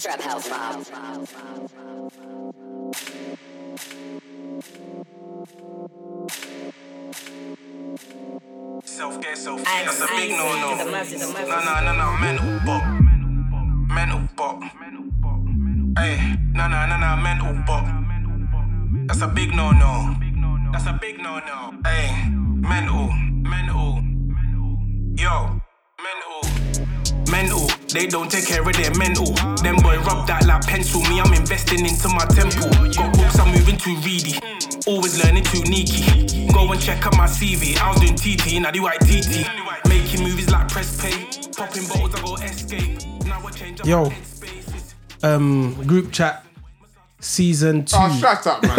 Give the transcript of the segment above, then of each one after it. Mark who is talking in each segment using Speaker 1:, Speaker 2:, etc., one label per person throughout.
Speaker 1: Trap House Mob.
Speaker 2: Self care, self
Speaker 3: I-
Speaker 2: care. That's a
Speaker 3: I-
Speaker 2: big no no.
Speaker 3: the
Speaker 2: No
Speaker 3: mustard, the mustard.
Speaker 2: no no no. Mental bop. Mental bop. Hey, no no no no. Mental bop. That's a big no no. That's a big no no. Hey, mental, mental. Yo, mental. Mental, they don't take care of their mental. Them boy rub that like pencil. Me, I'm investing into my temple. Got books, I'm moving too reedy. Always learning too neaky. Go and check out my CV. I was doing TT and I do ITT. Making movies like press pay. Popping bottles, I go escape. Now I change up
Speaker 4: Yo.
Speaker 2: my headspace.
Speaker 4: Um, group chat, season two.
Speaker 5: Oh, shut up, man.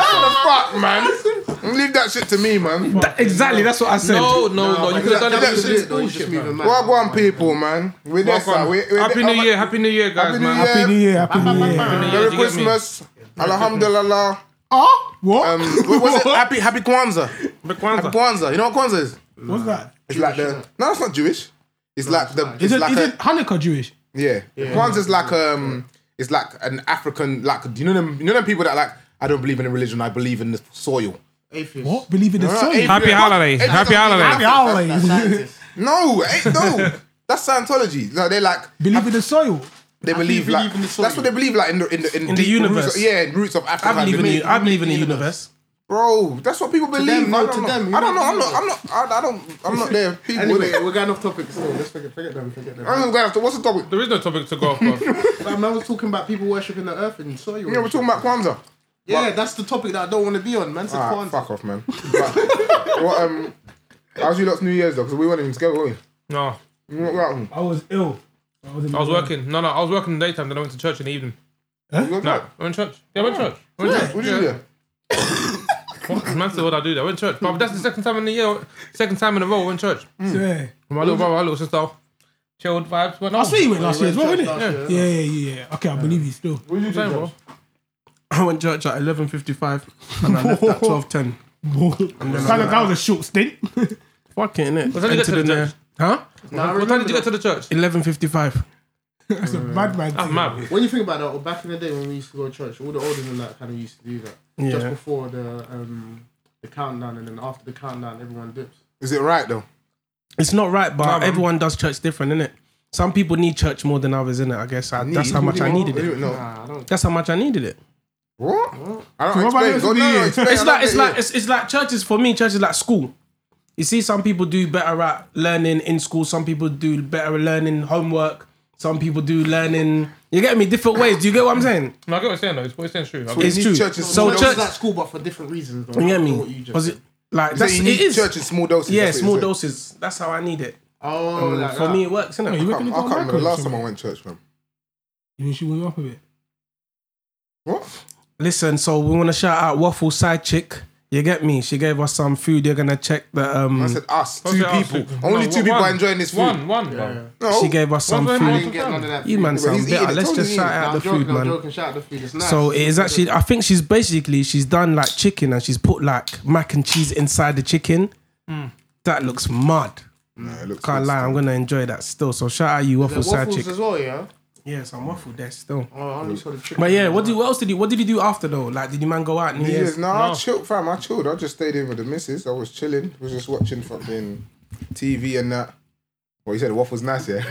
Speaker 5: what the fuck, man? Leave that shit to me, man.
Speaker 4: exactly, that's what I said.
Speaker 6: No, no, no. You could have done
Speaker 5: Yeah,
Speaker 6: that
Speaker 5: that's
Speaker 6: with this
Speaker 5: it, though,
Speaker 6: bullshit, man.
Speaker 5: Well, on, people, man. We're there, sir. We're, we're
Speaker 6: Happy
Speaker 5: there.
Speaker 6: New Year, Happy New Year,
Speaker 5: Happy
Speaker 6: guys,
Speaker 5: New
Speaker 6: man.
Speaker 5: Year.
Speaker 4: Happy New Year, Happy New Year.
Speaker 6: Happy New Year,
Speaker 5: Merry
Speaker 6: do you get me?
Speaker 5: Christmas. Alhamdulillah.
Speaker 4: Huh? What?
Speaker 5: Um, what was it? Happy, happy Kwanzaa.
Speaker 6: But
Speaker 5: Happy
Speaker 6: Kwanzaa.
Speaker 5: Kwanzaa. You know what Kwanzaa is?
Speaker 4: What's that?
Speaker 5: It's like the. No, it's not Jewish. It's like the. It's
Speaker 4: Is it,
Speaker 5: like
Speaker 4: is
Speaker 5: a,
Speaker 4: it Hanukkah Jewish?
Speaker 5: Yeah. Kwanzaa's like um it's like an African like do you know them you know them people that like I don't believe in a religion, I believe in the soil.
Speaker 7: Atheist.
Speaker 4: What? Believe in the
Speaker 5: Alright,
Speaker 4: soil?
Speaker 5: April-
Speaker 6: Happy holiday.
Speaker 5: April-
Speaker 6: Happy holiday.
Speaker 4: Happy holidays.
Speaker 5: No, ain't no. That's Scientology. No, they like
Speaker 4: Believe in the soil.
Speaker 5: they believe
Speaker 7: believe
Speaker 5: like
Speaker 7: in the soil.
Speaker 5: that's what they believe like in the in the in,
Speaker 4: the
Speaker 5: deep roots
Speaker 4: universe.
Speaker 5: of- yeah, in roots of Africa.
Speaker 4: I believe in
Speaker 5: They
Speaker 4: you.
Speaker 5: make-
Speaker 4: I believe in the universe.
Speaker 5: bro. That's what people believe.
Speaker 7: them,
Speaker 5: I
Speaker 7: no,
Speaker 5: don't
Speaker 7: to
Speaker 5: know.
Speaker 7: them.
Speaker 5: I don't know. I'm not. I'm not. I, I don't. I'm not there. People.
Speaker 7: Anyway,
Speaker 5: innit?
Speaker 7: we're going off topic still. Let's forget, forget them. Forget them.
Speaker 5: I'm going after. What's the topic?
Speaker 6: There is no topic to go off of.
Speaker 7: But I was talking about people worshipping the earth and soil.
Speaker 5: Yeah, we're talking about Kwanzaa.
Speaker 7: Yeah, that's the topic that I don't want to be on, man. It's a
Speaker 5: Ah,
Speaker 7: Kwanzaa.
Speaker 5: fuck off, man. But, what um, how's you lot's New Year's though? Because we weren't even together, were we?
Speaker 6: No,
Speaker 5: We weren't out.
Speaker 4: I was ill. I was, in
Speaker 6: I was working. No, no, I was working in the daytime. Then I went to church in the evening.
Speaker 5: You went
Speaker 6: No,
Speaker 5: out?
Speaker 6: I went to church. Yeah, I went to church. I went to
Speaker 5: Yeah.
Speaker 6: church.
Speaker 5: What did you do? there?
Speaker 6: What? Man said what I do there. I went to church. But that's the second time in the year, second time in a row I went to church.
Speaker 4: Yeah.
Speaker 6: My little brother, my little sister, chilled vibes. Went
Speaker 4: I
Speaker 6: off.
Speaker 4: saw you went last year as well, innit?
Speaker 7: Church last
Speaker 4: Yeah. yeah,
Speaker 7: year.
Speaker 4: yeah, yeah. Okay, I believe you still.
Speaker 5: What did you do?
Speaker 6: Same,
Speaker 5: Josh?
Speaker 6: bro.
Speaker 8: I went to church at 11.55 and I left at 12.10.
Speaker 4: Sounds like that was a short stint.
Speaker 8: Fuck it, innit?
Speaker 6: What time did you get to the
Speaker 8: Entered in
Speaker 6: church?
Speaker 8: Huh?
Speaker 7: Now, I
Speaker 6: What time
Speaker 7: remember
Speaker 6: did you get to the church?
Speaker 8: 11.55.
Speaker 4: That's a bad man.
Speaker 6: That's
Speaker 4: thing.
Speaker 6: mad.
Speaker 7: that. When you think about that, or back in the day when we used to go to church, all the oldies and that kind of used to do that. Just
Speaker 8: Yeah.
Speaker 7: before the um, the countdown, and then after the countdown, everyone dips.
Speaker 5: Is it right though?
Speaker 8: It's not right, but
Speaker 6: Nah, man.
Speaker 8: everyone does church different, innit? Some people need church more than others, innit? I guess I, that's
Speaker 5: Need-
Speaker 8: how much I needed
Speaker 5: What do you-
Speaker 8: it.
Speaker 5: No.
Speaker 7: Nah, I don't.
Speaker 8: That's how much I needed it.
Speaker 5: What? I don't
Speaker 4: What about
Speaker 5: explain.
Speaker 4: the
Speaker 5: Go,
Speaker 4: rest of
Speaker 5: no,
Speaker 4: the
Speaker 5: no,
Speaker 4: year?
Speaker 5: explain. I
Speaker 8: It's
Speaker 5: don't
Speaker 8: like it's
Speaker 5: get
Speaker 8: like
Speaker 5: it.
Speaker 8: it's, it's like church is for me. Church is like school. You see, some people do better at learning in school. Some people do better at learning homework. Some people do learning. You get me? Different ways. Do you get what I'm saying?
Speaker 6: No, I get what you're saying though. It's what you're saying is true. I
Speaker 5: We
Speaker 6: get-
Speaker 8: it's
Speaker 5: need
Speaker 8: true.
Speaker 5: Church in
Speaker 8: So
Speaker 5: small
Speaker 7: Well,
Speaker 5: doses.
Speaker 8: church-
Speaker 7: that was at school, but for different reasons. Though.
Speaker 8: You get me?
Speaker 7: What you just
Speaker 8: Was
Speaker 7: said.
Speaker 8: it like
Speaker 5: So
Speaker 8: that's,
Speaker 5: you
Speaker 8: it
Speaker 5: need
Speaker 8: is?
Speaker 5: church in small doses.
Speaker 8: yeah,
Speaker 5: that's what
Speaker 8: small
Speaker 5: it is.
Speaker 8: doses. That's how I need it.
Speaker 7: Oh, like
Speaker 8: For
Speaker 7: that.
Speaker 8: me, it works. Innit?
Speaker 4: You
Speaker 5: I
Speaker 4: reckon
Speaker 5: can't I can't
Speaker 4: you got a
Speaker 5: remember the
Speaker 4: record
Speaker 5: last
Speaker 4: or
Speaker 5: time I
Speaker 4: something?
Speaker 5: went church, man.
Speaker 4: You should wake up a bit.
Speaker 5: What?
Speaker 8: Listen, so we want to shout out Waffle Side Chick. You get me? She gave us some food. You're gonna check the um.
Speaker 5: I said us,
Speaker 6: What's
Speaker 5: two
Speaker 6: it asked
Speaker 5: people.
Speaker 6: you?
Speaker 5: Only
Speaker 6: No,
Speaker 5: two people are
Speaker 6: one.
Speaker 5: enjoying this food.
Speaker 6: One, one, bro.
Speaker 5: No.
Speaker 8: She gave us some
Speaker 6: What's
Speaker 8: food.
Speaker 6: going
Speaker 7: I
Speaker 6: on?
Speaker 7: didn't get none of that.
Speaker 8: You
Speaker 7: food.
Speaker 8: man
Speaker 5: Well,
Speaker 8: sound
Speaker 5: he's eating,
Speaker 8: better. Let's
Speaker 5: totally
Speaker 8: just shout
Speaker 5: eating.
Speaker 8: out
Speaker 7: Nah,
Speaker 8: the
Speaker 7: I'm joking,
Speaker 8: food,
Speaker 7: I'm
Speaker 8: man.
Speaker 7: joking. Shout out the food. It's nice.
Speaker 8: So it is actually, I think she's basically she's done like chicken and she's put like mac and cheese inside the chicken. That looks mud.
Speaker 5: Nah, it looks
Speaker 8: Can't
Speaker 5: Hmm. good.
Speaker 8: lie, I'm gonna enjoy that still. So shout out you waffle
Speaker 7: There's
Speaker 8: side
Speaker 7: waffles
Speaker 8: chick.
Speaker 7: as well, yeah.
Speaker 8: Yes, I'm waffle there still.
Speaker 7: Oh, I only saw the chicken.
Speaker 8: But yeah, what do what else did you what did you do after though? Like did you man go out and
Speaker 5: New Year's.
Speaker 8: yes,
Speaker 5: No, I chilled, fam. I chilled. I just stayed in with the missus. I was chilling. was just watching fucking TV and that. Well, you said the waffle's nice, yeah?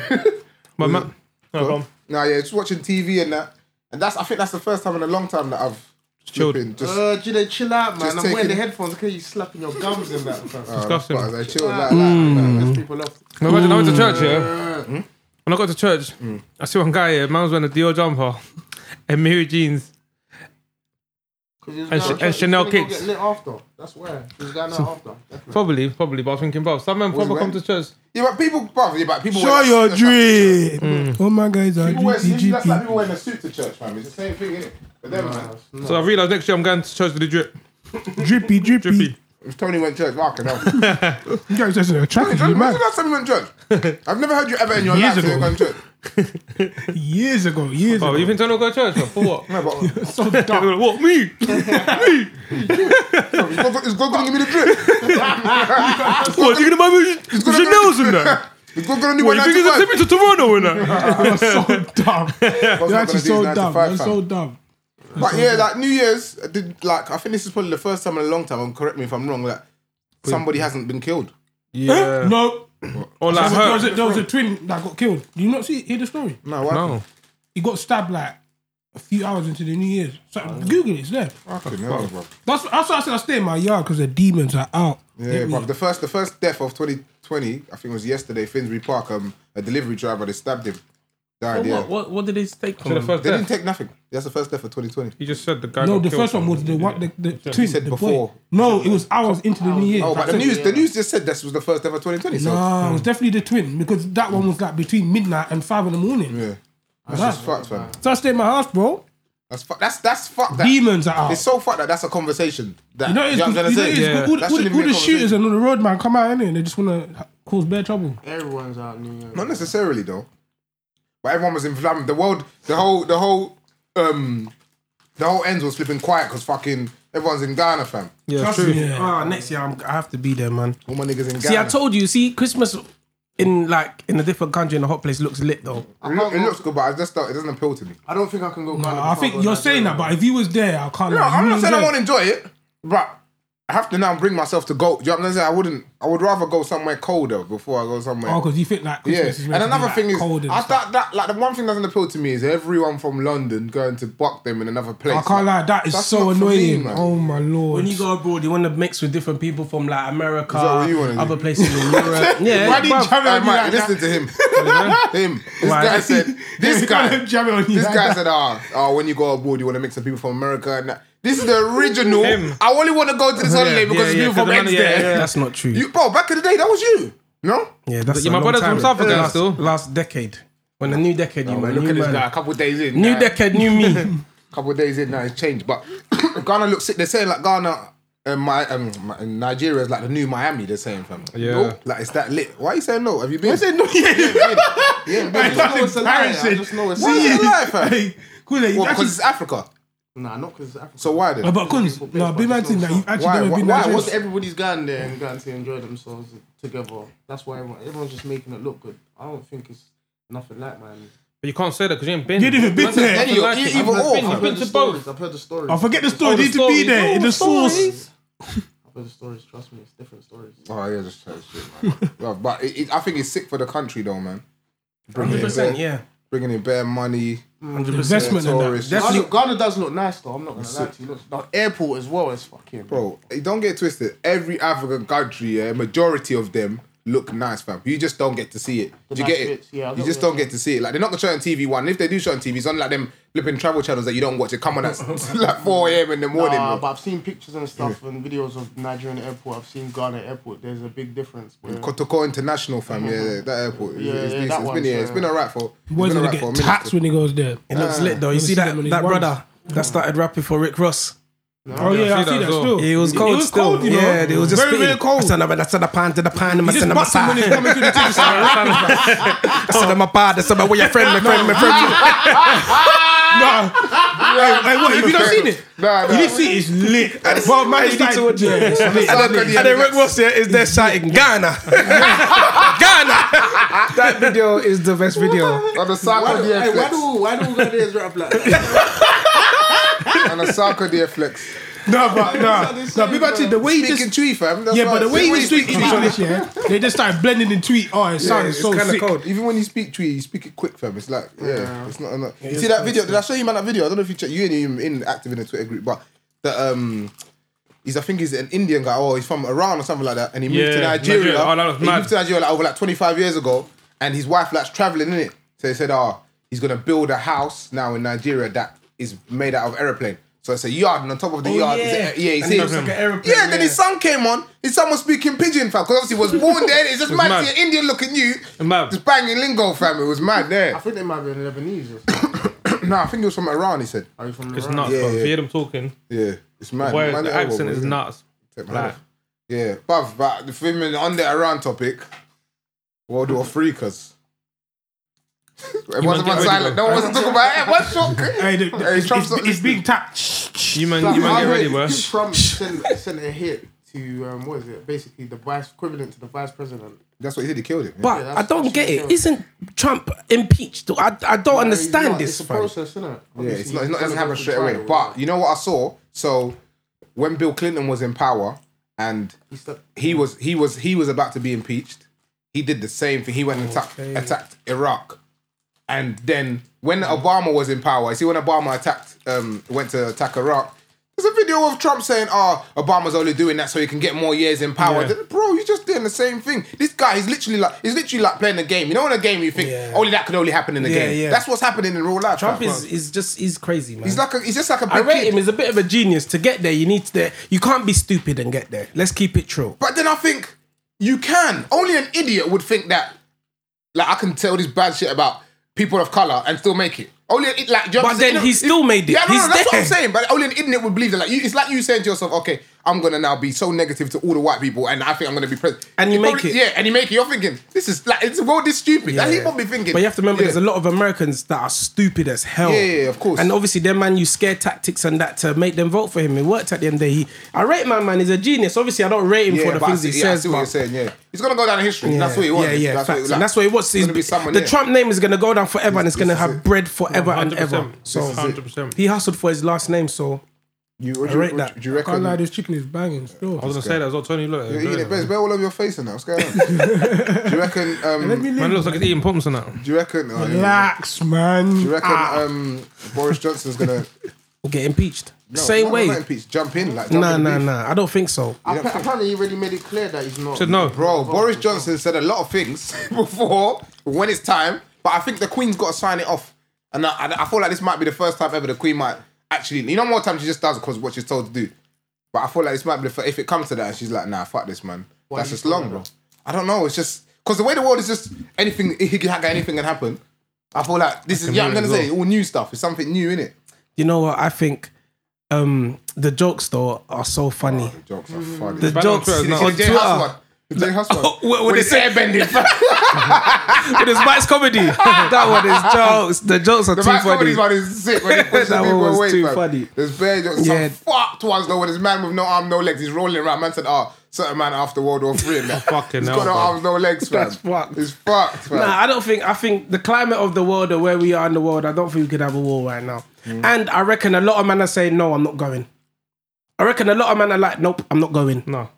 Speaker 6: But man, no, go on.
Speaker 5: nah, yeah, just watching TV and that. And that's, I think that's the first time in a long time that I've
Speaker 6: Chilled.
Speaker 5: flipping Just,
Speaker 7: Uh, Jide, chill out, man.
Speaker 5: Just
Speaker 7: I'm wearing the
Speaker 5: taking-
Speaker 7: headphones. Look at you slapping your gums in that. fam.
Speaker 6: disgusting.
Speaker 5: but I chilled like that.
Speaker 8: Mm.
Speaker 5: Mm-hmm.
Speaker 7: That's people off.
Speaker 6: Well, Imagine I went to church, yeah. When I got to church,
Speaker 5: Mm.
Speaker 6: I see one guy here. Man was wearing a Dior jumper and Miri jeans.
Speaker 7: 'Cause he was
Speaker 6: And Ch-
Speaker 7: going to
Speaker 6: and
Speaker 7: church,
Speaker 6: Chanel
Speaker 7: he's gonna go
Speaker 6: kicks.
Speaker 7: get lit after. That's where. He's going out after. Definitely.
Speaker 6: Probably, probably. But I was thinking, bro, some men
Speaker 5: Was
Speaker 6: probably come
Speaker 5: when?
Speaker 6: to church.
Speaker 5: Yeah, but people, bro, yeah, but people.
Speaker 4: Show
Speaker 5: wear-
Speaker 4: your
Speaker 5: that's like-
Speaker 4: dream. Oh my guys, I
Speaker 5: People wear,
Speaker 4: GP,
Speaker 5: that's like
Speaker 4: GP.
Speaker 5: people wearing a suit to church, fam. It's the same thing, innit? But then, man,
Speaker 6: So I realised next year I'm going to church with the drip.
Speaker 4: Drippy, drippy.
Speaker 6: Drippy.
Speaker 5: if Tony went church, fucking hell.
Speaker 4: You guys are attracted to
Speaker 5: When
Speaker 4: you,
Speaker 5: was
Speaker 4: man.
Speaker 5: the last time you went church? I've never heard you ever in your
Speaker 4: Years
Speaker 5: life say
Speaker 4: ago.
Speaker 5: you've gone church.
Speaker 4: Years ago, years
Speaker 6: Oh,
Speaker 4: ago.
Speaker 6: you think Tony will go to church? bro? For what?
Speaker 5: No, but it's
Speaker 6: what, me?
Speaker 5: God, it's God gonna give me the drip.
Speaker 6: What, you going to buy me
Speaker 5: gonna-
Speaker 6: Chanel's in there?
Speaker 5: He's not gonna do
Speaker 6: What,
Speaker 5: one nine
Speaker 6: you think
Speaker 5: to
Speaker 6: he's a
Speaker 5: five.
Speaker 6: tip me to Toronto in that?
Speaker 4: You're so dumb.
Speaker 5: God's
Speaker 4: You're
Speaker 5: not gonna
Speaker 4: actually
Speaker 5: do his
Speaker 4: so
Speaker 5: nine to
Speaker 4: dumb.
Speaker 5: five,
Speaker 4: You're
Speaker 5: fam.
Speaker 4: so dumb.
Speaker 5: But yeah, like New Year's, I did like I think this is probably the first time in a long time. And correct me if I'm wrong. Like somebody hasn't been killed.
Speaker 6: yeah.
Speaker 4: No,
Speaker 6: Or like
Speaker 4: there was, a,
Speaker 6: her.
Speaker 4: there was a twin that got killed. Do you not see hear the story?
Speaker 5: No, why?
Speaker 6: No.
Speaker 4: He got stabbed like a few hours into the New Year's. So, Google it, it's there.
Speaker 5: Fucking hell, bro.
Speaker 4: That's, that's why I said I stay in my yard because the demons are out.
Speaker 5: Yeah, bro. The first, the first death of 2020, I think it was yesterday. Finsbury Park. Um, a delivery driver they stabbed him. Died. yeah.
Speaker 9: What, what, what did they take
Speaker 6: So
Speaker 9: from
Speaker 6: the
Speaker 9: him?
Speaker 6: first
Speaker 5: They didn't
Speaker 6: death.
Speaker 5: take nothing. That's the first death of 2020.
Speaker 6: You just said the guy.
Speaker 4: No,
Speaker 6: got
Speaker 4: the
Speaker 6: killed.
Speaker 4: first one was the one the, the twin.
Speaker 5: said
Speaker 4: the
Speaker 5: before.
Speaker 4: Boy. No, it was hours into the New Year.
Speaker 5: Oh, but the news, the news just said this was the first ever 2020. So hmm.
Speaker 4: No, it was definitely the twin because that one was like between midnight and five in the morning.
Speaker 5: yeah, that's
Speaker 4: Wow.
Speaker 5: just fucked, man.
Speaker 4: So I stay in my house, bro.
Speaker 5: That's fuck. That's that's fucked. That.
Speaker 4: Demons are out.
Speaker 5: It's so fucked that that's a conversation. That,
Speaker 4: You know, it's,
Speaker 5: what I'm
Speaker 4: you know,
Speaker 5: trying to say?
Speaker 4: it's
Speaker 6: Yeah.
Speaker 4: all, all,
Speaker 5: That
Speaker 4: all
Speaker 5: shouldn't be a
Speaker 4: the shooters
Speaker 5: conversation.
Speaker 4: and all the road man come out in and they just want to cause bare trouble.
Speaker 7: Everyone's out New Year.
Speaker 5: Not necessarily though. But everyone was in flam. The world, the whole, the whole, um, the whole ends was flipping quiet because fucking everyone's in Ghana, fam.
Speaker 6: Yeah,
Speaker 9: Trust
Speaker 6: true.
Speaker 9: me. Ah, next year I'm, I have to be there, man.
Speaker 5: All my niggas in Ghana.
Speaker 9: See, I told you. See, Christmas in like in a different country in a hot place looks lit though.
Speaker 5: it, look, it looks good, but I just don't, it doesn't appeal to me.
Speaker 7: I don't think I can go. Ghana
Speaker 4: I
Speaker 7: before
Speaker 4: think
Speaker 7: go
Speaker 4: you're
Speaker 7: Nigeria.
Speaker 4: saying that, but if he was there, I can't.
Speaker 5: No,
Speaker 4: lie, if
Speaker 5: I'm
Speaker 4: he
Speaker 5: not
Speaker 4: was
Speaker 5: saying I
Speaker 4: there-
Speaker 5: won't enjoy it, but I have to now bring myself to go. Do you know what I'm saying? I wouldn't. I would rather go somewhere colder before I go somewhere.
Speaker 4: Oh, because you think like
Speaker 5: Yeah,
Speaker 4: Christmas is
Speaker 5: and
Speaker 4: meant to be,
Speaker 5: another
Speaker 4: like,
Speaker 5: thing is,
Speaker 4: cold and
Speaker 5: I,
Speaker 4: stuff.
Speaker 5: that, that like the one thing that doesn't appeal to me is everyone from London going to buck them in another place.
Speaker 4: I can't lie, that is
Speaker 5: that's
Speaker 4: so
Speaker 5: not for me,
Speaker 4: annoying.
Speaker 5: man.
Speaker 4: oh my lord!
Speaker 9: When you go abroad, you want to mix with different people from like America,
Speaker 5: Is that what you wanna do?
Speaker 9: other places in Europe.
Speaker 5: Why
Speaker 9: yeah,
Speaker 5: did
Speaker 9: bruv.
Speaker 5: Jamie Mike, listen to him. him. This guy said, this guy,
Speaker 4: Jamie on you
Speaker 5: this
Speaker 4: like
Speaker 5: guy
Speaker 4: that.
Speaker 5: said, ah, ah, when you go abroad, you want to mix some people from America. And that. This is the original. I only want to go to this holiday because it's
Speaker 6: yeah,
Speaker 5: people from
Speaker 6: 'cause the
Speaker 5: X
Speaker 6: money- yeah,
Speaker 5: there.
Speaker 6: yeah.
Speaker 9: that's not true.
Speaker 5: You, bro, back in the day, that was you. No?
Speaker 9: yeah, that's
Speaker 6: Yeah,
Speaker 9: a
Speaker 6: my
Speaker 9: long
Speaker 6: brother's
Speaker 9: time
Speaker 6: from South
Speaker 9: ago.
Speaker 6: Africa
Speaker 9: last,
Speaker 6: still.
Speaker 9: last decade, when the new decade, you man,
Speaker 5: Oh, Look
Speaker 9: new,
Speaker 5: at this
Speaker 9: man.
Speaker 5: guy, a couple days in.
Speaker 9: new
Speaker 5: guy.
Speaker 9: decade, new me.
Speaker 5: couple of days in now it's changed. But Ghana looks sick. They're saying like Ghana and my um Mi- Nigeria is like the new Miami. They're saying fam.
Speaker 6: Yeah.
Speaker 5: No, like it's that lit. Why are you saying no? Have you been? I said
Speaker 4: no, yeah.
Speaker 5: Yeah,
Speaker 4: That's
Speaker 5: I know it's a lie. I
Speaker 4: embarrassing.
Speaker 5: just know it's a
Speaker 4: Why is it
Speaker 5: lie, fam.
Speaker 4: Hey, cool, like, you've
Speaker 5: Well,
Speaker 4: actually-
Speaker 5: because it's Africa.
Speaker 7: Nah, not because Africa.
Speaker 5: So why then?
Speaker 4: No, but Kunz, no, big man thing that you've actually
Speaker 5: Why?
Speaker 4: never
Speaker 5: Why-
Speaker 4: been
Speaker 5: why?
Speaker 4: there.
Speaker 5: What's
Speaker 7: Because everybody's gone there and gone to enjoy themselves together. That's why everyone, everyone's just making it look good. I don't think it's nothing like man.
Speaker 6: But you can't say that because you ain't been.
Speaker 4: You didn't even been
Speaker 6: Man said
Speaker 4: there.
Speaker 6: nothing
Speaker 5: Any-
Speaker 6: like it.
Speaker 5: either
Speaker 6: I've
Speaker 5: or,
Speaker 6: been-
Speaker 5: fam.
Speaker 6: I've been
Speaker 7: I've
Speaker 6: to
Speaker 7: heard the
Speaker 6: both.
Speaker 7: stories, I've heard the stories.
Speaker 4: I forget the story.
Speaker 6: the
Speaker 4: Need to be
Speaker 6: stories.
Speaker 4: there
Speaker 6: Oh,
Speaker 4: in
Speaker 6: the
Speaker 4: the source.
Speaker 7: I've heard the stories. Trust me, it's different stories.
Speaker 5: Oh yeah, just chat shit, man. Well, but it, it, I think it's sick for the country though, man. Bringing in bare,
Speaker 9: 100%, yeah,
Speaker 5: bringing in bare money,
Speaker 4: Investment and that.
Speaker 5: tourists.
Speaker 9: That's-
Speaker 7: Ghana, Ghana does look nice though. I'm not gonna lie to you. Look, the airport as well is fucking.
Speaker 5: Bro, eh, don't get twisted. Every African country, yeah, majority of them look nice, fam. You just don't get to see it. Do you
Speaker 7: nice
Speaker 5: get it?
Speaker 7: bits, yeah, I
Speaker 5: you
Speaker 7: get
Speaker 5: just
Speaker 7: what
Speaker 5: don't get to see it. Like they're not gonna show it on TV one. And if they do show it on TV, it's on like them flipping travel channels that you don't watch. It come on at like four a.m. in the morning.
Speaker 7: Nah,
Speaker 5: bro.
Speaker 7: but I've seen pictures and stuff and videos of Nigerian airport. I've seen Ghana airport. There's a big difference. Bro.
Speaker 5: Kotoko International, fam. Yeah, yeah, that airport. It's,
Speaker 7: Uh-huh. Yeah,
Speaker 5: it's
Speaker 7: yeah,
Speaker 5: decent.
Speaker 7: that
Speaker 5: it's been
Speaker 7: one's,
Speaker 5: yeah,
Speaker 7: uh,
Speaker 5: it's been alright for. It's
Speaker 4: Boys
Speaker 5: been
Speaker 4: gonna
Speaker 5: alright for a
Speaker 4: get
Speaker 5: minute.
Speaker 4: taxed when he goes there.
Speaker 9: it looks lit though. You see
Speaker 4: see
Speaker 9: that
Speaker 4: them on his
Speaker 9: that
Speaker 4: ones.
Speaker 9: brother that started rapping for Rick Ross.
Speaker 4: Oh yeah, I
Speaker 6: see
Speaker 4: see
Speaker 6: that
Speaker 4: that
Speaker 6: as well.
Speaker 4: still.
Speaker 9: It was cold still.
Speaker 4: you know?
Speaker 9: yeah, it was just
Speaker 4: very, very
Speaker 9: spitting. I
Speaker 4: cold.
Speaker 9: said, "No, but I said, I pan to the pan, and I
Speaker 4: He
Speaker 9: said, I'm a
Speaker 4: just bust him when
Speaker 9: side."
Speaker 4: he's coming to the TV
Speaker 9: I said, I'm a bad. I said, "But where your friend, my friend, my friend.
Speaker 4: Nah, like, like what? Have you not seen it?
Speaker 5: Nah, nah.
Speaker 4: You didn't see it. It's lit. Well, man, it's like, yeah, it's lit.
Speaker 5: South
Speaker 9: And
Speaker 5: Korea,
Speaker 9: then Rick Ross here is there shouting, Ghana. Ghana.
Speaker 4: That video is the best video.
Speaker 5: on the Sarko
Speaker 7: Hey, why
Speaker 5: DFlex.
Speaker 7: do why do Ghanaians rap like that?
Speaker 5: On the Sarko DFlex.
Speaker 4: No, but no, no. People actually the way he
Speaker 5: Speaking
Speaker 4: just
Speaker 5: tree, fam. that's
Speaker 4: yeah,
Speaker 5: what
Speaker 4: but
Speaker 5: I
Speaker 4: the way he
Speaker 5: said.
Speaker 4: was tweeting each other, yeah, they just started blending in tweet. Oh, it
Speaker 5: Yeah,
Speaker 4: sounded
Speaker 5: it's
Speaker 4: so
Speaker 5: kind of
Speaker 4: sick.
Speaker 5: cold. Even when you speak tree, you speak it quick, fam. It's like, yeah, it's not enough. you see that video? Did I show you man that video? I don't know if you check. You ain't even in active in the Twitter group, but the um. He's, I think he's an Indian guy, or he's from Iran or something like that, and he moved to
Speaker 6: Yeah,
Speaker 5: Nigeria.
Speaker 6: Nigeria. Oh, that was
Speaker 5: he
Speaker 6: mad.
Speaker 5: moved to Nigeria like, over like 25 years ago, and his wife likes traveling in it. So he said, "Ah, he's gonna build a house now in Nigeria that is made out of aeroplane." So it's a yard, and on top of the yard,
Speaker 9: Oh, yeah.
Speaker 5: is a, yeah, he's
Speaker 9: And it looks like an aeroplane,
Speaker 5: yeah, then his son came on. His son was speaking pigeon, fam, because obviously he was born there. It's just mad, to
Speaker 6: mad.
Speaker 5: see an Indian looking you,
Speaker 6: Mad.
Speaker 5: just banging lingo, fam. It was mad
Speaker 7: I
Speaker 5: there.
Speaker 7: think they might be Lebanese or something.
Speaker 5: no, I think it was from Iran. He said,
Speaker 7: Are you from
Speaker 6: It's
Speaker 7: Iran?
Speaker 6: nuts,
Speaker 5: Yeah,
Speaker 6: bro.
Speaker 5: yeah.
Speaker 6: If you hear them talking,
Speaker 5: "Yeah, it's mad."
Speaker 6: boy,
Speaker 5: Man,
Speaker 6: the
Speaker 5: elbow,
Speaker 6: accent is
Speaker 5: isn't it?
Speaker 6: nuts.
Speaker 5: Take my
Speaker 6: Like,
Speaker 5: life. Yeah, bruv, but the women on the Iran topic, World War Three, cuz. It
Speaker 6: man,
Speaker 5: wasn't
Speaker 6: get ready,
Speaker 5: silent.
Speaker 6: bro.
Speaker 5: No one wants to talk about it. What's shock?
Speaker 4: Hey, the,
Speaker 5: Hey,
Speaker 4: it's,
Speaker 5: Trump's
Speaker 4: it's,
Speaker 5: not
Speaker 4: it's being tapped.
Speaker 6: you man, you man, get ready, bro.
Speaker 7: Trump sent, sent a hit to um, what is it? Basically, the vice equivalent to the vice president.
Speaker 5: That's what he did. He killed him. yeah.
Speaker 7: Yeah,
Speaker 8: But I
Speaker 7: that's-
Speaker 8: don't
Speaker 7: that's
Speaker 8: get
Speaker 7: what
Speaker 8: it.
Speaker 7: I'm
Speaker 8: Isn't Trump impeached? I, I don't understand
Speaker 7: It's
Speaker 8: this.
Speaker 7: a
Speaker 8: fam.
Speaker 7: process, isn't it?
Speaker 5: Yeah, it's not, it's not, it doesn't happen straight away. But you know what I saw? So when Bill Clinton was in power and he was he was he was about to be impeached, he did the same thing. He went and attacked, attacked Iraq. And then when Obama was in power, you see when Obama attacked um went to attack Iraq, there's a video of Trump saying, "Oh, Obama's only doing that so he can get more years in power." Then, Bro, you're just doing the same thing. This guy is literally like he's literally like playing a game. You know, in a game you think only that could only happen in a game.
Speaker 8: yeah.
Speaker 5: That's what's happening in real life.
Speaker 8: Trump
Speaker 5: fam.
Speaker 8: is, is just he's crazy, man.
Speaker 5: He's like a, he's just like a big
Speaker 8: I rate
Speaker 5: kid.
Speaker 8: him as a bit of a genius. To get there, you need to. You can't be stupid and get there. Let's keep it true.
Speaker 5: But then I think you can. Only an idiot would think that. Like I can tell this bad shit about people of color and still make it. Only an, id- like. do you
Speaker 8: But
Speaker 5: understand?
Speaker 8: then
Speaker 5: You
Speaker 8: he
Speaker 5: know-
Speaker 8: still made it.
Speaker 5: Yeah, no,
Speaker 8: He's
Speaker 5: no, that's what I'm
Speaker 8: there.
Speaker 5: saying. But only an idiot would believe that. Like you, it's like you saying to yourself, okay, I'm gonna now be so negative to all the white people, and I think I'm gonna be president.
Speaker 8: And you make it.
Speaker 5: Yeah, and you make it. You're thinking this is like it's world is stupid. Like, he
Speaker 8: Yeah.
Speaker 5: probably thinking.
Speaker 8: But you have to remember,
Speaker 5: yeah.
Speaker 8: there's a lot of Americans that are stupid as hell.
Speaker 5: Yeah, yeah, yeah, of course.
Speaker 8: And obviously, their man use scare tactics and that to make them vote for him. It worked at the end of the day. He, I rate my man. He's a genius. Obviously, I don't rate him
Speaker 5: Yeah,
Speaker 8: for the
Speaker 5: but I
Speaker 8: things
Speaker 5: see,
Speaker 8: he
Speaker 5: yeah, I
Speaker 8: says.
Speaker 5: see what
Speaker 8: but-
Speaker 5: you're saying. Yeah, he's gonna go down in history. that's what he wants.
Speaker 8: Yeah, yeah,
Speaker 5: that's
Speaker 8: facts.
Speaker 5: what,
Speaker 8: And that's what he wants.
Speaker 5: He's
Speaker 8: He's-
Speaker 5: gonna be someone.
Speaker 8: the
Speaker 5: yeah.
Speaker 8: Trump name is going to go down forever, and it's going to
Speaker 5: this is
Speaker 8: have
Speaker 5: it.
Speaker 8: bread forever and
Speaker 6: 100%.
Speaker 8: ever. So
Speaker 6: 100%.
Speaker 8: he hustled for his last name. So
Speaker 5: You, what do
Speaker 8: I
Speaker 5: you-
Speaker 8: rate
Speaker 5: what
Speaker 8: that.
Speaker 5: do you
Speaker 4: I can't
Speaker 5: reckon?
Speaker 4: lie, this chicken is banging still.
Speaker 6: I was gonna say that as well. Tony, look, at
Speaker 5: You're
Speaker 6: him,
Speaker 5: eating
Speaker 6: look
Speaker 5: it,
Speaker 6: at
Speaker 5: but
Speaker 6: him.
Speaker 5: it's all over your face and that. What's going on? do you reckon?
Speaker 4: Let
Speaker 5: Um,
Speaker 4: me
Speaker 6: man
Speaker 4: live.
Speaker 6: looks like he's eating pumps and that.
Speaker 5: do you reckon? oh, yeah.
Speaker 4: Relax,
Speaker 5: Do you
Speaker 4: man.
Speaker 5: reckon
Speaker 8: Ah.
Speaker 5: um, Boris Johnson's gonna
Speaker 8: we'll get impeached.
Speaker 5: no,
Speaker 8: Same
Speaker 5: not-
Speaker 8: way.
Speaker 5: not impeach, jump in like jump
Speaker 8: Nah,
Speaker 5: in the
Speaker 8: nah,
Speaker 5: beef.
Speaker 8: nah. I don't think so.
Speaker 7: Apparently, he really made it clear that he's not.
Speaker 6: Said no.
Speaker 5: Bro, Boris Johnson said a lot of things before when it's time, but I think the Queen's got to sign it off, and I, I, I feel like this might be the first time ever the Queen might actually. You know, more times she just does because what she's told to do, but I feel like this might be the first, if it comes to that, and she's like, nah, fuck this, man. That's just long, bro. I don't know. It's just because the way the world is just anything, anything can happen. I feel like this is yeah. I'm gonna say all new stuff. It's something new in it.
Speaker 8: You know what? I think um, the jokes though are so funny.
Speaker 5: The jokes are funny.
Speaker 8: The
Speaker 5: Jay
Speaker 8: jokes
Speaker 6: Twitter,
Speaker 8: on
Speaker 6: no.
Speaker 8: Twitter.
Speaker 5: Jay Huss one. The Jay Huss one.
Speaker 8: what- what
Speaker 5: When
Speaker 8: they
Speaker 5: it's
Speaker 8: say-
Speaker 5: airbending.
Speaker 8: it is Mike's comedy. that one is jokes. The jokes are
Speaker 5: The
Speaker 8: too
Speaker 5: Max
Speaker 8: funny.
Speaker 5: Comedy's one is sick when he pushes
Speaker 8: That
Speaker 5: people
Speaker 8: one was
Speaker 5: away.
Speaker 8: too
Speaker 5: fam.
Speaker 8: funny.
Speaker 5: There's bare jokes. Some
Speaker 8: Yeah.
Speaker 5: fucked ones though, where this man with no arm, no legs, he's rolling around. Man said, "Ah, certain man after World War Three and that.
Speaker 6: Fucking
Speaker 5: he's
Speaker 6: hell,
Speaker 5: got no
Speaker 6: bro.
Speaker 5: arms, no legs, fam.
Speaker 8: That's fucked.
Speaker 5: It's fucked, fam.
Speaker 8: Nah, I don't think. I think the climate of the world or where we are in the world, I don't think we could have a war right now.
Speaker 5: Mm.
Speaker 8: And I reckon a lot of men are saying, "No, I'm not going." I reckon a lot of men are like, "Nope, I'm not going."
Speaker 6: No,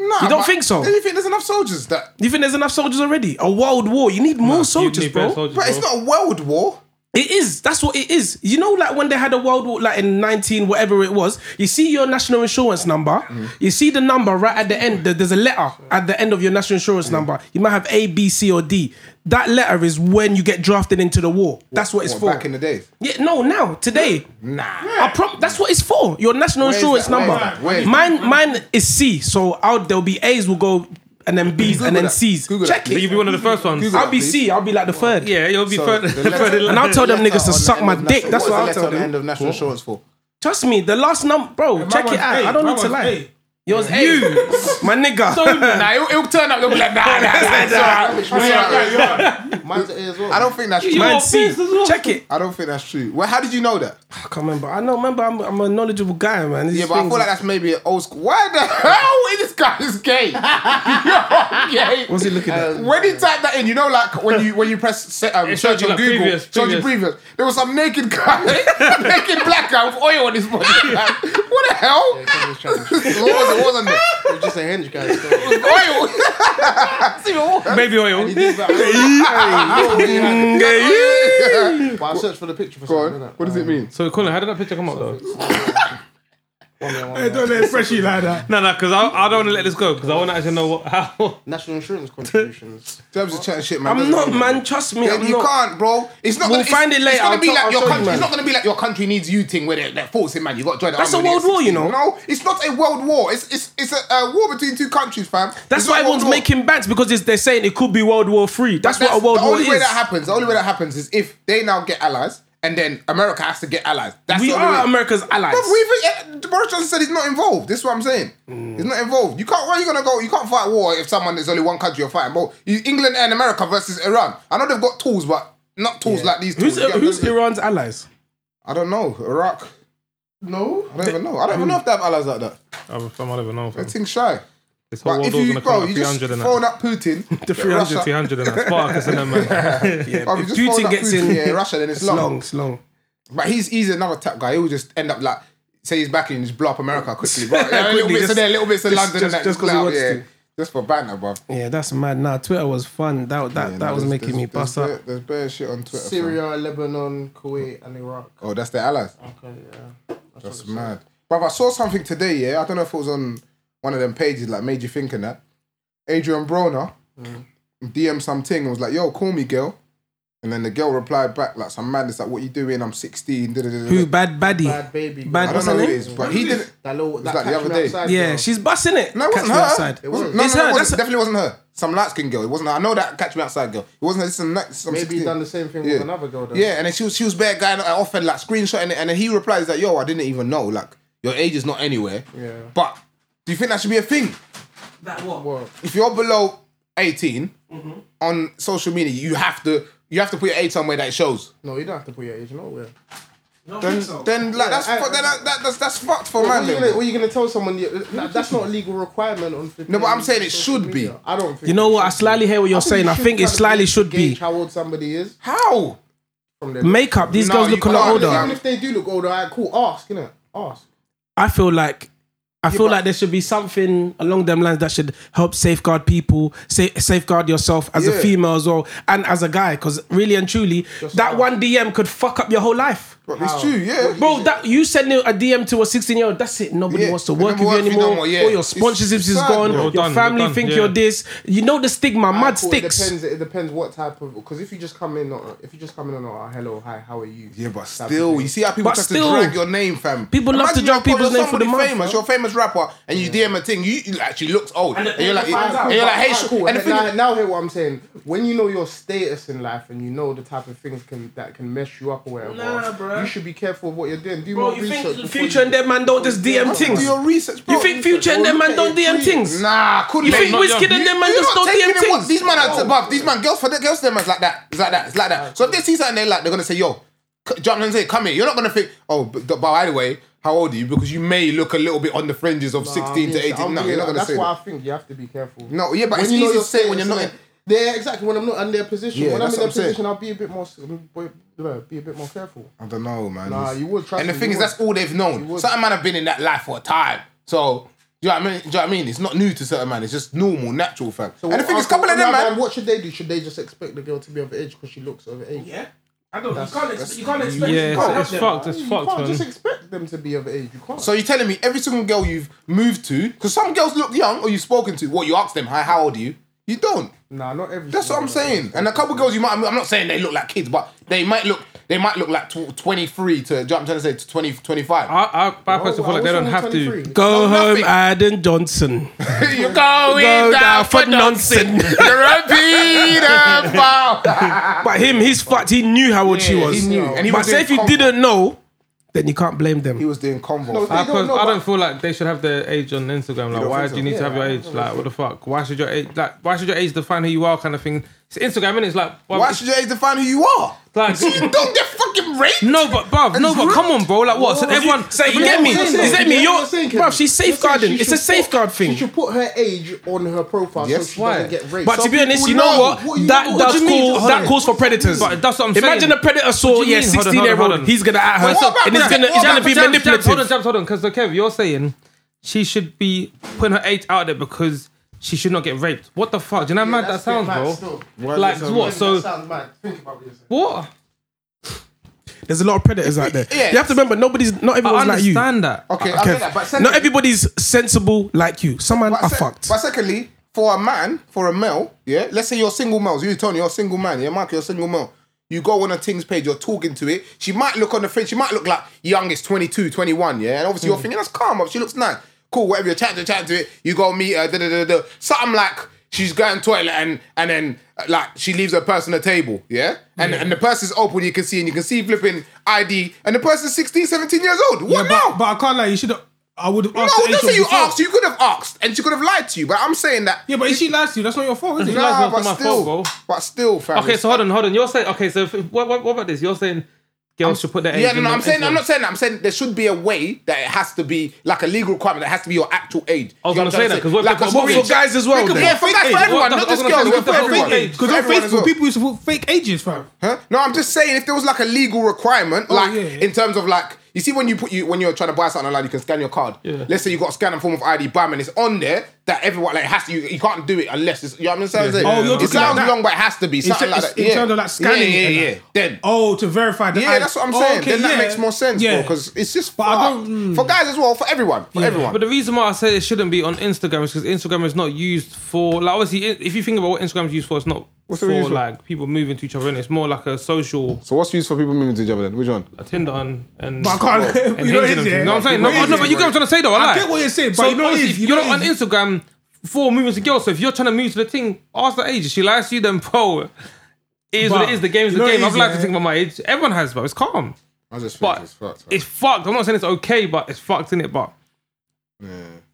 Speaker 5: Nah,
Speaker 8: you don't
Speaker 5: but
Speaker 8: think so?
Speaker 5: Do you think there's enough soldiers that?
Speaker 8: You think there's enough soldiers already? A world war. You need more soldiers,
Speaker 6: You need
Speaker 8: bro.
Speaker 6: better soldiers,
Speaker 5: But it's
Speaker 6: bro.
Speaker 5: not a world war.
Speaker 8: It is. That's what it is. You know, like when they had a world war, like in 19, whatever it was, you see your national insurance number.
Speaker 5: Mm.
Speaker 8: You see the number right at the end. There- There's a letter at the end of your national insurance
Speaker 5: Mm.
Speaker 8: number. You might have A, B, C, or D. That letter is when you get drafted into the war. That's what it's
Speaker 5: What,
Speaker 8: for.
Speaker 5: Back in the days.
Speaker 8: yeah, no, now, today.
Speaker 5: Nah.
Speaker 8: I prom- that's what it's for. Your national
Speaker 5: Where is
Speaker 8: insurance
Speaker 5: that? Where is
Speaker 8: number.
Speaker 5: that? Where is
Speaker 8: mine, mine is C. So out there'll be A's will go, and then B's, and
Speaker 5: Google
Speaker 8: then
Speaker 5: that.
Speaker 8: C's.
Speaker 5: Google
Speaker 8: Check
Speaker 5: that.
Speaker 8: it.
Speaker 6: you'll be one of the first ones.
Speaker 5: Google
Speaker 8: I'll be
Speaker 5: please.
Speaker 8: C. I'll be like the third.
Speaker 6: Yeah, you'll be
Speaker 5: So,
Speaker 6: first.
Speaker 5: the letter-
Speaker 6: third in
Speaker 8: And I'll
Speaker 6: line.
Speaker 8: tell them
Speaker 5: Letter
Speaker 8: niggas to
Speaker 5: on the
Speaker 8: suck
Speaker 5: end
Speaker 8: my
Speaker 5: of
Speaker 8: dick.
Speaker 5: national-
Speaker 8: That's what
Speaker 5: is
Speaker 8: I'll
Speaker 5: the
Speaker 8: tell
Speaker 5: letter on the
Speaker 8: them.
Speaker 5: end of national insurance for.
Speaker 8: Trust me, the last number, bro. check it
Speaker 4: one's
Speaker 8: out.
Speaker 4: eight.
Speaker 8: I don't
Speaker 4: My
Speaker 8: need to
Speaker 4: one's
Speaker 8: lie.
Speaker 4: eight.
Speaker 8: Yours you, my nigga.
Speaker 5: Nah, he'll, he'll turn up. They'll be like, nah, nah, nah, it's all right.
Speaker 7: Mine's A as well.
Speaker 5: I don't think that's true.
Speaker 8: Man, see, check it.
Speaker 5: I don't think that's true. Well, how did you know that?
Speaker 8: I can't remember. I know. Remember, I'm, I'm a knowledgeable guy, man. These
Speaker 5: Yeah, but I
Speaker 8: things-
Speaker 5: feel like that's maybe an old school. Why the hell is this guy is gay? You're gay.
Speaker 8: what's he looking at?
Speaker 5: Um, When he typed that in, you know, like when you when you press se- um,
Speaker 6: It
Speaker 5: search
Speaker 6: shows
Speaker 5: on
Speaker 6: you, like,
Speaker 5: Google,
Speaker 6: previous,
Speaker 5: shows you previous. There was some naked guy, naked black guy with oil on his body. Like, what the hell?
Speaker 7: Just trying to-
Speaker 5: What was it? What was it?
Speaker 7: You're just a hinge guy. still.
Speaker 5: Oil.
Speaker 6: baby oil.
Speaker 7: But I searched for the picture for
Speaker 5: Go
Speaker 7: something.
Speaker 5: on.
Speaker 7: innit?
Speaker 5: What does it mean?
Speaker 6: So Colin, how did that picture come up though?
Speaker 7: One minute, one
Speaker 4: Hey,
Speaker 7: minute.
Speaker 4: don't let it fresh you like that.
Speaker 6: No, no, because I, I don't want to let this go because I want to actually know what how.
Speaker 7: National insurance contributions.
Speaker 5: Jobs are chatting shit, man.
Speaker 8: I'm not, man. Trust me,
Speaker 5: Then
Speaker 8: I'm
Speaker 5: you
Speaker 8: not.
Speaker 5: can't, bro. It's not.
Speaker 8: We'll
Speaker 5: gonna, it's-
Speaker 8: find it later.
Speaker 5: It's, gonna
Speaker 8: I'll
Speaker 5: be
Speaker 8: tell-
Speaker 5: like
Speaker 8: I'll
Speaker 5: your
Speaker 8: show you,
Speaker 5: country.
Speaker 8: man.
Speaker 5: It's not gonna be like your country needs you thing where they're, they're forcing man. You got to join the
Speaker 8: That's
Speaker 5: army
Speaker 8: a
Speaker 5: when
Speaker 8: world
Speaker 5: you're
Speaker 8: war, you
Speaker 5: 16.
Speaker 8: know.
Speaker 5: No, it's not a world war. It's it's it's a, uh war between two countries, fam.
Speaker 8: That's
Speaker 5: It's
Speaker 8: why
Speaker 5: not a world
Speaker 8: everyone's
Speaker 5: war.
Speaker 8: making bets because it's, they're saying it could be World War Three. That's, what a World
Speaker 5: the
Speaker 8: War
Speaker 5: only
Speaker 8: is.
Speaker 5: way that happens. The only way that happens is if they now get allies, and then America has to get allies. That's
Speaker 8: we
Speaker 5: the only
Speaker 8: are
Speaker 5: way.
Speaker 8: America's allies.
Speaker 5: But we've, uh, Boris Johnson said he's not involved. This is what I'm saying. He's not involved. You can't. Where are you gonna go? You can't fight war if someone there's only one country you're fighting. But you, England and America versus Iran. I know they've got tools, but not tools like these tools. You
Speaker 8: who's
Speaker 5: get what I'm
Speaker 8: who's
Speaker 5: saying?
Speaker 8: Iran's allies?
Speaker 5: I don't know. Iraq.
Speaker 7: No.
Speaker 5: I don't even know. I don't even know if they have allies like that.
Speaker 6: I'm, I don't even know.
Speaker 5: They think shy.
Speaker 6: This whole
Speaker 5: But
Speaker 6: world
Speaker 5: if
Speaker 6: war's
Speaker 5: you,
Speaker 6: gonna come
Speaker 5: bro,
Speaker 6: out
Speaker 5: you
Speaker 6: 300
Speaker 5: just
Speaker 6: and
Speaker 5: phone
Speaker 6: that.
Speaker 5: up Putin,
Speaker 8: The
Speaker 6: 300,
Speaker 8: 300.
Speaker 6: 300 and that. Spartacus and them, man.
Speaker 5: bro, you just
Speaker 8: Putin
Speaker 5: phone up
Speaker 8: gets
Speaker 5: Putin,
Speaker 8: in-
Speaker 5: yeah, Russia, then it's,
Speaker 8: It's
Speaker 5: long.
Speaker 8: long, it's long.
Speaker 5: But he's he's another tap guy. He'll just end up like say he's back and just blow up America quickly, bro. Yeah, a little
Speaker 8: Quickly,
Speaker 5: bits
Speaker 8: just-
Speaker 5: of there, little bits of
Speaker 8: just-
Speaker 5: London,
Speaker 8: just-
Speaker 5: and that,
Speaker 8: just 'cause he
Speaker 5: clout,
Speaker 8: wants
Speaker 5: yeah.
Speaker 8: to.
Speaker 5: Just for banner, bro.
Speaker 8: Yeah, that's mad. Nah, Twitter was fun. That that that was making me bust
Speaker 5: there's, bare-
Speaker 8: up.
Speaker 5: There's bare shit on Twitter. fam.
Speaker 7: Syria, Lebanon, Kuwait, and Iraq.
Speaker 5: Oh, that's their allies.
Speaker 7: Okay, yeah.
Speaker 5: That's mad. Bruv, I saw something today, yeah. I don't know if it was on one of them pages, like made you think of that. Adrian Broner
Speaker 8: Mm.
Speaker 5: DM something and was like, yo, call me girl. And then the girl replied back, like some madness, like, what you doing? I'm 16. da, da, da, da, da."
Speaker 8: Who bad baddie?
Speaker 7: Bad baby. girl.
Speaker 8: Bad-
Speaker 5: I
Speaker 8: what's
Speaker 5: don't know
Speaker 8: her
Speaker 5: who it
Speaker 8: name?
Speaker 5: is, but he didn't.
Speaker 7: That little, that
Speaker 5: like the
Speaker 7: catch
Speaker 5: other
Speaker 7: me
Speaker 5: day.
Speaker 7: outside
Speaker 8: yeah,
Speaker 7: girl.
Speaker 8: she's busting it.
Speaker 5: No, it
Speaker 8: Catch
Speaker 5: wasn't
Speaker 8: me
Speaker 5: her.
Speaker 8: outside.
Speaker 5: It wasn't,
Speaker 7: was.
Speaker 5: no,
Speaker 8: It's
Speaker 5: no, no, it
Speaker 8: her, that's-
Speaker 5: wasn't, definitely wasn't her. Some light skinned girl. It wasn't her. I know that Catch Me Outside girl. It wasn't her. This is some, night- some
Speaker 7: Maybe
Speaker 5: 16.
Speaker 7: done the same thing with another girl. Though.
Speaker 5: Yeah, and then she was she was bare guy off and like screenshotting it, and then he replies like, "Yo, I didn't even know. Like, your age is not anywhere.
Speaker 7: Yeah.
Speaker 5: But do you think that should be a thing?
Speaker 8: That what? Mm-hmm.
Speaker 7: Well,
Speaker 5: If you're below 18 on social media, you have to you have to put your age somewhere that it shows.
Speaker 7: no, you don't have to put your age nowhere.
Speaker 5: Then then like that's
Speaker 7: I-
Speaker 5: fu- then, that, that, that's that's fucked for
Speaker 7: What
Speaker 5: man.
Speaker 7: are, you
Speaker 5: then.
Speaker 7: gonna, what are you gonna tell someone? You, that, that's not a legal requirement on.
Speaker 5: No, but I'm saying it should be.
Speaker 7: I don't. Think
Speaker 8: You know
Speaker 7: it
Speaker 8: what? I
Speaker 7: should be.
Speaker 8: slightly hear what you're saying. I
Speaker 7: you
Speaker 8: think it
Speaker 7: try to
Speaker 8: slightly
Speaker 7: gauge-
Speaker 8: should be
Speaker 7: gauge how old somebody is.
Speaker 5: How?
Speaker 7: From their
Speaker 8: makeup. These
Speaker 5: No,
Speaker 8: girls
Speaker 5: you
Speaker 8: look a lot
Speaker 5: can't.
Speaker 8: older.
Speaker 7: Even if they do look older, I cool. Ask, you know, ask.
Speaker 8: I feel like I feel
Speaker 5: but-
Speaker 8: like there should be something along them lines that should help safeguard people, sa- safeguard yourself as
Speaker 5: Yeah.
Speaker 8: a female as well, and as a guy. Because really and truly, that one DM could fuck up your whole life.
Speaker 5: But it's true, yeah.
Speaker 8: Bro, that you sending a DM to a 16 year old, that's it. Nobody
Speaker 5: Yeah.
Speaker 8: wants to
Speaker 5: They
Speaker 8: work
Speaker 5: don't
Speaker 8: with you
Speaker 5: work with you no
Speaker 8: anymore.
Speaker 5: more, yeah.
Speaker 8: All your
Speaker 5: It's
Speaker 8: sponsorships is
Speaker 5: sad,
Speaker 8: gone.
Speaker 5: bro.
Speaker 8: Your
Speaker 6: You're done,
Speaker 8: family
Speaker 6: you're done,
Speaker 8: think
Speaker 6: yeah.
Speaker 8: you're this. You know the stigma,
Speaker 7: I
Speaker 8: mad
Speaker 7: cool, it
Speaker 8: sticks.
Speaker 7: depends. It depends what type of. Because if you just come in, on, if you just come in on, oh, hello, hi, how are you?
Speaker 5: Yeah, but
Speaker 7: Type of
Speaker 5: still,
Speaker 7: thing.
Speaker 5: you see how people
Speaker 8: But
Speaker 5: try
Speaker 8: still,
Speaker 5: to drag your name, fam.
Speaker 8: people love to
Speaker 5: you
Speaker 8: drag
Speaker 5: follow
Speaker 8: people's name for
Speaker 5: somebody
Speaker 8: the month,
Speaker 5: famous. You're a famous rapper, and you DM a thing. You, you actually looks old, and, you're like,
Speaker 7: Alright, cool,
Speaker 5: and you're like, hey,
Speaker 7: alright,
Speaker 5: sh-
Speaker 7: cool.
Speaker 5: and the
Speaker 7: And
Speaker 5: thing,
Speaker 7: now, now hear what I'm saying. When you know your status in life and you know the type of things can that can mess you up or whatever,
Speaker 8: Nah, bruh.
Speaker 7: you should be careful of what you're doing. Do
Speaker 8: Bro,
Speaker 7: more
Speaker 8: you
Speaker 7: research.
Speaker 8: think
Speaker 7: before
Speaker 8: Future
Speaker 7: you-
Speaker 8: and them man don't just DM
Speaker 5: do
Speaker 8: things?
Speaker 5: your research, bro.
Speaker 8: You think Future and them man don't DM things?
Speaker 5: Nah, couldn't.
Speaker 8: You
Speaker 5: they?
Speaker 8: think
Speaker 6: not young.
Speaker 8: Wizkid and them man
Speaker 5: You're not
Speaker 8: just don't
Speaker 5: taking
Speaker 8: DM
Speaker 5: it what-
Speaker 8: things?
Speaker 5: These men are above. These man, girls for the girls, them is like that. It's like that. It's like that. So if they see something they like, they're gonna say, "Yo, c- do you know what I'm saying? Come here." You're not gonna think, "Oh, but, but by the way, how old are you?" Because you may look a little bit on the fringes of
Speaker 7: I'm
Speaker 5: 16 to
Speaker 7: being-
Speaker 5: 18.
Speaker 7: I'm
Speaker 5: No,
Speaker 7: being-
Speaker 5: you're not gonna
Speaker 7: That's
Speaker 5: say.
Speaker 7: why I
Speaker 5: that.
Speaker 7: think you have to be careful.
Speaker 5: No, yeah, but
Speaker 7: When
Speaker 5: it's
Speaker 7: you know
Speaker 5: easy to
Speaker 7: your
Speaker 5: say when
Speaker 7: status,
Speaker 5: you're not.
Speaker 7: innit? Yeah, exactly. When I'm not in their position,
Speaker 5: Yeah,
Speaker 7: when I'm
Speaker 5: that's
Speaker 7: in their
Speaker 5: what I'm saying.
Speaker 7: position, I'll be a bit more, um, be a bit more careful.
Speaker 5: I don't know, man.
Speaker 7: Nah,
Speaker 5: It's-
Speaker 7: you would, trust
Speaker 5: And the
Speaker 7: me,
Speaker 5: thing
Speaker 7: you
Speaker 5: is,
Speaker 7: would.
Speaker 5: that's all they've known.
Speaker 7: would.
Speaker 5: Certain man have been in that life for a time. So, do you know what I mean? Do you know what I mean? It's not new to certain man. It's just normal, natural, fam.
Speaker 7: So
Speaker 5: and the
Speaker 7: what-
Speaker 5: thing is,
Speaker 7: okay,
Speaker 5: couple of
Speaker 7: now,
Speaker 5: them, man.
Speaker 7: What should they do? Should they just expect the girl to be of age because she looks of age?
Speaker 8: Yeah. I don't, you can't, ex- you can't expect
Speaker 6: Yeah,
Speaker 8: you can't help
Speaker 6: it's, it's
Speaker 8: them.
Speaker 6: fucked. It's
Speaker 7: You
Speaker 6: fucked,
Speaker 7: can't just
Speaker 6: man.
Speaker 7: expect them to be of age. You can't.
Speaker 5: So you're telling me every single girl you've moved to, because some girls look young or you've spoken to, what you ask them, hi, how old are you? You don't.
Speaker 7: nah, not every.
Speaker 5: That's what I'm
Speaker 7: single girl.
Speaker 5: saying. And a couple girls you might I'm not saying they look like kids, but they might look they might look like tw- 23 to do you know what I'm trying to say to 20 25.
Speaker 6: I, I, I personally
Speaker 7: Oh,
Speaker 6: feel like they
Speaker 7: I was
Speaker 6: don't have
Speaker 7: only
Speaker 6: to.
Speaker 7: 23.
Speaker 8: Go
Speaker 5: No,
Speaker 8: home,
Speaker 5: nothing.
Speaker 8: Aden Johnson.
Speaker 5: You're going
Speaker 8: Go down for nonsense.
Speaker 5: You're a Peter
Speaker 8: but him, he's fucked. He knew how old she
Speaker 5: he
Speaker 8: was.
Speaker 5: knew. And he
Speaker 8: but
Speaker 5: was
Speaker 8: say
Speaker 5: doing
Speaker 8: if you
Speaker 5: combo.
Speaker 8: didn't know, then you can't blame them.
Speaker 5: He was doing convo.
Speaker 7: No,
Speaker 6: I,
Speaker 7: They don't
Speaker 6: pers-
Speaker 7: know,
Speaker 6: I don't
Speaker 7: but-
Speaker 6: feel like they should have their age on Instagram. Like,
Speaker 5: don't
Speaker 6: why
Speaker 5: think
Speaker 6: do you need
Speaker 5: so?
Speaker 6: to have your age? Like, what the fuck? Why should your age? Like, why should your age define who you are? Kind of thing. It's Instagram, and it's like, well,
Speaker 5: Why
Speaker 6: it's
Speaker 5: should your age define who you are?
Speaker 6: Like-
Speaker 5: so you don't get fucking raped.
Speaker 6: no, but bruv, no, but come on, bro. Like, what? So everyone,
Speaker 8: So you
Speaker 6: everyone-
Speaker 8: get me?
Speaker 7: You're
Speaker 8: You
Speaker 7: saying-
Speaker 8: get
Speaker 7: you're
Speaker 8: me? You're,
Speaker 7: saying,
Speaker 8: bruv, she's
Speaker 7: you're saying
Speaker 8: safeguarding.
Speaker 7: she
Speaker 8: It's a
Speaker 7: should put-
Speaker 8: safeguard
Speaker 7: She
Speaker 8: thing.
Speaker 7: should put her age on her profile
Speaker 5: Yes.
Speaker 7: so she
Speaker 5: Why?
Speaker 7: doesn't get raped.
Speaker 8: But to be honest, you
Speaker 5: people
Speaker 8: know
Speaker 5: know.
Speaker 8: what?
Speaker 5: What you-
Speaker 8: that
Speaker 5: what
Speaker 8: does
Speaker 5: do you mean?
Speaker 8: call
Speaker 5: Hold
Speaker 8: that
Speaker 5: on.
Speaker 8: calls for predators.
Speaker 6: But that's what I'm
Speaker 8: Imagine
Speaker 6: saying.
Speaker 8: a predator saw
Speaker 6: What do you
Speaker 8: yeah,
Speaker 6: mean? Hold on,
Speaker 8: sixteen year
Speaker 6: hold on, hold
Speaker 8: old.
Speaker 6: on.
Speaker 8: He's gonna
Speaker 5: But
Speaker 8: at her,
Speaker 5: what
Speaker 8: and it's
Speaker 5: about
Speaker 8: gonna
Speaker 5: that?
Speaker 8: it's gonna
Speaker 5: What about
Speaker 6: Jabs,
Speaker 8: be
Speaker 6: jabs, Hold on,
Speaker 8: manipulative.
Speaker 6: jabs, hold on. Because Kev, you're saying she should be putting her age out there because she should not get raped. What the fuck? Do you know how mad that
Speaker 7: that's
Speaker 6: sounds,
Speaker 7: a bit mad
Speaker 6: bro?
Speaker 7: still.
Speaker 6: Like what?
Speaker 7: that
Speaker 6: So
Speaker 7: sounds mad. Think about this.
Speaker 6: what?
Speaker 8: There's a lot of predators out there.
Speaker 5: Yeah.
Speaker 8: You have to remember, nobody's not
Speaker 6: I
Speaker 8: everyone's like you.
Speaker 6: understand that.
Speaker 5: Okay, I get that, but
Speaker 8: Kev,
Speaker 5: secondly,
Speaker 8: not everybody's sensible like you. Some man
Speaker 5: but,
Speaker 8: are
Speaker 5: se-
Speaker 8: fucked.
Speaker 5: but secondly, for a man, for a male, yeah, let's say you're single males, you Tony, you're a single man, yeah, Michael, you're a single male. You go on a things page, you're talking to it. She might look on the fridge, she might look like youngest 22, 21, yeah, and obviously
Speaker 4: Mm.
Speaker 5: you're thinking that's calm, she looks nice, cool, whatever. You're chatting, to her, chatting to it. You go meet her, da da da da. da. Something like. She's going toilet and and then uh, like she leaves her purse on the table, yeah? And and the purse is open, you can see, and you can see flipping ID, and the person's 16, 17 years old. What
Speaker 4: Yeah,
Speaker 5: now?
Speaker 4: but, but I can't lie. You should have. I would have asked.
Speaker 5: No,
Speaker 4: the age
Speaker 5: don't say
Speaker 4: of
Speaker 5: you
Speaker 4: before.
Speaker 5: asked. You could have asked, and she could have lied to you. But I'm saying that.
Speaker 4: Yeah, but if she lies to you, that's not your fault, is it?
Speaker 6: She lies
Speaker 5: Nah,
Speaker 6: not
Speaker 5: but
Speaker 6: my
Speaker 5: still,
Speaker 6: fault, bro.
Speaker 5: but still, fam.
Speaker 6: Okay, so hold on, hold on. You're saying okay, so if, what, what, what about this? You're saying girls should put their age.
Speaker 5: Yeah, no,
Speaker 6: in
Speaker 5: no,
Speaker 6: the-
Speaker 5: I'm saying,
Speaker 6: into-
Speaker 5: I'm not saying that. I'm saying there should be a way that it has to be like a legal requirement that has to be your actual age.
Speaker 6: I was
Speaker 5: You know
Speaker 6: gonna
Speaker 5: what I'm
Speaker 6: say that,
Speaker 5: trying to
Speaker 6: 'cause what
Speaker 5: like
Speaker 6: if
Speaker 5: a
Speaker 6: they've got
Speaker 5: school
Speaker 6: fake
Speaker 5: age.
Speaker 8: guys as well.
Speaker 5: It could be
Speaker 8: then.
Speaker 5: a fake age for everyone, not just girls. It could be a fake age.
Speaker 6: Because
Speaker 5: For
Speaker 4: on
Speaker 5: everyone as well.
Speaker 4: Facebook, people used to put fake ages, fam.
Speaker 5: Huh? No, I'm just saying if there was like a legal requirement, like
Speaker 4: Oh, yeah, yeah.
Speaker 5: in terms of like you see when you put you when you're trying to buy something online, you can scan your card. Let's say you got a scan and form of ID, bam, and it's on there that everyone like has to. You, you can't do it unless it's. You know what I'm saying?
Speaker 4: Oh,
Speaker 5: it
Speaker 4: you're talking
Speaker 5: sounds
Speaker 4: like that.
Speaker 5: long, but it has to be something
Speaker 4: ter-
Speaker 5: like
Speaker 4: it's-
Speaker 5: that.
Speaker 4: in
Speaker 5: yeah.
Speaker 4: terms of, like, scanning
Speaker 5: Yeah,
Speaker 4: and
Speaker 5: yeah, yeah.
Speaker 4: that.
Speaker 5: Then.
Speaker 4: Oh, to verify the
Speaker 5: Yeah,
Speaker 4: eye-
Speaker 5: that's what I'm
Speaker 4: Oh,
Speaker 5: saying.
Speaker 4: okay,
Speaker 5: then that
Speaker 4: yeah.
Speaker 5: makes more sense,
Speaker 4: Yeah.
Speaker 5: because it's just
Speaker 4: I
Speaker 5: fucked.
Speaker 4: don't- mm.
Speaker 5: for guys as well, for everyone, for everyone.
Speaker 6: But the reason why I say it shouldn't be on Instagram is because Instagram is not used for like obviously i- if you think about what Instagram's used for, it's not
Speaker 5: What's it
Speaker 6: for
Speaker 5: used for?
Speaker 6: like people moving to each other, and it's more like a social
Speaker 5: so what's used for people moving to each other then? Which one?
Speaker 6: a Tinder and and.
Speaker 4: But I can't.
Speaker 6: and
Speaker 4: You know what it is,
Speaker 6: Hinge and everything.
Speaker 4: yeah?
Speaker 6: You know what I'm saying?
Speaker 4: You
Speaker 6: No,
Speaker 4: know what it
Speaker 6: no,
Speaker 4: is,
Speaker 6: but you
Speaker 4: yeah?
Speaker 6: get what I'm trying to say though. I,
Speaker 4: I
Speaker 6: like.
Speaker 4: get what you're saying, but
Speaker 6: so
Speaker 4: you know what it
Speaker 6: obviously,
Speaker 4: is,
Speaker 6: if
Speaker 4: you
Speaker 6: you're
Speaker 4: know
Speaker 6: not on
Speaker 4: what it is.
Speaker 6: Instagram for moving to girls. So if you're trying to move to the thing, ask the age. If She lies to you, then bro. It is what
Speaker 4: But
Speaker 6: it is. The game is
Speaker 4: you
Speaker 6: the
Speaker 4: know what
Speaker 6: game.
Speaker 4: it
Speaker 6: I've
Speaker 4: is,
Speaker 6: liked to
Speaker 4: yeah?
Speaker 6: think about my age. Everyone has, bro. It's calm.
Speaker 5: I just
Speaker 6: But it's fucked. I'm not saying it's okay, but it's fucked in it. But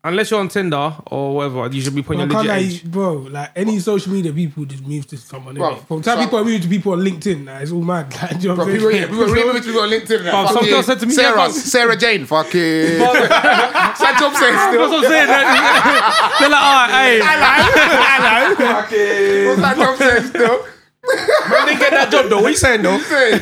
Speaker 6: unless you're on Tinder or whatever, you should be putting
Speaker 4: I
Speaker 6: your
Speaker 4: can't
Speaker 6: legit
Speaker 4: lie,
Speaker 6: age.
Speaker 4: bro. Like any social media people just move to someone.
Speaker 5: Bro,
Speaker 4: innit? From time
Speaker 5: so-
Speaker 4: people move to people on LinkedIn, like, it's all mad. Like, do you know
Speaker 5: Bro,
Speaker 4: what I'm
Speaker 5: people, yeah,
Speaker 4: saying?
Speaker 5: people really moving to people on LinkedIn. now.
Speaker 6: Bro, some
Speaker 5: Fucking
Speaker 6: girl said to me,
Speaker 5: Sarah,
Speaker 6: yeah, bro.
Speaker 5: Sarah Jane, fucking. Sad job says
Speaker 6: That's
Speaker 5: still.
Speaker 6: what I'm saying. They're they're like, all right, hey,
Speaker 5: Sad job says still.
Speaker 8: didn't get that job though. What are you saying though?
Speaker 5: Hey,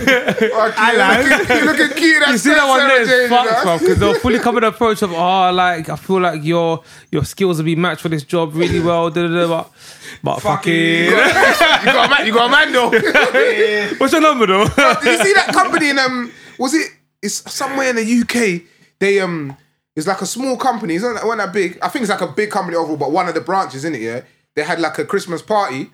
Speaker 5: fucking, you looking cute. That's
Speaker 6: You see that one
Speaker 5: Sarah Jane,
Speaker 6: there? It's fucked,
Speaker 5: you know?
Speaker 6: bro. Because they'll fully come with the approach of, oh, like, I feel like your your skills will be matched for this job really well. Da, da, da, but but fucking.
Speaker 5: You got a man. You got a man though.
Speaker 6: What's your number, though?
Speaker 5: Did you see that company in um? Was it? It's somewhere in the UK. They um. It's like a small company. It's not that, not that big. I think it's like a big company overall, but one of the branches in it. Yeah, they had like a Christmas party.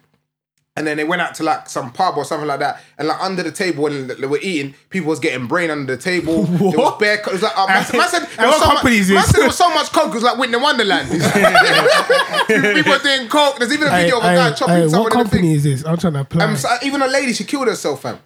Speaker 5: And then they went out to like some pub or something like that, and like under the table when they were eating, people was getting brain under the table. There was
Speaker 4: What?
Speaker 5: bare. co- It was like uh, man, said- man said there
Speaker 4: And
Speaker 5: was
Speaker 4: what
Speaker 5: so much-
Speaker 4: company is
Speaker 5: man
Speaker 4: this?
Speaker 5: said there was so much coke. It was like Winter Wonderland. people were doing coke. There's even a
Speaker 4: Hey,
Speaker 5: video of a guy
Speaker 4: hey, hey,
Speaker 5: chopping someone
Speaker 4: what
Speaker 5: in the thing.
Speaker 4: company is this? I'm trying to apply.
Speaker 5: Um, so even a lady, she killed herself, fam.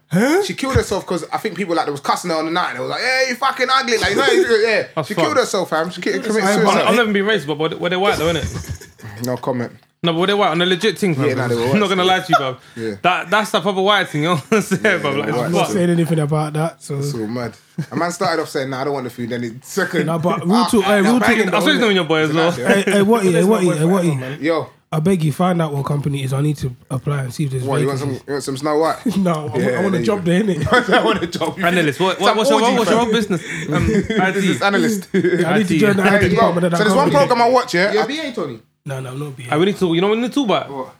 Speaker 5: She killed herself because I think people like there was cussing her on the night. And they was like, "Hey, you fucking ugly!" Like, you know, yeah. she
Speaker 6: fucked.
Speaker 5: killed herself, fam. She ki- committed
Speaker 4: Hey, but-
Speaker 6: I'm
Speaker 5: suicide.
Speaker 6: never been racist, but- but were they white, though, innit?
Speaker 5: No comment.
Speaker 6: No, but were they white on the legit thing, bro?
Speaker 5: Yeah, nah, they were
Speaker 6: I'm not
Speaker 5: white.
Speaker 6: gonna lie to you, bro.
Speaker 5: Yeah.
Speaker 6: That that's the proper white thing, you know what I'm saying, bro?
Speaker 5: they
Speaker 6: Like,
Speaker 5: were
Speaker 6: it's
Speaker 5: white.
Speaker 4: I'm not
Speaker 6: fucked.
Speaker 4: saying anything about that. So
Speaker 5: So mad. A man started off saying, "Nah, I don't want the food." Then it second. Ah,
Speaker 4: No, but real talk, hey, real
Speaker 5: that's
Speaker 4: talk.
Speaker 5: banging
Speaker 6: I saw you knowing your boy as well.
Speaker 4: hey, hey, what hey, what hey, what hey,
Speaker 5: Yo,
Speaker 4: I beg you, find out what company it is. I need to apply and see if there's.
Speaker 5: what you want? Some,
Speaker 4: vacancies.
Speaker 5: you want some Snow White?
Speaker 4: No, I,
Speaker 5: Yeah,
Speaker 4: want, I want
Speaker 5: there
Speaker 4: a
Speaker 5: you
Speaker 4: job
Speaker 5: go.
Speaker 4: there, innit?
Speaker 5: I want a job.
Speaker 6: Analyst, what, what,
Speaker 5: Some
Speaker 6: what's, your,
Speaker 5: orgy,
Speaker 6: what's your
Speaker 5: fam.
Speaker 6: own business? Um,
Speaker 5: Business
Speaker 6: IT.
Speaker 5: analyst.
Speaker 4: I need to
Speaker 6: IT.
Speaker 4: join the IT
Speaker 5: Hey, bro,
Speaker 4: department.
Speaker 5: so
Speaker 4: of that
Speaker 5: there's one
Speaker 4: company.
Speaker 5: program I watch, yeah.
Speaker 7: Yeah,
Speaker 5: I-
Speaker 7: BA Tony.
Speaker 4: No, no, not be.
Speaker 6: Hey, we need to, you know, what we need to talk about.
Speaker 5: What?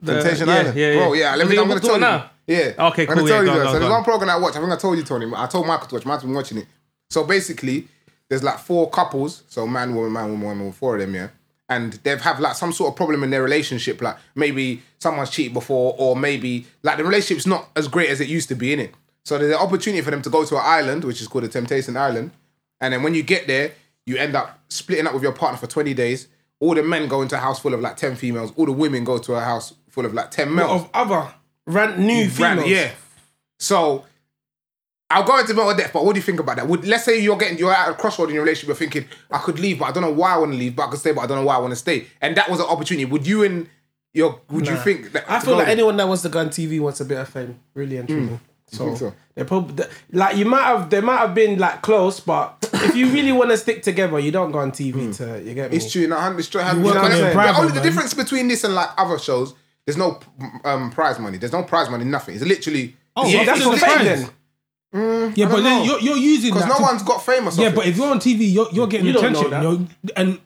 Speaker 6: The-
Speaker 5: Temptation
Speaker 6: yeah,
Speaker 5: Island.
Speaker 6: Yeah, yeah.
Speaker 5: Bro, yeah, let me,
Speaker 6: Is it
Speaker 5: I'm going to
Speaker 6: talk
Speaker 5: tell you.
Speaker 6: now?
Speaker 5: Yeah.
Speaker 6: Okay,
Speaker 5: I'm gonna tell
Speaker 6: cool, yeah,
Speaker 5: you
Speaker 6: go on,
Speaker 5: though.
Speaker 6: go on,
Speaker 5: So
Speaker 6: go
Speaker 5: there's
Speaker 6: on.
Speaker 5: one program I watch. I think I told you, Tony. I told Michael to watch. Michael's been watching it. So basically, there's like four couples. So man, woman, man, woman, woman, four of them, yeah. And they've have like some sort of problem in their relationship. Like maybe someone's cheated before, or maybe like the relationship's not as great as it used to be, in it. So there's an opportunity for them to go to an island, which is called a temptation island. And then when you get there, you end up splitting up with your partner for 20 days. All the men go into a house full of like 10 females. All the women go to a house full of like 10 males.
Speaker 8: Of other rant new
Speaker 5: Brand-
Speaker 8: females.
Speaker 5: yeah. So I'll go into more depth, but what do you think about that? Would let's say you're getting you're at a crossroad in your relationship, you're thinking, I could leave, but I don't know why I want to leave, but I could stay, but I don't know why I want to stay. And that was an opportunity. Would you and your would you think that
Speaker 8: I
Speaker 5: to
Speaker 8: feel
Speaker 5: go
Speaker 8: like
Speaker 5: there?
Speaker 8: anyone that wants to go on TV wants a bit of fame, really and truly. So,
Speaker 5: think so?
Speaker 8: they're probably like you might have they might have been like close, but if you really want to stick together, you don't go on TV
Speaker 4: Hmm.
Speaker 8: to you get me.
Speaker 5: it's true, not straight hand.
Speaker 8: work on it in
Speaker 5: The
Speaker 4: private,
Speaker 5: only the
Speaker 4: man.
Speaker 5: difference between this and like other shows, there's no um, prize money. There's no prize money, nothing. It's literally oh,
Speaker 8: Yeah, that's what I'm saying.
Speaker 4: Yeah, but
Speaker 5: know.
Speaker 4: then you're, you're using
Speaker 5: Because
Speaker 4: that.
Speaker 5: no
Speaker 4: to-
Speaker 5: one's got fame or something.
Speaker 4: yeah, but if you're on TV, you're, you're getting
Speaker 8: You don't know
Speaker 4: attention,
Speaker 8: that.
Speaker 4: you're- and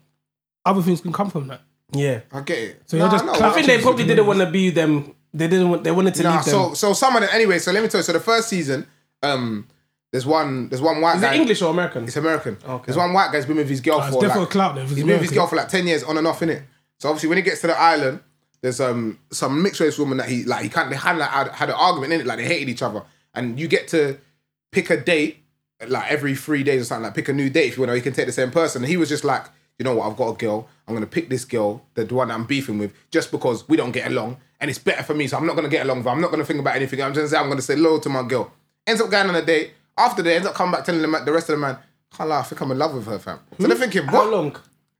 Speaker 4: other things can come from that.
Speaker 8: Yeah,
Speaker 5: I get it.
Speaker 4: So you're just
Speaker 8: I think they probably didn't want to be them. They didn't want. They wanted to
Speaker 5: Nah,
Speaker 8: leave them.
Speaker 5: so so some of them anyway. So let me tell you. So the first season, um, there's one there's one white
Speaker 8: Is
Speaker 5: guy.
Speaker 8: it English or American?
Speaker 5: It's American. Okay. There's one white guy's been with his girl
Speaker 4: it's
Speaker 5: for
Speaker 4: definitely
Speaker 5: like,
Speaker 4: a clout then, if
Speaker 5: He's
Speaker 4: it's
Speaker 5: been with his
Speaker 4: American.
Speaker 5: girl for like ten years on and off, innit? So obviously when he gets to the island, there's um some mixed race woman that he like he can't they had like, had, had an argument in it, like they hated each other. And you get to pick a date, like every three days or something, like pick a new date if you want to, you can take the same person. And he was just like, you know what, I've got a girl, I'm gonna pick this girl, the one that I'm beefing with, just because we don't get along and it's better for me, so I'm not gonna get along with her. I'm not gonna think about anything. I'm just gonna say I'm gonna say loyal to my girl. Ends up going on a date, after they ends up coming back telling the, ma- the rest of the man, can't lie, I think I'm in love with her, fam. So they're thinking, what?
Speaker 8: How long?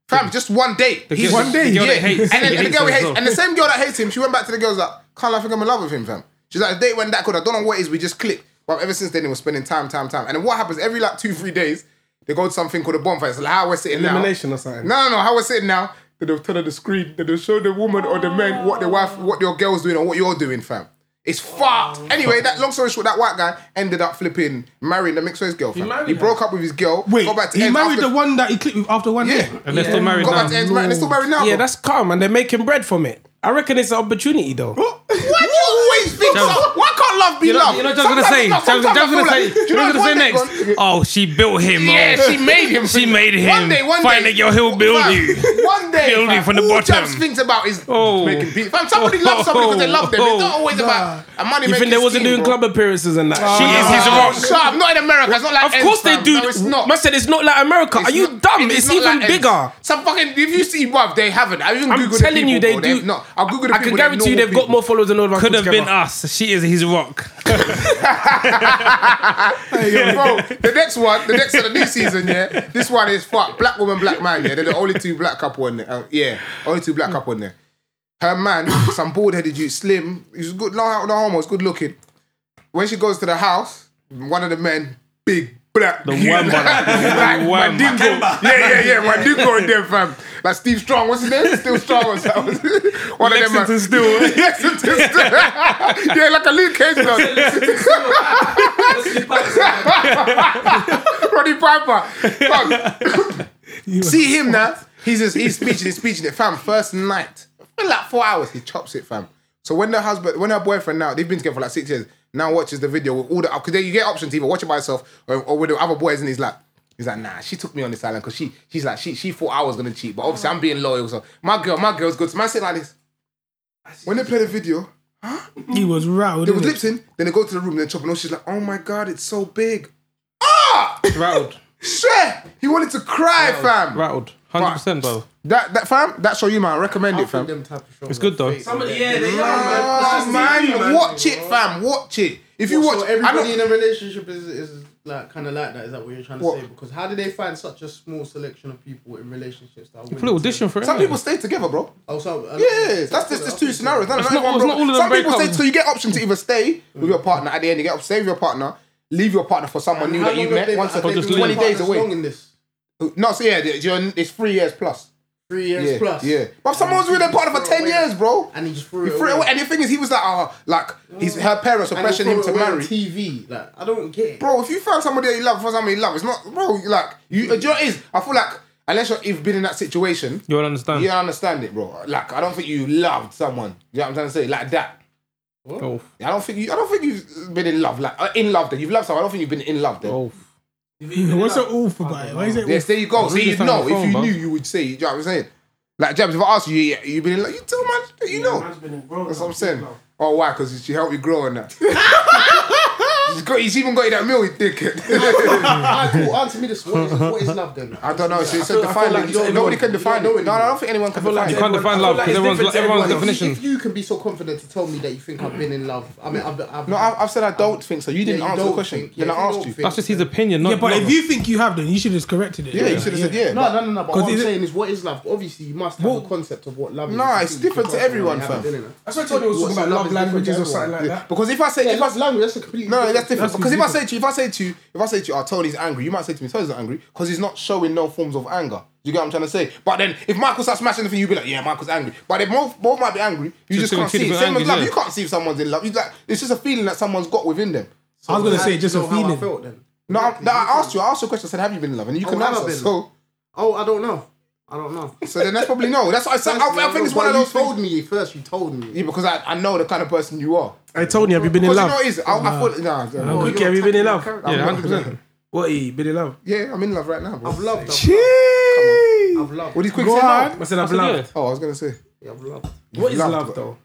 Speaker 5: Fam, just one date. He's
Speaker 6: girl-
Speaker 5: one
Speaker 6: Hmm? the
Speaker 5: date.
Speaker 6: girl
Speaker 5: yeah.
Speaker 6: that hates-
Speaker 5: and, then,
Speaker 6: he
Speaker 5: and the
Speaker 6: hates
Speaker 5: girl
Speaker 6: her
Speaker 5: he
Speaker 6: as
Speaker 5: hates,
Speaker 6: well.
Speaker 5: and the same girl that hates him, she went back to the girls like, can't I think I'm in love with him, fam? She's like, the date went that good. I don't know what it is. We just clicked. But ever since then, they were spending time, time, time. And then what happens every like two, three days, they go to something called a bonfire. It's like how we're sitting
Speaker 8: Elimination
Speaker 5: now.
Speaker 8: or something.
Speaker 5: No, no, no. How we're sitting now. Then they'll turn on the screen. Then they'll show the woman or the men what the wife, what your girl's doing or what you're doing, fam. It's fucked. Anyway, that long story short, that white guy ended up flipping, marrying the mixed race girl. Fam. He,
Speaker 8: married her?
Speaker 5: broke up with his girl.
Speaker 4: Wait,
Speaker 5: got back to
Speaker 4: he
Speaker 5: ends
Speaker 4: married
Speaker 5: after-
Speaker 4: the one that he clicked with after one
Speaker 5: Yeah.
Speaker 4: day.
Speaker 6: And they're still married
Speaker 5: Got back to
Speaker 6: now.
Speaker 5: ends, man. They're still married now.
Speaker 8: Yeah,
Speaker 5: bro.
Speaker 8: that's calm, and they're making bread from it. I reckon it's an opportunity, though.
Speaker 5: Why do you always think so? Why can't love be
Speaker 6: You know,
Speaker 5: love?
Speaker 6: you know what I was gonna
Speaker 5: Sometimes
Speaker 6: say?
Speaker 5: it's not-
Speaker 6: I was I was
Speaker 5: sometimes I
Speaker 6: gonna
Speaker 5: feel
Speaker 6: say.
Speaker 5: like- do
Speaker 6: You know what I was
Speaker 5: one
Speaker 6: gonna
Speaker 5: day,
Speaker 6: say
Speaker 5: bro-
Speaker 6: next? Oh, she built him.
Speaker 5: Yeah,
Speaker 6: oh.
Speaker 5: she made him.
Speaker 6: She made him.
Speaker 5: One day, one
Speaker 6: Find
Speaker 5: day.
Speaker 6: a girl who'll build
Speaker 5: Fam,
Speaker 6: you.
Speaker 5: One day.
Speaker 6: Build you
Speaker 5: fam,
Speaker 6: from the
Speaker 5: all
Speaker 6: bottom.
Speaker 5: Jabs thinks about is
Speaker 6: Oh.
Speaker 5: making beat. Fam, somebody loves somebody because they love them. It's not always about a money
Speaker 8: You
Speaker 5: making
Speaker 8: think they wasn't doing club appearances and that?
Speaker 6: She is his rock.
Speaker 5: Shut up, not in America. It's not like
Speaker 8: Of course
Speaker 5: Ends,
Speaker 8: they
Speaker 5: fam.
Speaker 8: do.
Speaker 5: No, it's not.
Speaker 8: Man said it's not like America.
Speaker 5: It's
Speaker 8: Are you
Speaker 5: not-
Speaker 8: dumb?
Speaker 5: it is
Speaker 8: It's
Speaker 5: not
Speaker 8: even
Speaker 5: like Ends.
Speaker 8: bigger.
Speaker 5: Some fucking, if you see, bruv, they haven't. I even
Speaker 8: I'm
Speaker 5: Googled the
Speaker 8: telling you,
Speaker 5: people,
Speaker 8: they
Speaker 5: bro.
Speaker 8: do.
Speaker 5: They've not. I'll Google the
Speaker 8: I can
Speaker 5: people,
Speaker 8: guarantee you
Speaker 5: normal
Speaker 8: they've got
Speaker 5: people.
Speaker 8: more followers than all of us
Speaker 6: Could have
Speaker 8: put
Speaker 6: been
Speaker 8: together.
Speaker 6: us. She is his rock.
Speaker 5: Yeah, bro, the next one, the next of the new season, yeah. This one is fuck black woman, black man. Yeah, they're the only two black couple in there. Uh, yeah, only two black couple in there. Her man, some bald headed dude, slim. He's good, no, no homo. He's good looking. When she goes to the house, one of the men, big black, the
Speaker 6: worm brother. The worm.
Speaker 5: Mandingo. Yeah, yeah, yeah, Mandingo in there, fam. Like Steve Strong, what's his name? Still Strong or something. One of them.
Speaker 6: Lexington
Speaker 5: man.
Speaker 6: Steel.
Speaker 5: Lexington Steel. yeah, like a Luke Cage, man. Roddy Piper. Fuck. See him now. He's just, he's speeching, he's speeching it, fam. First night, for like four hours, he chops it, fam. So when the husband, when her boyfriend now, they've been together for like six years. Now watches the video with all the because you get options to either watch it by yourself or, or with the other boys, and he's like, he's like, nah, she took me on this island because she, she's like, she, she thought I was gonna cheat, but obviously I'm being loyal. So my girl, my girl's good. So man sitting like this. When they play the video,
Speaker 4: He was rattled.
Speaker 5: they was
Speaker 4: innit?
Speaker 5: lip sync, then they go to the room, then chop, and all she's like, oh my god, it's so big. Ah!
Speaker 6: Rattled.
Speaker 5: Shit! He wanted to cry, fam.
Speaker 6: Rattled. 100%, bro.
Speaker 5: That that fam, that show you man, I recommend it, fam.
Speaker 7: Them type of shows
Speaker 6: It's good, though.
Speaker 8: Yeah, they
Speaker 5: Oh man, watch it, fam. Watch it. If you watch,
Speaker 7: so
Speaker 5: I
Speaker 7: everybody
Speaker 5: don't.
Speaker 7: in a relationship is is like kind of like that. Is that what you're trying to
Speaker 5: What?
Speaker 7: say? Because how do they find such a small selection of people in relationships that are Oh,
Speaker 6: Put an audition for it.
Speaker 5: Some
Speaker 6: innit?
Speaker 5: people stay together, bro.
Speaker 7: Also,
Speaker 5: Yeah, that's just there's two scenarios. No, no,
Speaker 6: It's
Speaker 5: no,
Speaker 6: not- it's
Speaker 5: bro.
Speaker 6: not all of them
Speaker 5: Some
Speaker 6: break
Speaker 5: people stay
Speaker 6: up.
Speaker 5: so you get option to either stay with your partner at the end, you get up, stay with your partner, leave your partner for someone new that you met once or
Speaker 6: Or just
Speaker 5: twenty
Speaker 6: leave.
Speaker 5: days away.
Speaker 7: in this
Speaker 5: No, so yeah, you're, it's three years plus.
Speaker 7: three years
Speaker 5: Yeah,
Speaker 7: plus.
Speaker 5: yeah. But someone was with their partner for
Speaker 7: threw it
Speaker 5: ten
Speaker 7: away.
Speaker 5: years, bro.
Speaker 7: And he just threw it
Speaker 5: threw
Speaker 7: away.
Speaker 5: And the thing is, he was like, oh, like his her parents were
Speaker 7: And they
Speaker 5: pressuring him to
Speaker 7: throw it away on
Speaker 5: marry.
Speaker 7: TV. Like I don't get it.
Speaker 5: bro, if you found somebody that you love for somebody you love, it's not, bro, you like, you, do you know what it is? I feel like, unless you're, you've been in that situation,
Speaker 6: You won't understand.
Speaker 5: you don't understand it, bro. Like, I don't think you loved someone. You know what I'm trying to say? Like that.
Speaker 6: Oh,
Speaker 5: I don't think you. I don't think you've been in love. Like uh, in love, then you've loved someone. I don't think you've been in love. Then
Speaker 6: oh.
Speaker 4: What's so awful about it? Why is it
Speaker 5: yes, there you go. So
Speaker 6: Read
Speaker 5: you
Speaker 6: this on your
Speaker 5: know if
Speaker 6: phone,
Speaker 5: you
Speaker 6: bro.
Speaker 5: knew, you would say. You know what I'm saying? Like Jabs, if I ask you, yeah, you've been in love. You tell man, that you know. That's what I'm saying. Oh, why? Because she helped you grow and that. She's got, he's even got you that meal, you dickhead.
Speaker 7: Alright, cool. Answer me this. What is, what is love then?
Speaker 5: I don't know. So it's a defined.
Speaker 7: like
Speaker 5: Like
Speaker 7: you don't
Speaker 5: nobody
Speaker 7: know.
Speaker 5: can define
Speaker 7: You
Speaker 5: it.
Speaker 7: don't know
Speaker 5: No, no, I don't think anyone can define
Speaker 6: You
Speaker 5: it.
Speaker 6: can't define love
Speaker 8: like
Speaker 6: because
Speaker 8: it's
Speaker 6: everyone's,
Speaker 8: different to
Speaker 6: everyone's
Speaker 8: everyone.
Speaker 6: definition.
Speaker 7: If you can be so confident to tell me that you think I've been in love, I mean, I've, I've
Speaker 5: No, I, I've said I don't think so. You didn't
Speaker 7: you
Speaker 5: answer the
Speaker 7: don't
Speaker 5: question.
Speaker 7: think- yeah,
Speaker 5: then I
Speaker 7: you don't
Speaker 5: asked you.
Speaker 7: think-
Speaker 6: That's just his opinion. Not,
Speaker 4: Yeah, but
Speaker 6: not
Speaker 4: if you think you have, then you should have just corrected it.
Speaker 5: Yeah, you should have said yeah.
Speaker 7: No, no, no, no. But what I'm
Speaker 4: is it-
Speaker 7: saying is, what is love? Obviously, you must have a concept of what love is.
Speaker 5: No,
Speaker 7: You
Speaker 5: it's
Speaker 7: see,
Speaker 5: different
Speaker 7: because
Speaker 5: to everyone,
Speaker 7: you haven't
Speaker 5: fam.
Speaker 7: been in it.
Speaker 8: That's what I told you.
Speaker 7: What's
Speaker 8: Was talking
Speaker 7: love
Speaker 8: about love
Speaker 7: is different
Speaker 8: languages
Speaker 7: to
Speaker 8: or something like that.
Speaker 5: Because if I say
Speaker 7: Yeah,
Speaker 5: if I
Speaker 7: love language, that's a completely
Speaker 5: No, no,
Speaker 7: different
Speaker 5: that's different.
Speaker 4: That's
Speaker 5: because if I say to you, if I say to you, if I say to you, oh, Tony's angry, you might say to me, Tony's not angry because he's not showing no forms of anger. You get what I'm trying to say? But then if Michael starts smashing the thing, you'll be like, yeah, Michael's angry. But they both, both might be angry. You
Speaker 6: Just
Speaker 5: just, can't
Speaker 6: two
Speaker 5: see it. Same
Speaker 6: different
Speaker 5: as love.
Speaker 6: angles,
Speaker 5: You can't see if someone's in love. You like, it's just a feeling that someone's got within them.
Speaker 4: I was gonna say just
Speaker 7: You
Speaker 4: a
Speaker 7: know how I
Speaker 4: feeling.
Speaker 7: felt then.
Speaker 5: No, I-
Speaker 7: Exactly.
Speaker 5: no, I asked you, I asked you a question, I said, have you been in love? And you
Speaker 7: Oh,
Speaker 5: can
Speaker 7: have I
Speaker 5: answer.
Speaker 7: been?
Speaker 5: So,
Speaker 7: Oh, I don't know. I don't know.
Speaker 5: so then that's probably no. That's what I said. I, I think it's one of those
Speaker 7: You told
Speaker 5: things.
Speaker 7: me first. You told me.
Speaker 5: Yeah, because I, I know the kind of person you are.
Speaker 8: I told you, have you been in
Speaker 5: Because you know
Speaker 8: love?
Speaker 5: what it is? I, I thought, nah, nah.
Speaker 8: Quick, have you been in love?
Speaker 6: Yeah,
Speaker 7: I've
Speaker 6: 100%.
Speaker 8: What? Have you been in love?
Speaker 5: yeah, I'm in love right now, bro.
Speaker 7: loved. I've loved. I've loved.
Speaker 5: What did Quick
Speaker 8: Go
Speaker 5: say?
Speaker 8: on.
Speaker 5: No?
Speaker 8: I said I've
Speaker 6: That's what
Speaker 4: uh,
Speaker 6: it
Speaker 8: loved.
Speaker 6: is.
Speaker 5: Oh, I was going to say.
Speaker 7: Yeah, I've loved.
Speaker 8: What is
Speaker 5: Loved,
Speaker 8: love
Speaker 5: bro.
Speaker 8: though?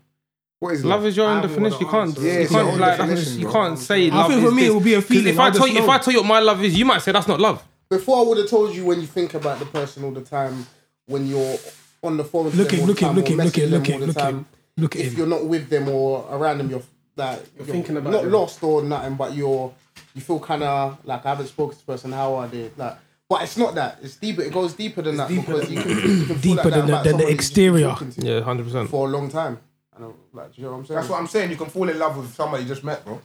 Speaker 5: What is
Speaker 6: Love is your own
Speaker 7: haven't
Speaker 6: definition.
Speaker 7: got
Speaker 6: You
Speaker 7: an
Speaker 6: can't.
Speaker 7: answer.
Speaker 5: Yeah,
Speaker 6: you
Speaker 5: it's your
Speaker 6: can't
Speaker 5: own
Speaker 6: like.
Speaker 5: definition,
Speaker 6: You
Speaker 5: bro.
Speaker 6: can't say.
Speaker 4: I
Speaker 6: love
Speaker 4: think
Speaker 6: is
Speaker 4: for me
Speaker 6: this.
Speaker 4: it would be a
Speaker 6: 'Cause
Speaker 4: feeling.
Speaker 6: If I
Speaker 4: I'll
Speaker 6: tell
Speaker 4: just
Speaker 6: you, if
Speaker 4: know.
Speaker 6: I tell you what my love is, you might say that's not love.
Speaker 7: Before I would have told you when you think about the person all the time, when you're on the phone. to
Speaker 4: Look
Speaker 7: them
Speaker 4: at-
Speaker 7: all the
Speaker 4: look at-
Speaker 7: time
Speaker 4: look
Speaker 7: or
Speaker 4: at- look
Speaker 7: messaging
Speaker 4: at- look
Speaker 7: them all
Speaker 4: at-
Speaker 7: the
Speaker 4: look at
Speaker 7: time,
Speaker 4: him. Look at
Speaker 7: If
Speaker 4: him.
Speaker 7: you're not with them or around them, you're that you're,
Speaker 8: thinking about
Speaker 7: not
Speaker 8: them.
Speaker 7: lost or nothing, but you're you feel kind of like I haven't spoken to this person. How are they? Like, but it's not that. It's deeper. It goes deeper than that because you can, you can
Speaker 4: Deeper
Speaker 7: feel like that
Speaker 4: than the- than the
Speaker 7: about someone that you've just been
Speaker 4: exterior.
Speaker 7: talking to
Speaker 6: Yeah, hundred percent.
Speaker 7: for a long time. And I'm like, do you know what I'm saying?
Speaker 5: That's what I'm saying. You can fall in love with somebody you just met, bro.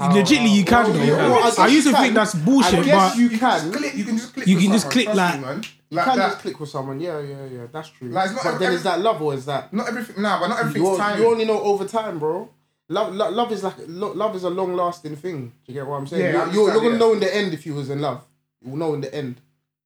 Speaker 4: Legitly, you can.
Speaker 5: Well, Oh, yeah,
Speaker 4: though.
Speaker 5: well, I
Speaker 4: I
Speaker 5: guess
Speaker 4: used to
Speaker 5: you
Speaker 4: think
Speaker 5: can.
Speaker 4: that's
Speaker 7: I
Speaker 4: bullshit,
Speaker 7: guess
Speaker 4: but
Speaker 7: you can.
Speaker 5: Click, you can just click.
Speaker 4: You
Speaker 5: with
Speaker 4: can just
Speaker 5: someone,
Speaker 4: click
Speaker 5: trust
Speaker 4: like-
Speaker 5: me, man.
Speaker 7: You
Speaker 5: like
Speaker 7: can
Speaker 5: that.
Speaker 7: just click with someone. Yeah, yeah, yeah. That's true.
Speaker 5: Like, it's not
Speaker 7: but then
Speaker 5: every-
Speaker 7: is that love or is that
Speaker 5: Not everything. Nah, but not
Speaker 7: you,
Speaker 5: everything's
Speaker 7: o-
Speaker 5: time.
Speaker 7: you only know over time, bro? Love, love, love is like lo- love is a long lasting thing. Do you get what I'm saying?
Speaker 5: Yeah, I
Speaker 7: You- you're, you're
Speaker 5: understand,
Speaker 7: gonna
Speaker 5: yeah.
Speaker 7: know in the end if you was in love. You'll know in the end.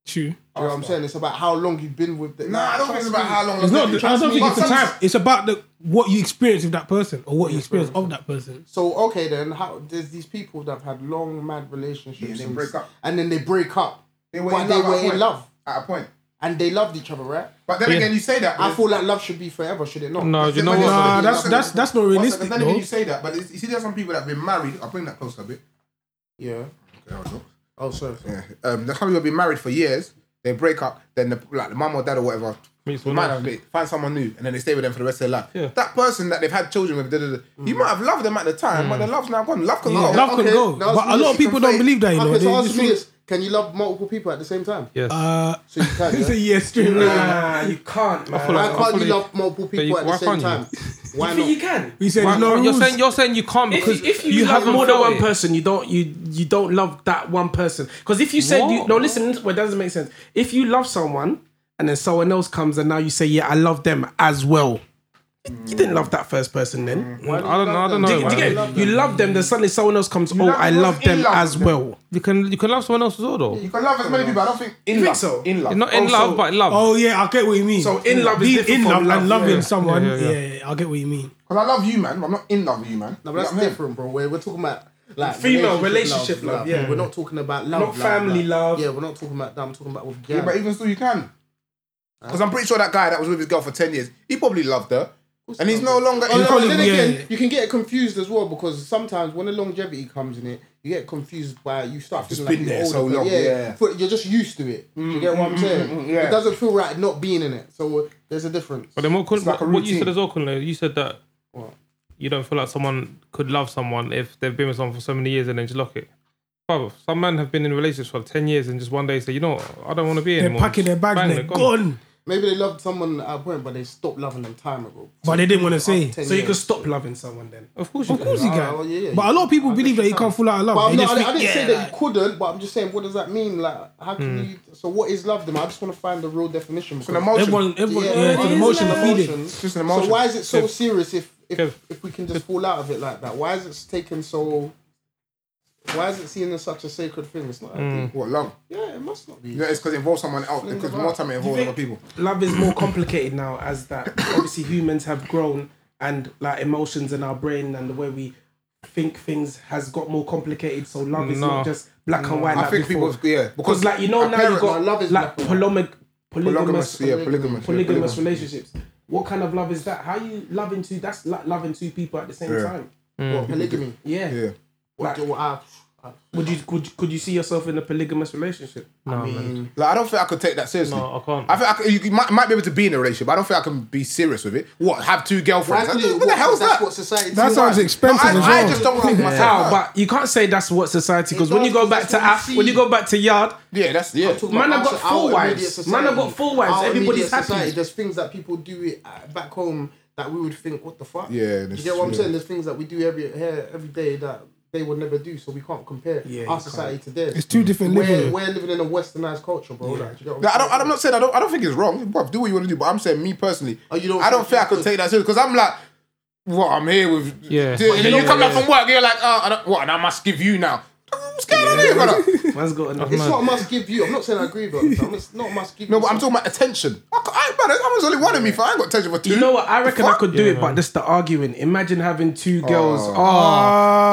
Speaker 4: true.
Speaker 7: Do you know what I'm saying? It's about how long you've been with. The,
Speaker 5: Nah, I don't think it's about how long.
Speaker 4: It's not. I don't think
Speaker 5: But
Speaker 4: it's the time.
Speaker 5: sometimes-
Speaker 4: It's about the what you experience with that person or what you experience of that person.
Speaker 7: So okay, then how there's these people that have had long mad relationships
Speaker 5: Yeah, they
Speaker 7: and,
Speaker 5: break up.
Speaker 7: and then they break up,
Speaker 5: They were
Speaker 7: but
Speaker 5: in
Speaker 7: they
Speaker 5: love at
Speaker 7: were
Speaker 5: a
Speaker 7: in
Speaker 5: point.
Speaker 7: love
Speaker 5: At a point.
Speaker 7: and they loved each other, right?
Speaker 5: But then again, you say that.
Speaker 7: I feel like love should be forever, should it not?
Speaker 6: No, you know
Speaker 5: Nah,
Speaker 6: what?
Speaker 4: Nah, Uh, that's that's that's not realistic.
Speaker 5: Then again,
Speaker 4: though.
Speaker 5: you say that. But it's- you see, there's some people that have been married. I'll bring that closer a bit.
Speaker 7: Yeah.
Speaker 5: Yeah, I know.
Speaker 7: Oh, sorry. sorry.
Speaker 5: Yeah. Um, there's some people have been married for years. They break up. Then the like the mum or dad or whatever.
Speaker 6: someone
Speaker 5: might
Speaker 6: else.
Speaker 5: have made, find someone new, and then they stay with them for the rest of their life. That person that they've had children with, da, da, da, you might have loved them at the time, but the love's now gone. Love can go.
Speaker 4: Mm. Love
Speaker 5: Okay.
Speaker 4: can go,
Speaker 7: now
Speaker 4: but
Speaker 7: it's
Speaker 4: a lot of people don't
Speaker 5: fate.
Speaker 4: believe that. You know,
Speaker 7: Okay,
Speaker 4: they
Speaker 7: so
Speaker 4: just
Speaker 7: ask me
Speaker 4: think,
Speaker 7: this: Can you love multiple people at the same time?
Speaker 6: Yes.
Speaker 4: uh,
Speaker 7: So you can.
Speaker 4: it's a
Speaker 7: Yeah?
Speaker 4: year straight.
Speaker 8: Nah, you can't, man.
Speaker 6: Full of-
Speaker 7: Why can't
Speaker 6: full
Speaker 7: you
Speaker 6: of-
Speaker 7: love multiple people
Speaker 6: you-
Speaker 7: at the
Speaker 6: why
Speaker 7: same time?
Speaker 6: can't
Speaker 7: Why
Speaker 8: You think you
Speaker 7: not?
Speaker 8: can?
Speaker 4: He said
Speaker 6: Why-
Speaker 4: no
Speaker 6: you're
Speaker 4: rules.
Speaker 6: saying you're saying you can't
Speaker 8: If,
Speaker 6: because
Speaker 8: if you, love
Speaker 6: haven't
Speaker 8: more than
Speaker 6: felt
Speaker 8: one
Speaker 6: it.
Speaker 8: person, you don't you you don't love that one person. Because if you said you
Speaker 6: What?
Speaker 8: no, listen, well, it doesn't make sense. If you love someone and then someone else comes and now you say, yeah, I love them as well. You didn't love that first person then.
Speaker 6: I don't know. I don't
Speaker 8: Do
Speaker 6: know.
Speaker 8: you- do you
Speaker 6: man.
Speaker 8: get it? you love them, then suddenly someone else comes, oh,
Speaker 5: love
Speaker 8: I
Speaker 5: them,
Speaker 8: love
Speaker 5: in
Speaker 8: them
Speaker 5: love
Speaker 8: as
Speaker 5: them.
Speaker 8: well.
Speaker 6: You can you can love someone else as well though.
Speaker 5: You can love as many people. I don't think in
Speaker 8: think
Speaker 5: love.
Speaker 8: so?
Speaker 5: In love.
Speaker 6: Not in
Speaker 8: Oh,
Speaker 6: love,
Speaker 8: so-
Speaker 6: but in love.
Speaker 4: Oh yeah, I get what you mean.
Speaker 8: So in love is
Speaker 4: Being
Speaker 8: different
Speaker 4: in
Speaker 8: from
Speaker 4: love and
Speaker 8: love,
Speaker 4: loving
Speaker 8: yeah.
Speaker 4: someone.
Speaker 6: Yeah,
Speaker 4: Yeah,
Speaker 6: yeah, yeah.
Speaker 4: I get what you mean.
Speaker 5: Because I love you, man. but I'm not in love with you, man.
Speaker 7: No, but
Speaker 5: You
Speaker 7: that's
Speaker 5: know what I mean?
Speaker 7: different, bro. We're, we're talking about like
Speaker 8: Female relationship love, yeah.
Speaker 7: we're not talking about love,
Speaker 8: Not
Speaker 7: love,
Speaker 8: family love.
Speaker 7: Yeah, we're not talking about that. I'm talking about with gang.
Speaker 5: Yeah, but even still, you can. Because I'm pretty sure that guy that was with his girl for 10 years, he probably loved her. And he's no longer.
Speaker 7: Oh,
Speaker 5: he's
Speaker 7: no,
Speaker 5: probably-
Speaker 7: but then
Speaker 4: yeah.
Speaker 7: again, you can get confused as well because sometimes when the longevity comes in it, you get confused by you start
Speaker 5: just been
Speaker 7: feeling like you're
Speaker 5: there so
Speaker 7: older, but
Speaker 5: long, yeah.
Speaker 7: but you're just used to it. you get what I'm saying?
Speaker 5: mm, mm, yeah.
Speaker 7: It doesn't feel right not being in it. So uh, there's a difference.
Speaker 6: But then what, could,
Speaker 5: like a
Speaker 6: what, what you
Speaker 5: routine.
Speaker 6: said as well, Kunle, you said that
Speaker 7: What?
Speaker 6: you don't feel like someone could love someone if they've been with someone for so many years and then just lock it. Brother, some men have been in relationships for 10 years and just one day say, you know what, I don't want to be in
Speaker 4: They're
Speaker 6: anymore.
Speaker 4: packing their bags
Speaker 6: Bang,
Speaker 4: and they're gone,
Speaker 7: Maybe they loved someone at a point, but they stopped loving them time ago.
Speaker 4: but they didn't want to say. Uh,
Speaker 7: Ten
Speaker 8: So you
Speaker 7: years.
Speaker 8: can stop loving someone then.
Speaker 6: Of course you
Speaker 4: Of course
Speaker 6: can.
Speaker 4: you can.
Speaker 7: well, yeah, yeah,
Speaker 4: but
Speaker 7: you
Speaker 4: a lot of people believe that you can't fall out of love.
Speaker 7: But
Speaker 4: They
Speaker 7: I'm not,
Speaker 4: just
Speaker 7: I, I
Speaker 4: think,
Speaker 7: didn't say
Speaker 4: yeah, Hmm.
Speaker 7: that you couldn't, but I'm just saying, what does that mean? Like, how can you? So, what is love? Then I just want to find the real definition.
Speaker 5: It's an
Speaker 7: Because,
Speaker 5: emotion.
Speaker 4: everyone, everyone,
Speaker 7: Yeah,
Speaker 4: yeah, it's
Speaker 7: what
Speaker 4: an
Speaker 7: is
Speaker 4: emotion, a
Speaker 7: love?
Speaker 4: feeling.
Speaker 5: It's just an
Speaker 7: so
Speaker 5: emotion.
Speaker 7: why is it so
Speaker 6: Kev.
Speaker 7: serious if if,
Speaker 6: Kev.
Speaker 7: if we can just fall out of it like that? Why is it taken so? Why is it seen as such a sacred thing? It's
Speaker 4: Hmm.
Speaker 7: not.
Speaker 5: What, love?
Speaker 7: Yeah, it must not be.
Speaker 5: You know, it's because it involves someone else. Because more time it involves other people.
Speaker 8: love is more complicated now as that obviously humans have grown and like emotions in our brain and the way we think things has got more complicated so love is
Speaker 6: No.
Speaker 8: not just black and white
Speaker 5: I
Speaker 8: like
Speaker 5: think
Speaker 8: before.
Speaker 5: people, yeah.
Speaker 8: because like you know
Speaker 5: our
Speaker 8: now you've
Speaker 5: parents-
Speaker 8: got
Speaker 7: love is
Speaker 8: like
Speaker 7: black and
Speaker 8: polymig- polygamous
Speaker 5: polygamous, yeah, polygamous, yeah,
Speaker 8: polygamous relationships what kind of love is that how you loving two that's like loving two people at the same
Speaker 5: Yeah.
Speaker 8: time
Speaker 5: Hmm.
Speaker 7: What, polygamy.
Speaker 8: yeah,
Speaker 5: Yeah.
Speaker 8: Like,
Speaker 7: What ah, I- I-
Speaker 8: would you could, could you see yourself in a polygamous relationship
Speaker 7: I mean,
Speaker 5: Like, I don't think I could take that seriously.
Speaker 6: No, I can't.
Speaker 5: I think I could, you- you might, might be able to be in a relationship, but I don't think I can be serious with it. What? Have two
Speaker 7: why
Speaker 5: girlfriends?
Speaker 7: couldn't
Speaker 5: What,
Speaker 7: it
Speaker 5: the
Speaker 7: work?
Speaker 5: hell's
Speaker 7: That's
Speaker 5: that?
Speaker 7: what society.
Speaker 4: That
Speaker 7: wants.
Speaker 4: sounds expensive
Speaker 5: I,
Speaker 4: as
Speaker 5: I
Speaker 4: well.
Speaker 5: just don't think myself.
Speaker 8: how but you can't say that's what society because when
Speaker 7: does,
Speaker 8: you go
Speaker 7: 'cause
Speaker 8: back
Speaker 7: that's
Speaker 8: to
Speaker 7: what we
Speaker 8: af
Speaker 7: see.
Speaker 8: when you go back to yard
Speaker 5: yeah, that's yeah.
Speaker 7: talking
Speaker 8: Man,
Speaker 7: about
Speaker 8: I've got
Speaker 7: us-
Speaker 8: four
Speaker 7: our
Speaker 8: wives.
Speaker 7: immediate
Speaker 8: Man, I've got
Speaker 7: society,
Speaker 8: four wives.
Speaker 7: our
Speaker 8: Everybody's
Speaker 7: immediate
Speaker 8: happy.
Speaker 7: society. There's things that people do it, uh, back home that we would think, what the fuck?
Speaker 5: Yeah,
Speaker 7: you
Speaker 5: that's
Speaker 7: get what I'm
Speaker 5: true.
Speaker 7: saying? There's things that we do every here every day that they would never do, so we can't compare
Speaker 8: you
Speaker 7: our
Speaker 8: can't.
Speaker 7: society to theirs.
Speaker 4: It's two different
Speaker 7: we're,
Speaker 4: living.
Speaker 7: We're living in a westernized culture, bro. Like, do you get what
Speaker 5: Like, I don't.
Speaker 7: saying?
Speaker 5: I'm not saying I don't. I don't think it's wrong. Bruv, do what you want to do. But I'm saying me personally.
Speaker 7: Oh, you don't
Speaker 5: I don't
Speaker 7: think
Speaker 5: think I
Speaker 7: you
Speaker 5: could
Speaker 7: could?
Speaker 5: take that serious because I'm like, what? I'm here with.
Speaker 6: Yeah.
Speaker 5: Dude, and then
Speaker 6: Yeah,
Speaker 5: you come
Speaker 6: yeah,
Speaker 5: back from work, you're like, oh, I don't, what? And I must give you now. What's going on here, brother?
Speaker 8: man's got enough
Speaker 7: It's not a must give you. I'm not saying I agree with you. I'm- It's not a must give.
Speaker 5: No,
Speaker 7: you
Speaker 5: but I'm
Speaker 7: something.
Speaker 5: talking about attention. I, c- I, brother, I was only one of me. For I ain't got attention for two.
Speaker 8: You know what? I reckon I
Speaker 5: fuck?
Speaker 8: could do it, but just the arguing. Imagine having two girls. Oh,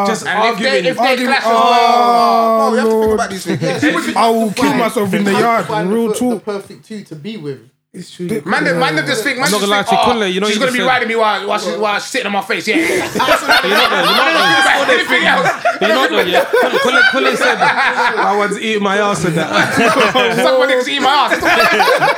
Speaker 8: just
Speaker 5: And if
Speaker 8: arguing.
Speaker 5: they, if they
Speaker 8: Arguing.
Speaker 5: clash,
Speaker 4: Oh,
Speaker 5: oh, we have to think
Speaker 4: Lord.
Speaker 5: about these things.
Speaker 4: I will kill
Speaker 7: Find-
Speaker 4: myself in the
Speaker 7: find-
Speaker 4: yard.
Speaker 7: find the
Speaker 4: Real
Speaker 7: per- the
Speaker 4: talk.
Speaker 7: perfect two to be with.
Speaker 8: It's true.
Speaker 5: Man, them- man, them just think. Man,
Speaker 6: I'm not
Speaker 5: just think,
Speaker 6: gonna lie to you,
Speaker 5: oh,
Speaker 6: Kunle, you know
Speaker 5: she's
Speaker 6: you
Speaker 5: gonna
Speaker 6: just
Speaker 5: be
Speaker 6: said-
Speaker 5: riding me while while, she's, while she's sitting on my face. Yeah, yeah, yeah. That's what
Speaker 6: You're not there, you're not there.
Speaker 5: Anything else?
Speaker 6: But you're not there yet. Kunle, Kunle- Kunle said,
Speaker 8: I was eating my ass at that.
Speaker 5: Somebody niggas eat my ass.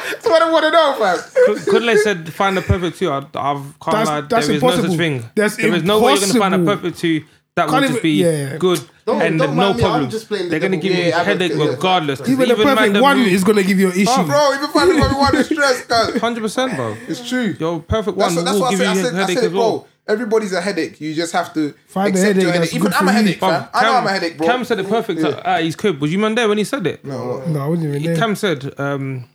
Speaker 5: That's what I want to know, fam.
Speaker 6: Kunle said, find the perfect two. I, I've can't
Speaker 4: That's-
Speaker 6: lie.
Speaker 4: that's
Speaker 6: there is no
Speaker 4: impossible.
Speaker 6: such thing.
Speaker 4: That's
Speaker 6: There is no way you're gonna find a
Speaker 4: impossible.
Speaker 6: perfect two that will
Speaker 4: Can't
Speaker 6: just
Speaker 4: even-
Speaker 6: be
Speaker 4: yeah.
Speaker 6: good
Speaker 7: Don't-
Speaker 6: and
Speaker 7: don't
Speaker 6: no
Speaker 7: mind me, I'm
Speaker 6: problem.
Speaker 7: just playing the
Speaker 6: They're gonna
Speaker 7: devil.
Speaker 6: give you
Speaker 7: Yeah,
Speaker 6: a
Speaker 7: I'm-
Speaker 6: headache
Speaker 7: yeah.
Speaker 6: regardless.
Speaker 4: Even the perfect one is gonna give you an issue.
Speaker 5: Oh, Bro, even finding the one we want to stress, cuz.
Speaker 6: Hundred percent, bro.
Speaker 5: It's true.
Speaker 6: Your perfect
Speaker 5: That's,
Speaker 6: one
Speaker 5: that's
Speaker 6: will
Speaker 5: what I
Speaker 6: give
Speaker 5: said. I
Speaker 6: you a
Speaker 5: said, I
Speaker 6: headache
Speaker 5: said
Speaker 6: as
Speaker 5: bro,
Speaker 6: well.
Speaker 5: Everybody's a headache. You just have to
Speaker 4: Find a
Speaker 5: accept
Speaker 4: headache
Speaker 5: your headache.
Speaker 4: that's
Speaker 5: Even
Speaker 4: good
Speaker 5: I'm a
Speaker 4: for you.
Speaker 5: headache, fam. I know
Speaker 6: Cam-
Speaker 5: I'm a headache, bro.
Speaker 6: Cam said it perfect Ah, at, at his crib. Was you man there when he said it?
Speaker 5: No, what?
Speaker 4: No, I wasn't even there.
Speaker 6: Cam said, um,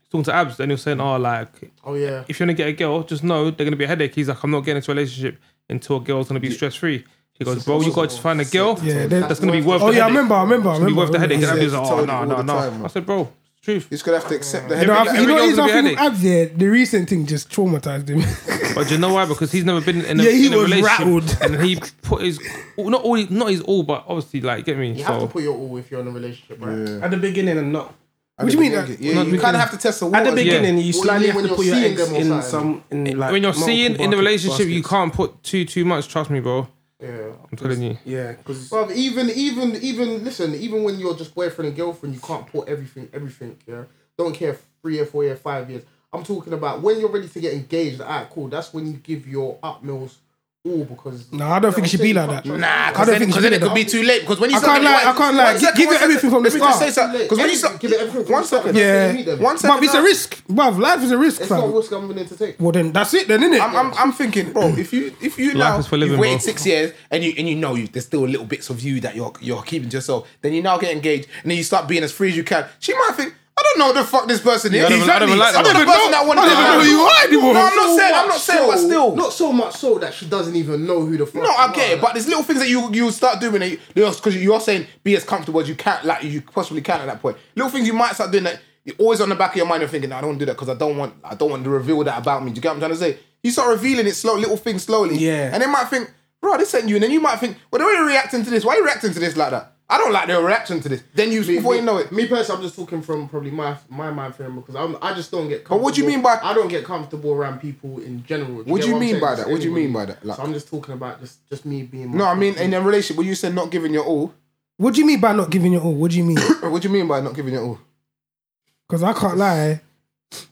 Speaker 6: he's talking to Abs, and he was saying, oh, like,
Speaker 7: Oh yeah.
Speaker 6: if you're gonna get a girl, just know they're gonna be a headache. He's like, I'm not getting into a relationship until a girl's gonna be stress free. He goes, bro, you gotta just find a girl
Speaker 4: Yeah, they-
Speaker 6: that's gonna be worth.
Speaker 4: Oh
Speaker 6: the
Speaker 4: yeah, I
Speaker 6: headache.
Speaker 4: remember, I remember, I
Speaker 6: It's gonna be
Speaker 4: remember.
Speaker 6: worth the headache. And
Speaker 5: Yeah,
Speaker 6: Abs is like,
Speaker 5: told
Speaker 6: oh
Speaker 5: him
Speaker 6: no,
Speaker 5: all
Speaker 6: no,
Speaker 5: the
Speaker 6: no.
Speaker 5: time, man.
Speaker 6: I said, bro, it's the
Speaker 5: You
Speaker 6: truth.
Speaker 5: just gonna have to accept the
Speaker 4: You know,
Speaker 5: headache.
Speaker 4: I,
Speaker 5: Like,
Speaker 4: you know
Speaker 6: girl's
Speaker 4: what it is?
Speaker 6: gonna
Speaker 4: I
Speaker 6: be a
Speaker 4: think with
Speaker 6: headache.
Speaker 4: abs, yeah, the recent thing just traumatized him.
Speaker 6: But do you know why? Because he's never been in a,
Speaker 4: Yeah, he
Speaker 6: in a
Speaker 4: was
Speaker 6: relationship,
Speaker 4: rattled.
Speaker 6: and he put his not all, not his all, but obviously, like, get me.
Speaker 7: You have to
Speaker 8: Oh.
Speaker 6: so
Speaker 7: put your all if you're in a relationship, right?
Speaker 8: At the beginning and not.
Speaker 5: What
Speaker 4: do you mean,
Speaker 5: Yeah, you kind of have to test the
Speaker 8: At
Speaker 5: waters.
Speaker 8: the beginning, you
Speaker 7: Well, like
Speaker 8: slightly have
Speaker 7: when
Speaker 8: to
Speaker 7: you're
Speaker 8: put your
Speaker 7: seeing
Speaker 8: eggs
Speaker 7: them or
Speaker 8: in
Speaker 7: something.
Speaker 8: some. In like
Speaker 6: when you're
Speaker 8: multiple
Speaker 6: seeing in the
Speaker 8: basket-
Speaker 6: relationship, you
Speaker 8: baskets.
Speaker 6: can't put too too much. Trust me, bro.
Speaker 7: Yeah.
Speaker 6: I'm telling you.
Speaker 8: Yeah, because
Speaker 7: Well, even even even listen, even when you're just boyfriend and girlfriend, you can't pour everything everything. Yeah, don't care if three or four year, five years. I'm talking about when you're ready to get engaged. Alright, cool. That's when you give your utmost all because.
Speaker 4: no, I don't think it should be like that. I don't think it
Speaker 5: because then
Speaker 4: should be like
Speaker 5: it could
Speaker 4: that.
Speaker 5: be too late. Because when you
Speaker 4: I can't lie, I can't lie. Give it everything from the start.
Speaker 5: Because when you start,
Speaker 7: give it everything,
Speaker 5: one second,
Speaker 4: Yeah.
Speaker 5: one second.
Speaker 4: But it's a
Speaker 5: now.
Speaker 4: risk, bruv. Life is a risk,
Speaker 7: It's not a
Speaker 4: fam.
Speaker 7: risk I'm willing to take.
Speaker 4: Well, then that's it, then, innit?
Speaker 5: I'm, I'm, I'm thinking, bro. If you if you now
Speaker 6: is for
Speaker 5: you've
Speaker 6: living,
Speaker 5: waited
Speaker 6: bro.
Speaker 5: six years and you and you know you, there's still little bits of you that you're you're keeping to yourself, then you now get engaged and then you start being as free as you can. She might think, I don't know who the fuck this person is.
Speaker 6: I don't even- I don't even like
Speaker 5: I'm
Speaker 6: that.
Speaker 5: not the
Speaker 6: I don't
Speaker 5: person that wanted
Speaker 4: I don't
Speaker 5: to
Speaker 4: even know who you are anymore.
Speaker 5: No, I'm not
Speaker 7: So
Speaker 5: saying. I'm
Speaker 7: much
Speaker 5: not saying, but
Speaker 7: so-
Speaker 5: still.
Speaker 7: not so much so that she doesn't even know who the fuck.
Speaker 5: No, I
Speaker 7: you
Speaker 5: get
Speaker 7: are,
Speaker 5: it, but there's little things that you you start doing because you're saying be as comfortable as you can, like you possibly can at that point. Little things you might start doing that you're always on the back of your mind. You're thinking, I don't wanna do that because I don't want I don't want to reveal that about me. Do you get what I'm trying to say? You start revealing it slow, little things slowly.
Speaker 8: Yeah.
Speaker 5: and they might think, bro, this ain't you. And then you might think, well, the way you're reacting to this, why are you reacting to this like that? I don't like their reaction to this. Then you before
Speaker 7: me,
Speaker 5: you know it,
Speaker 7: Me personally, I'm just talking from probably my my mind frame because I'm I just don't get.
Speaker 5: But what do you
Speaker 7: comfortable-
Speaker 5: mean by-
Speaker 7: I don't get comfortable around people in general?
Speaker 5: What
Speaker 7: get
Speaker 5: do you
Speaker 7: I'm
Speaker 5: mean
Speaker 7: saying?
Speaker 5: by
Speaker 7: Just
Speaker 5: that? What do you mean
Speaker 7: anybody.
Speaker 5: by that? Like-
Speaker 7: so I'm just talking about just just me being.
Speaker 5: no, I mean in a relationship when you say not giving your all.
Speaker 4: What do you mean by not giving your all? What do you mean?
Speaker 5: What do you mean by not giving your all?
Speaker 4: Because I can't lie.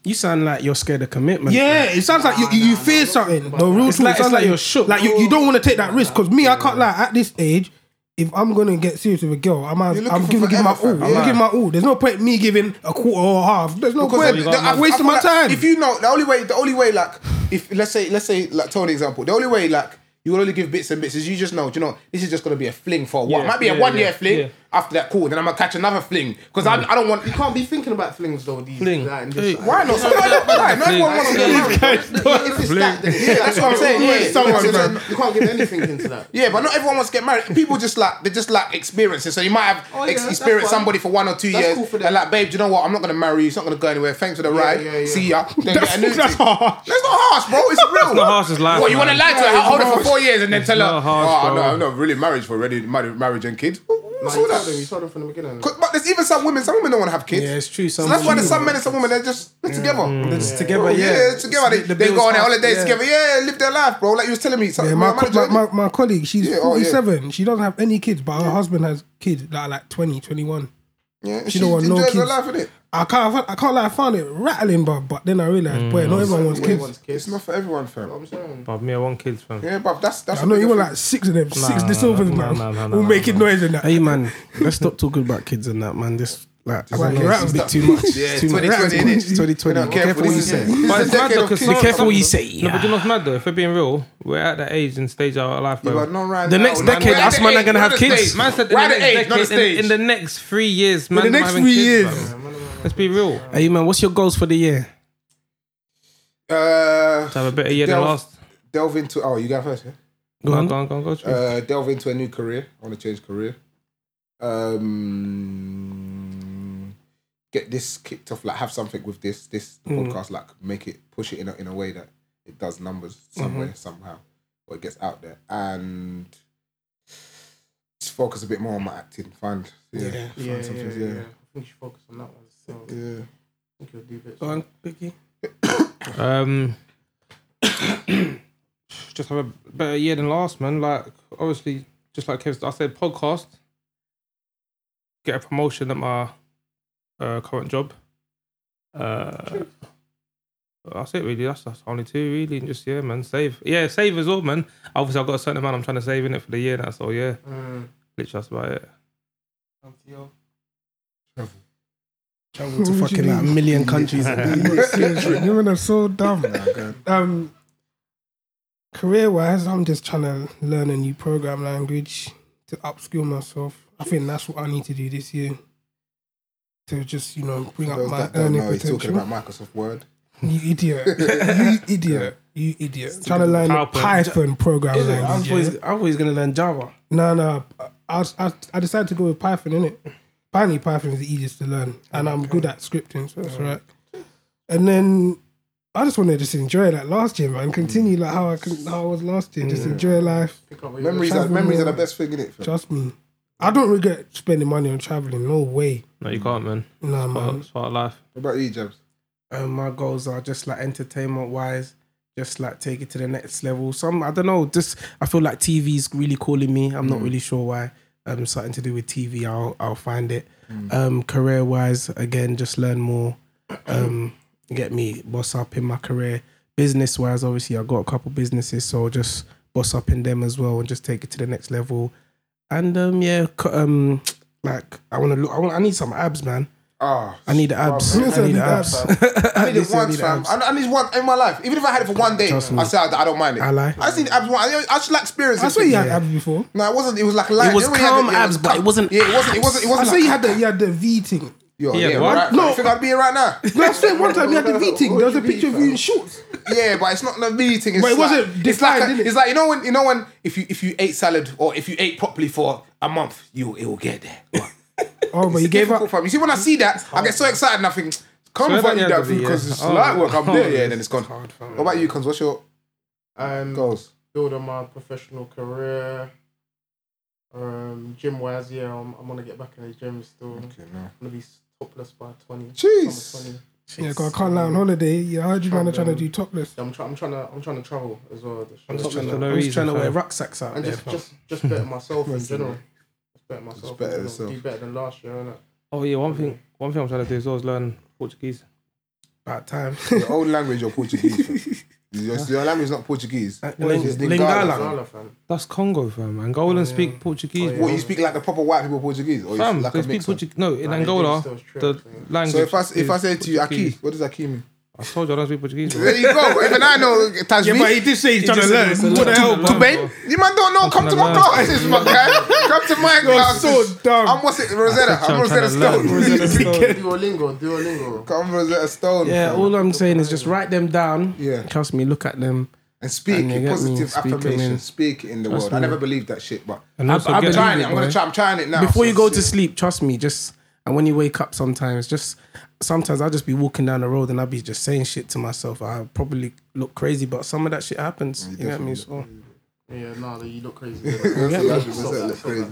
Speaker 8: you sound like you're scared of commitment.
Speaker 4: Yeah, it sounds like you, you, you fear something. The real
Speaker 8: It's
Speaker 4: truth.
Speaker 8: like-
Speaker 4: it sounds
Speaker 8: it's like you're shook.
Speaker 4: Like you, you don't want to take that risk because me, I can't lie. At this age, if I'm gonna get serious with a girl, I'm
Speaker 5: You're
Speaker 4: I'm,
Speaker 5: looking
Speaker 4: I'm
Speaker 5: for
Speaker 4: giving, giving my all.
Speaker 5: forever, fam.
Speaker 4: I'm
Speaker 5: Yeah.
Speaker 4: giving my all. There's no point me giving a quarter or a half. There's no
Speaker 5: Because
Speaker 4: point.
Speaker 5: the- I-
Speaker 4: I'm
Speaker 5: I
Speaker 4: wasting
Speaker 5: feel
Speaker 4: my
Speaker 5: like
Speaker 4: time.
Speaker 5: If you know the only way, the only way, like if let's say, let's say, like Tony example, the only way, like you will only give bits and bits is you just know, do you know, this is just gonna be a fling for a while.
Speaker 6: Yeah,
Speaker 5: Might be a
Speaker 6: yeah,
Speaker 5: one year
Speaker 6: yeah,
Speaker 5: fling.
Speaker 6: yeah.
Speaker 5: After that, cool. Then I'm gonna catch another fling because I, I don't want.
Speaker 7: you can't be thinking about flings though. These
Speaker 6: Fling.
Speaker 7: That and
Speaker 6: Hey,
Speaker 7: just, like-
Speaker 5: Why not? Why? No one wants to get married.
Speaker 7: If it's that, then
Speaker 5: Yeah, that's what I'm saying. Yeah,
Speaker 7: it's someone,
Speaker 5: Because-
Speaker 7: man. You can't give anything into that.
Speaker 5: Yeah, but not everyone wants to get married. People just like they just like experiences. So you might have
Speaker 7: Oh, yeah,
Speaker 5: ex-
Speaker 7: that's
Speaker 5: experienced
Speaker 7: fine.
Speaker 5: somebody for one or two
Speaker 7: That's
Speaker 5: years,
Speaker 7: cool for them.
Speaker 5: and like, babe, do you know what? I'm not gonna marry you. It's not gonna go anywhere. Thanks for the ride.
Speaker 7: yeah, yeah.
Speaker 5: See ya. Then
Speaker 4: That's-
Speaker 5: get a new
Speaker 4: that's
Speaker 5: thing.
Speaker 4: harsh.
Speaker 5: That's not harsh, bro. It's real. That's
Speaker 6: not harsh, it's life,
Speaker 5: What you want to
Speaker 6: man.
Speaker 5: lie to her? Hold her for four years and then tell her,
Speaker 6: not harsh,
Speaker 5: oh
Speaker 6: bro.
Speaker 5: no, I'm not really marriage for already marriage, marriage and kids. What-
Speaker 7: Nah,
Speaker 5: What's
Speaker 7: you
Speaker 5: all
Speaker 7: told them. You
Speaker 5: that?
Speaker 7: told them from the beginning.
Speaker 5: But there's even some women. Some women don't want to have kids.
Speaker 8: Yeah, it's true.
Speaker 5: So that's why there's some men and some women they're just they're together.
Speaker 7: Mm.
Speaker 5: They're just
Speaker 8: together, yeah.
Speaker 5: yeah, together.
Speaker 8: Split the
Speaker 5: they, they go
Speaker 8: bills
Speaker 5: on their
Speaker 8: half,
Speaker 5: holidays
Speaker 8: yeah.
Speaker 5: together. Yeah, live their life, bro. Like you was telling me.
Speaker 4: yeah,
Speaker 5: something.
Speaker 4: my, co- my, my, my colleague, she's
Speaker 5: Yeah, oh, yeah.
Speaker 4: 47. She doesn't have any kids, but her husband has kids that are like 20, 21.
Speaker 5: yeah,
Speaker 4: she don't want no
Speaker 5: enjoys her
Speaker 4: kids.
Speaker 5: life, innit?
Speaker 4: I can't, I can't lie, I found it rattling, but, but then I realised, boy, not everyone wants kids.
Speaker 7: Everyone's kids.
Speaker 5: It's not for everyone, fam.
Speaker 7: I'm saying.
Speaker 6: But me, I want kids, fam.
Speaker 5: Yeah, but that's that's.
Speaker 4: I know
Speaker 5: a
Speaker 4: you
Speaker 5: bigger
Speaker 4: want
Speaker 5: thing.
Speaker 4: like six of them, six
Speaker 6: nah,
Speaker 4: dissolvers,
Speaker 6: nah,
Speaker 4: man.
Speaker 6: nah, nah, nah,
Speaker 4: all
Speaker 6: nah,
Speaker 4: making
Speaker 6: nah.
Speaker 4: noise and that.
Speaker 8: Hey man, let's stop talking about kids and that man. This like I
Speaker 4: Right,
Speaker 8: don't know,
Speaker 4: you're
Speaker 8: it's
Speaker 4: out.
Speaker 8: a bit too much.
Speaker 5: Yeah,
Speaker 8: too much.
Speaker 5: 2020, innit?
Speaker 8: It's 2020.
Speaker 5: Be careful what you say.
Speaker 6: But
Speaker 5: This is
Speaker 6: it's
Speaker 5: a
Speaker 6: mad
Speaker 5: decade
Speaker 6: though,
Speaker 5: of
Speaker 6: 'cause
Speaker 5: kids.
Speaker 6: some-
Speaker 8: Be careful what you say.
Speaker 6: No, but you know what's mad though? If we're being real, we're at that age and stage of our life
Speaker 5: You
Speaker 6: where
Speaker 5: are not right
Speaker 8: The
Speaker 5: now,
Speaker 8: next
Speaker 5: man.
Speaker 8: decade,
Speaker 5: We're at
Speaker 8: us
Speaker 5: the
Speaker 8: man are
Speaker 5: age,
Speaker 8: gonna
Speaker 5: not
Speaker 8: have
Speaker 5: the
Speaker 8: kids.
Speaker 5: stage.
Speaker 6: Man said in
Speaker 5: We're
Speaker 6: the,
Speaker 5: at the
Speaker 6: next
Speaker 5: age, not the
Speaker 6: decade, in,
Speaker 5: stage.
Speaker 6: in the next three years, man.
Speaker 4: the
Speaker 6: we're
Speaker 4: next
Speaker 6: having
Speaker 4: three
Speaker 6: kids,
Speaker 4: years.
Speaker 6: man. Let's be real. To
Speaker 8: Hey man, what's your goals for the year?
Speaker 5: Uh,
Speaker 6: have a better year than
Speaker 5: Delve-
Speaker 6: last.
Speaker 5: Uh, delve into. Oh, you go first. Yeah?
Speaker 8: Go
Speaker 6: Go
Speaker 8: on.
Speaker 6: on, go on, go on, go on. True.
Speaker 5: Uh, delve into a new career. I want to change career. Um, get this kicked off. Like, have something with this this podcast. Like, make it push it in a, in a way that it does numbers somewhere somehow, or it gets out there and just focus a bit more on my acting. Find yeah, find
Speaker 7: Yeah, yeah,
Speaker 5: something.
Speaker 7: yeah. I think you focus on that one. So I
Speaker 5: yeah. yeah.
Speaker 7: think you'll do bits.
Speaker 8: Go on, Biggie.
Speaker 6: Um, just have a better year than last, man. Like obviously, just like Kev, said, I said, podcast, get a promotion at my uh, current job. Uh, that's it, really. That's, that's only two, really. And just yeah, man, save. Yeah, save as well, man. Obviously, I've got a certain amount I'm trying to save in it for the year. That's all. Yeah,
Speaker 7: Mm.
Speaker 6: literally, that's about it.
Speaker 8: Travel to fucking like a million countries.
Speaker 4: You're so dumb. Um, career wise, I'm just trying to learn a new program language to upskill myself. I think that's what I need to do this year to just you know bring up
Speaker 5: Those
Speaker 4: my
Speaker 5: that don't
Speaker 4: earning
Speaker 5: know, he's talking
Speaker 4: potential.
Speaker 5: about Microsoft Word.
Speaker 4: you idiot! you idiot! You idiot! trying to learn a
Speaker 6: PowerPoint.
Speaker 4: Python program
Speaker 8: I
Speaker 4: language.
Speaker 8: thought
Speaker 4: yeah?
Speaker 8: he's- I thought he's gonna learn Java.
Speaker 4: No, no. I, was- I, I decided to go with Python, innit? Apparently, Python is the easiest to learn, and I'm good at scripting, so that's right. And then I just want to just enjoy like last year, man. Continue like how I can, how I was last year. Just enjoy life.
Speaker 5: Memories, are,
Speaker 4: Travel
Speaker 5: memories are the
Speaker 4: more.
Speaker 5: best thing in it.
Speaker 4: Trust me. I don't regret spending money on traveling. No way.
Speaker 6: No, you can't, man.
Speaker 4: Nah,
Speaker 6: Well,
Speaker 4: man.
Speaker 6: It's part of life.
Speaker 5: What about you, Jabs?
Speaker 8: Um, my goals are just like entertainment wise, just like take it to the next level. Some I don't know. Just I feel like TV's really calling me. I'm not really sure why. Um, something to do with TV. I'll I'll find it. Um, career wise, again, just learn more. Um, get me boss up in my career. Business wise, obviously, I got a couple businesses, so just boss up in them as well, and just take it to the next level. And um, yeah, c- um, like I want to look. I want. I need some abs, man.
Speaker 5: Ah,
Speaker 8: I need the abs.
Speaker 4: Who
Speaker 8: I
Speaker 4: said
Speaker 8: need
Speaker 4: the
Speaker 8: the abs.
Speaker 4: abs?
Speaker 5: I need it
Speaker 8: Listen, I
Speaker 5: once,
Speaker 8: need
Speaker 5: fam.
Speaker 8: abs.
Speaker 5: I, I need it once in my life. Even if I had it for one day, I
Speaker 8: Trust me.
Speaker 5: said I, I don't mind it.
Speaker 8: I lie.
Speaker 5: I just need abs once. I, I just like experience.
Speaker 4: I
Speaker 5: it.
Speaker 4: saw you had abs before.
Speaker 5: No, it wasn't. It was like light.
Speaker 8: It was
Speaker 5: You know when you had
Speaker 8: calm
Speaker 5: the- yeah,
Speaker 8: abs, but it wasn't
Speaker 5: Yeah, it wasn't. It wasn't. It
Speaker 4: I
Speaker 5: wasn't.
Speaker 4: saw you had the you had the V thing.
Speaker 5: Yo,
Speaker 6: Yeah,
Speaker 5: yeah,
Speaker 6: what?
Speaker 5: right.
Speaker 4: No.
Speaker 5: No, you think I'd be here right now?
Speaker 4: No, I swear one time you had the V thing. There was a picture of you in shorts.
Speaker 5: Yeah, but it's not the meeting. It's
Speaker 4: But it
Speaker 5: like-
Speaker 4: wasn't
Speaker 5: it's like
Speaker 4: defined,
Speaker 5: a-
Speaker 4: innit?
Speaker 5: it's like you know when you know when if you if you ate salad or if you ate properly for a month, you it will get there. But
Speaker 4: Oh, but you gave up.
Speaker 5: difficult, fam. You see, when I see that, I get so excited. and I think, come
Speaker 6: Swear
Speaker 5: if I
Speaker 6: that
Speaker 5: eat
Speaker 6: you
Speaker 5: that
Speaker 6: had to
Speaker 5: food
Speaker 6: be,
Speaker 5: because
Speaker 6: yeah.
Speaker 5: it's
Speaker 6: Oh,
Speaker 5: light work. I'm
Speaker 6: oh,
Speaker 5: there, yeah,
Speaker 6: it's
Speaker 5: and then it's gone.
Speaker 6: hard, fam.
Speaker 5: What about you, Cons? What's your
Speaker 7: Um,
Speaker 5: goals?
Speaker 7: build on my professional career. Um, gym wise, yeah, I'm, I'm gonna get back in the gym still.
Speaker 5: Okay, no.
Speaker 7: I'm gonna be topless by 20.
Speaker 5: Jeez.
Speaker 7: summer 20.
Speaker 4: Yeah, 'cause I can't lie on holiday. Yeah, I heard you man are trying to do topless.
Speaker 7: I'm, try, I'm trying to I'm trying to travel as well. this
Speaker 8: I'm
Speaker 7: year.
Speaker 8: just trying to,
Speaker 6: for no
Speaker 8: I'm just
Speaker 6: reason,
Speaker 8: trying to wear
Speaker 6: fam.
Speaker 8: rucksacks out
Speaker 7: and
Speaker 8: there.
Speaker 7: just, just just better myself in general. Just better myself. in
Speaker 5: better
Speaker 7: general.
Speaker 5: yourself.
Speaker 7: Do better than last year, innit?
Speaker 6: Oh yeah, one thing. One thing I'm trying to do as well is learn Portuguese.
Speaker 8: about time.
Speaker 5: Your own language or Portuguese? fam? your, your language is not Portuguese.
Speaker 8: Uh, Ling-
Speaker 5: It's
Speaker 8: Lingala.
Speaker 7: Zala fan.
Speaker 6: That's Congo, fam. Angolan speak Portuguese.
Speaker 5: What you speak like the proper white people Portuguese, or you
Speaker 6: Fam,
Speaker 5: speak like
Speaker 6: they
Speaker 5: a
Speaker 6: speak
Speaker 5: mix?
Speaker 6: Portuguese. No, in
Speaker 7: Nah, they do
Speaker 6: Angola,
Speaker 7: still strip,
Speaker 6: the
Speaker 7: yeah.
Speaker 6: language.
Speaker 5: So if I if I
Speaker 6: is
Speaker 5: say to you Aki,
Speaker 6: Portuguese.
Speaker 5: what does Aki mean?
Speaker 6: I told you I don't speak Portuguese. bro.
Speaker 5: There you go. Even I know Tajvi.
Speaker 4: did say he's
Speaker 8: trying to learn. What the hell,
Speaker 6: bro?
Speaker 4: Kubain?
Speaker 5: You man don't know. Come to my
Speaker 6: learn.
Speaker 5: classes, my guy. Come to my classes.
Speaker 4: so dumb.
Speaker 5: I'm what's it, Rosetta.
Speaker 6: I'm
Speaker 5: I'm Rosetta
Speaker 6: trying to learn.
Speaker 5: Stone.
Speaker 8: Rosetta Stone.
Speaker 7: Duolingo, Duolingo.
Speaker 5: Come Rosetta Stone.
Speaker 8: Yeah, all I'm saying is just write them down.
Speaker 5: Yeah.
Speaker 8: Trust me, look at them.
Speaker 5: And speak
Speaker 8: And you
Speaker 5: in
Speaker 8: get me,
Speaker 5: positive
Speaker 8: speak it,
Speaker 5: affirmation.
Speaker 8: man.
Speaker 5: Speak it in the world. I never believed that shit, but
Speaker 6: And also
Speaker 8: I
Speaker 6: get-
Speaker 5: I'm
Speaker 8: believe
Speaker 5: trying
Speaker 8: it,
Speaker 5: it. I'm gonna
Speaker 8: boy.
Speaker 5: try. I'm trying it now.
Speaker 8: Before
Speaker 5: So
Speaker 8: you go to
Speaker 5: it's-
Speaker 8: sleep, trust me, just and when you wake up sometimes, just sometimes I'll just be walking down the road and I'll be just saying shit to myself. I probably look crazy, but some of that shit happens. You get me? So
Speaker 7: Yeah, nah, you look crazy.
Speaker 5: That's- that's- that's- that's crazy.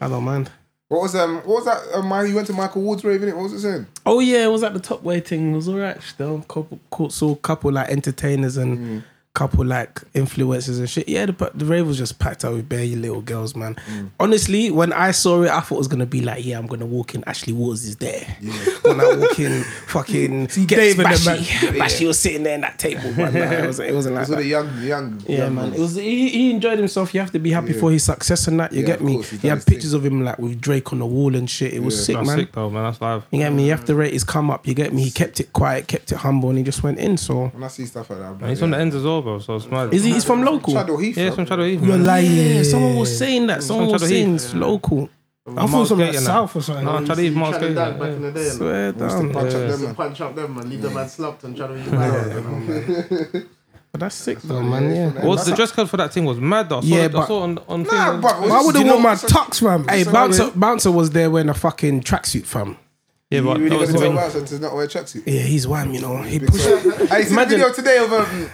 Speaker 8: I don't mind.
Speaker 5: What was um? What was that? Um, you went to Michael Ward's rave, innit? What was it saying?
Speaker 8: Oh yeah, it was at the top way thing. It was alright still. Couple, cou- saw couple like entertainers and couple like influencers and shit. Yeah, the, pa- the rave was just packed out with bare little girls, man. Honestly, when I saw it, I thought it was gonna be like, yeah, I'm gonna walk in. Ashley Waters is there. when I walk in, fucking get
Speaker 4: Dave and them,
Speaker 8: Bashy.
Speaker 4: man.
Speaker 8: Bashy was sitting there in that table. Man. Nah, it, wasn't, it wasn't like
Speaker 5: Those were the
Speaker 8: that.
Speaker 5: young, young.
Speaker 8: Yeah,
Speaker 5: young
Speaker 8: man. It
Speaker 5: ones.
Speaker 8: was he, he enjoyed himself. You have to be happy for his success and that. You
Speaker 5: Yeah,
Speaker 8: get
Speaker 5: of
Speaker 8: me.
Speaker 5: course, he
Speaker 8: He,
Speaker 5: done
Speaker 8: had
Speaker 5: his thing.
Speaker 8: pictures of him like with Drake on the wall and shit. It was sick,
Speaker 6: That's
Speaker 8: man.
Speaker 6: sick though, man. That's live.
Speaker 8: You get me? You have to rate his come up. You get me? He kept it quiet, kept it humble, and he just went in. So
Speaker 5: When I see stuff like that, I'm
Speaker 6: And
Speaker 5: like,
Speaker 6: he's on the ends as well, bro. So it's mad.
Speaker 8: is he? He's from local.
Speaker 5: Shadow Heath.
Speaker 6: Yeah,
Speaker 5: Yeah,
Speaker 6: it's from Shadow Eve.
Speaker 4: You're
Speaker 6: man.
Speaker 4: lying.
Speaker 8: Yeah, someone was saying that. Someone was
Speaker 6: Shadow
Speaker 8: saying
Speaker 6: Heath.
Speaker 8: it's local.
Speaker 4: I thought
Speaker 6: Mark's
Speaker 4: something like
Speaker 6: Gate, innit?
Speaker 4: South or something.
Speaker 6: No, Shadow
Speaker 7: You
Speaker 6: Eve, Mars
Speaker 7: try to
Speaker 6: Gate.
Speaker 7: dance back in
Speaker 6: yeah.
Speaker 7: the day, man.
Speaker 8: Swear down.
Speaker 5: punch up them,
Speaker 7: Just
Speaker 5: man.
Speaker 7: Punch up them, man. Leave the man slapped and try to eat man.
Speaker 8: But that's sick though, man. Yeah.
Speaker 6: What's the dress code for that thing was mad though. I saw,
Speaker 8: Yeah,
Speaker 6: yeah, I
Speaker 8: but-
Speaker 6: saw on on
Speaker 5: Nah,
Speaker 6: thing,
Speaker 5: bruv, it was
Speaker 4: Why
Speaker 5: just-
Speaker 4: would a
Speaker 5: you know
Speaker 4: woman
Speaker 5: what's-
Speaker 4: tux, man?
Speaker 8: Hey, bouncer, bouncer was there wearing a fucking tracksuit, fam.
Speaker 6: Yeah, but
Speaker 5: You
Speaker 6: that
Speaker 5: really
Speaker 6: was
Speaker 5: gonna tell
Speaker 6: when
Speaker 5: Wowser to not wear a tracksuit?
Speaker 8: Yeah, he's wham, you know. He pushed
Speaker 5: I see the
Speaker 8: Imagine-
Speaker 5: video today of um,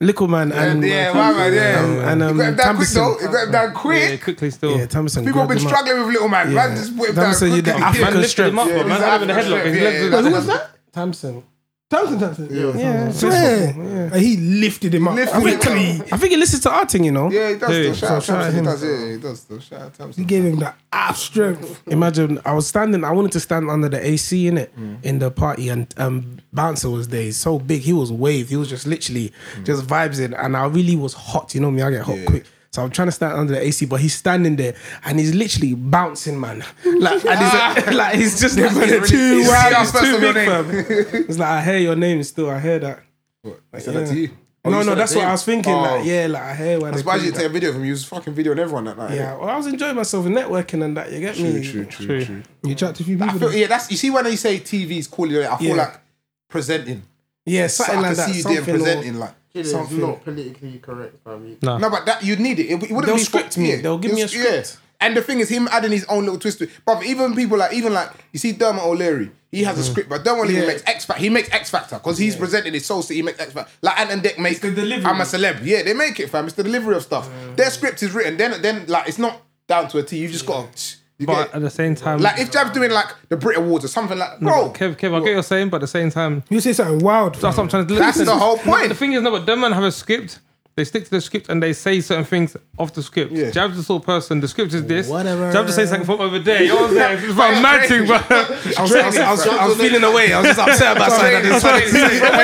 Speaker 8: little man and uh,
Speaker 5: yeah, wow, man, yeah.
Speaker 8: and
Speaker 5: You
Speaker 8: um,
Speaker 5: got him down quick
Speaker 8: Thompson.
Speaker 5: though. You got him down
Speaker 6: yeah,
Speaker 5: quick.
Speaker 6: quickly still.
Speaker 8: Yeah,
Speaker 6: Yeah,
Speaker 8: Thompson.
Speaker 5: People have been
Speaker 8: grabbed him up.
Speaker 5: struggling with little man. Man,
Speaker 8: Yeah.
Speaker 5: just put him down
Speaker 8: Thompson,
Speaker 5: quickly.
Speaker 8: you the
Speaker 5: Yeah.
Speaker 6: lifted
Speaker 8: African
Speaker 6: him
Speaker 8: strength.
Speaker 6: up,
Speaker 5: Yeah,
Speaker 6: bro.
Speaker 5: he's
Speaker 6: man's having a headlock. His
Speaker 5: yeah,
Speaker 6: legs
Speaker 5: yeah.
Speaker 4: Who
Speaker 6: are like
Speaker 4: was that?
Speaker 8: Thompson.
Speaker 4: Thompson, Thompson.
Speaker 8: Yeah,
Speaker 4: Swear. And He lifted him up.
Speaker 5: Lifted him
Speaker 4: quickly.
Speaker 5: up.
Speaker 8: I think he listens to our thing, you know.
Speaker 5: Yeah, he does.
Speaker 6: Dude,
Speaker 5: though. Shout out
Speaker 8: so shout out
Speaker 5: Thompson. He
Speaker 8: him.
Speaker 5: does. Yeah, he does. though. Shout out Thompson.
Speaker 4: He gave him the ab strength.
Speaker 8: Imagine I was standing. I wanted to stand under the AC in it
Speaker 5: Mm.
Speaker 8: in the party, and um, bouncer was there. He's so big, he was waved. He was just literally
Speaker 5: Mm.
Speaker 8: just vibes in, and I really was hot. You know me, I get hot quick. So I'm trying to stand under the AC, but he's standing there and he's literally bouncing, man. Like, and he's, like he's just like, he's too
Speaker 5: he's
Speaker 8: wild,
Speaker 5: our
Speaker 8: he's too
Speaker 5: personal
Speaker 8: big,
Speaker 5: name.
Speaker 8: fam. It's like I hear your name still. I hear that.
Speaker 5: What? I said that to you.
Speaker 8: no,
Speaker 5: Oh, you
Speaker 8: no,
Speaker 5: said
Speaker 8: that's
Speaker 5: that
Speaker 8: what
Speaker 5: to
Speaker 8: I
Speaker 5: him.
Speaker 8: was thinking.
Speaker 5: Oh.
Speaker 8: Like, yeah, like I hear why
Speaker 5: I'm
Speaker 8: they
Speaker 5: surprised
Speaker 8: call
Speaker 5: you
Speaker 8: you
Speaker 5: didn't take a video of him. You was fucking videoing everyone that night.
Speaker 8: that. Yeah, well, I was enjoying myself in networking and that. You get
Speaker 5: True,
Speaker 8: me?
Speaker 5: true, true, true.
Speaker 4: You chat to a few
Speaker 5: I
Speaker 4: people.
Speaker 5: feel,
Speaker 4: then?
Speaker 5: yeah, that's you see when they say TV's calling it, I feel
Speaker 8: Yeah.
Speaker 5: like presenting.
Speaker 8: Yeah,
Speaker 5: So
Speaker 8: something
Speaker 5: I can
Speaker 8: like that.
Speaker 5: see you doing
Speaker 8: something
Speaker 5: presenting like.
Speaker 7: It is
Speaker 8: Something.
Speaker 7: not politically correct, fam. You-
Speaker 5: No, but that you'd need it. It, it wouldn't
Speaker 8: They'll
Speaker 5: be for-
Speaker 8: script me.
Speaker 5: yeah.
Speaker 8: They'll give me a
Speaker 5: They'll- yeah.
Speaker 8: script.
Speaker 5: And the thing is, him adding his own little twist to it. But even people like, even like, you see Dermot O'Leary, he has a script, but Dermot O'Leary
Speaker 8: Mm. Yeah.
Speaker 5: makes X Factor. He makes X Factor because he's presented his soul, so he makes X Factor. Like Ant and Deck makes
Speaker 8: the delivery.
Speaker 5: I'm a celeb. Yeah, they make it, fam. It's the delivery of stuff. Their script is written. Then, then like, it's not down to a T. You just got to. You
Speaker 6: But
Speaker 5: get
Speaker 8: uh,
Speaker 6: at
Speaker 5: it?
Speaker 6: the same time,
Speaker 5: Like if Jab's doing like the Brit Awards or something like, bro,
Speaker 6: Kev, Kev, I get your saying, but at the same time,
Speaker 4: You say something wild.
Speaker 6: that's
Speaker 4: fam.
Speaker 6: what I'm trying to.
Speaker 5: That's
Speaker 6: listen,
Speaker 5: the whole
Speaker 6: no,
Speaker 5: point.
Speaker 6: The thing is, no, but them man have a script. They stick to the script and they say certain things off the script.
Speaker 5: Yeah.
Speaker 6: Jab's the sort of person. The script is this.
Speaker 4: Whatever.
Speaker 6: Jab just says something from over there. You know what I'm saying? It's about mad thing, bro. Oh,
Speaker 5: I was, I was, I was, I was feeling away. I was just upset about something. When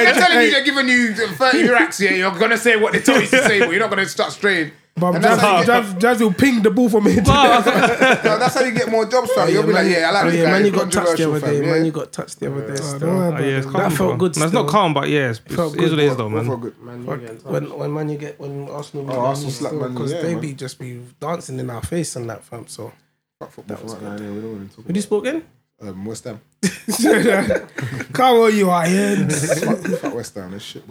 Speaker 5: they're telling you they're giving you 30 racks here, you're going to say what they told you to say, but you're not going to start straying.
Speaker 4: But
Speaker 5: and that's how,
Speaker 4: Jazz,
Speaker 5: you get,
Speaker 4: Jazz, Jazz will ping the ball from
Speaker 5: no,
Speaker 4: here.
Speaker 5: that's how you get more jobs, fam. You'll be like, yeah, I like
Speaker 8: Oh,
Speaker 5: this
Speaker 8: yeah,
Speaker 5: guy.
Speaker 8: man, you
Speaker 5: He's
Speaker 8: got touched the
Speaker 5: controversial,
Speaker 8: other day.
Speaker 5: fam.
Speaker 8: Man,
Speaker 5: Yeah.
Speaker 8: you got touched the other day.
Speaker 4: Don't
Speaker 8: still.
Speaker 4: worry
Speaker 6: Oh,
Speaker 4: about
Speaker 6: yeah,
Speaker 4: it.
Speaker 6: it's calm,
Speaker 8: That felt
Speaker 6: bro.
Speaker 8: good
Speaker 6: No, it's not
Speaker 8: still.
Speaker 6: calm, but yeah, it's, it's, it is what it is, though,
Speaker 5: All
Speaker 6: man.
Speaker 5: good.
Speaker 7: Man, you get touched.
Speaker 8: When when man you get when Arsenal
Speaker 5: Oh, Arsenal slap Man U,
Speaker 8: because
Speaker 5: yeah,
Speaker 8: they
Speaker 5: man.
Speaker 8: be just be dancing in our face and that fam. So
Speaker 5: Fuck football for right now, yeah, we don't want to talk
Speaker 8: who you spoke in?
Speaker 5: about- Um, West Ham.
Speaker 4: Come on, you are here.
Speaker 5: fuck, fuck West Ham. This shit.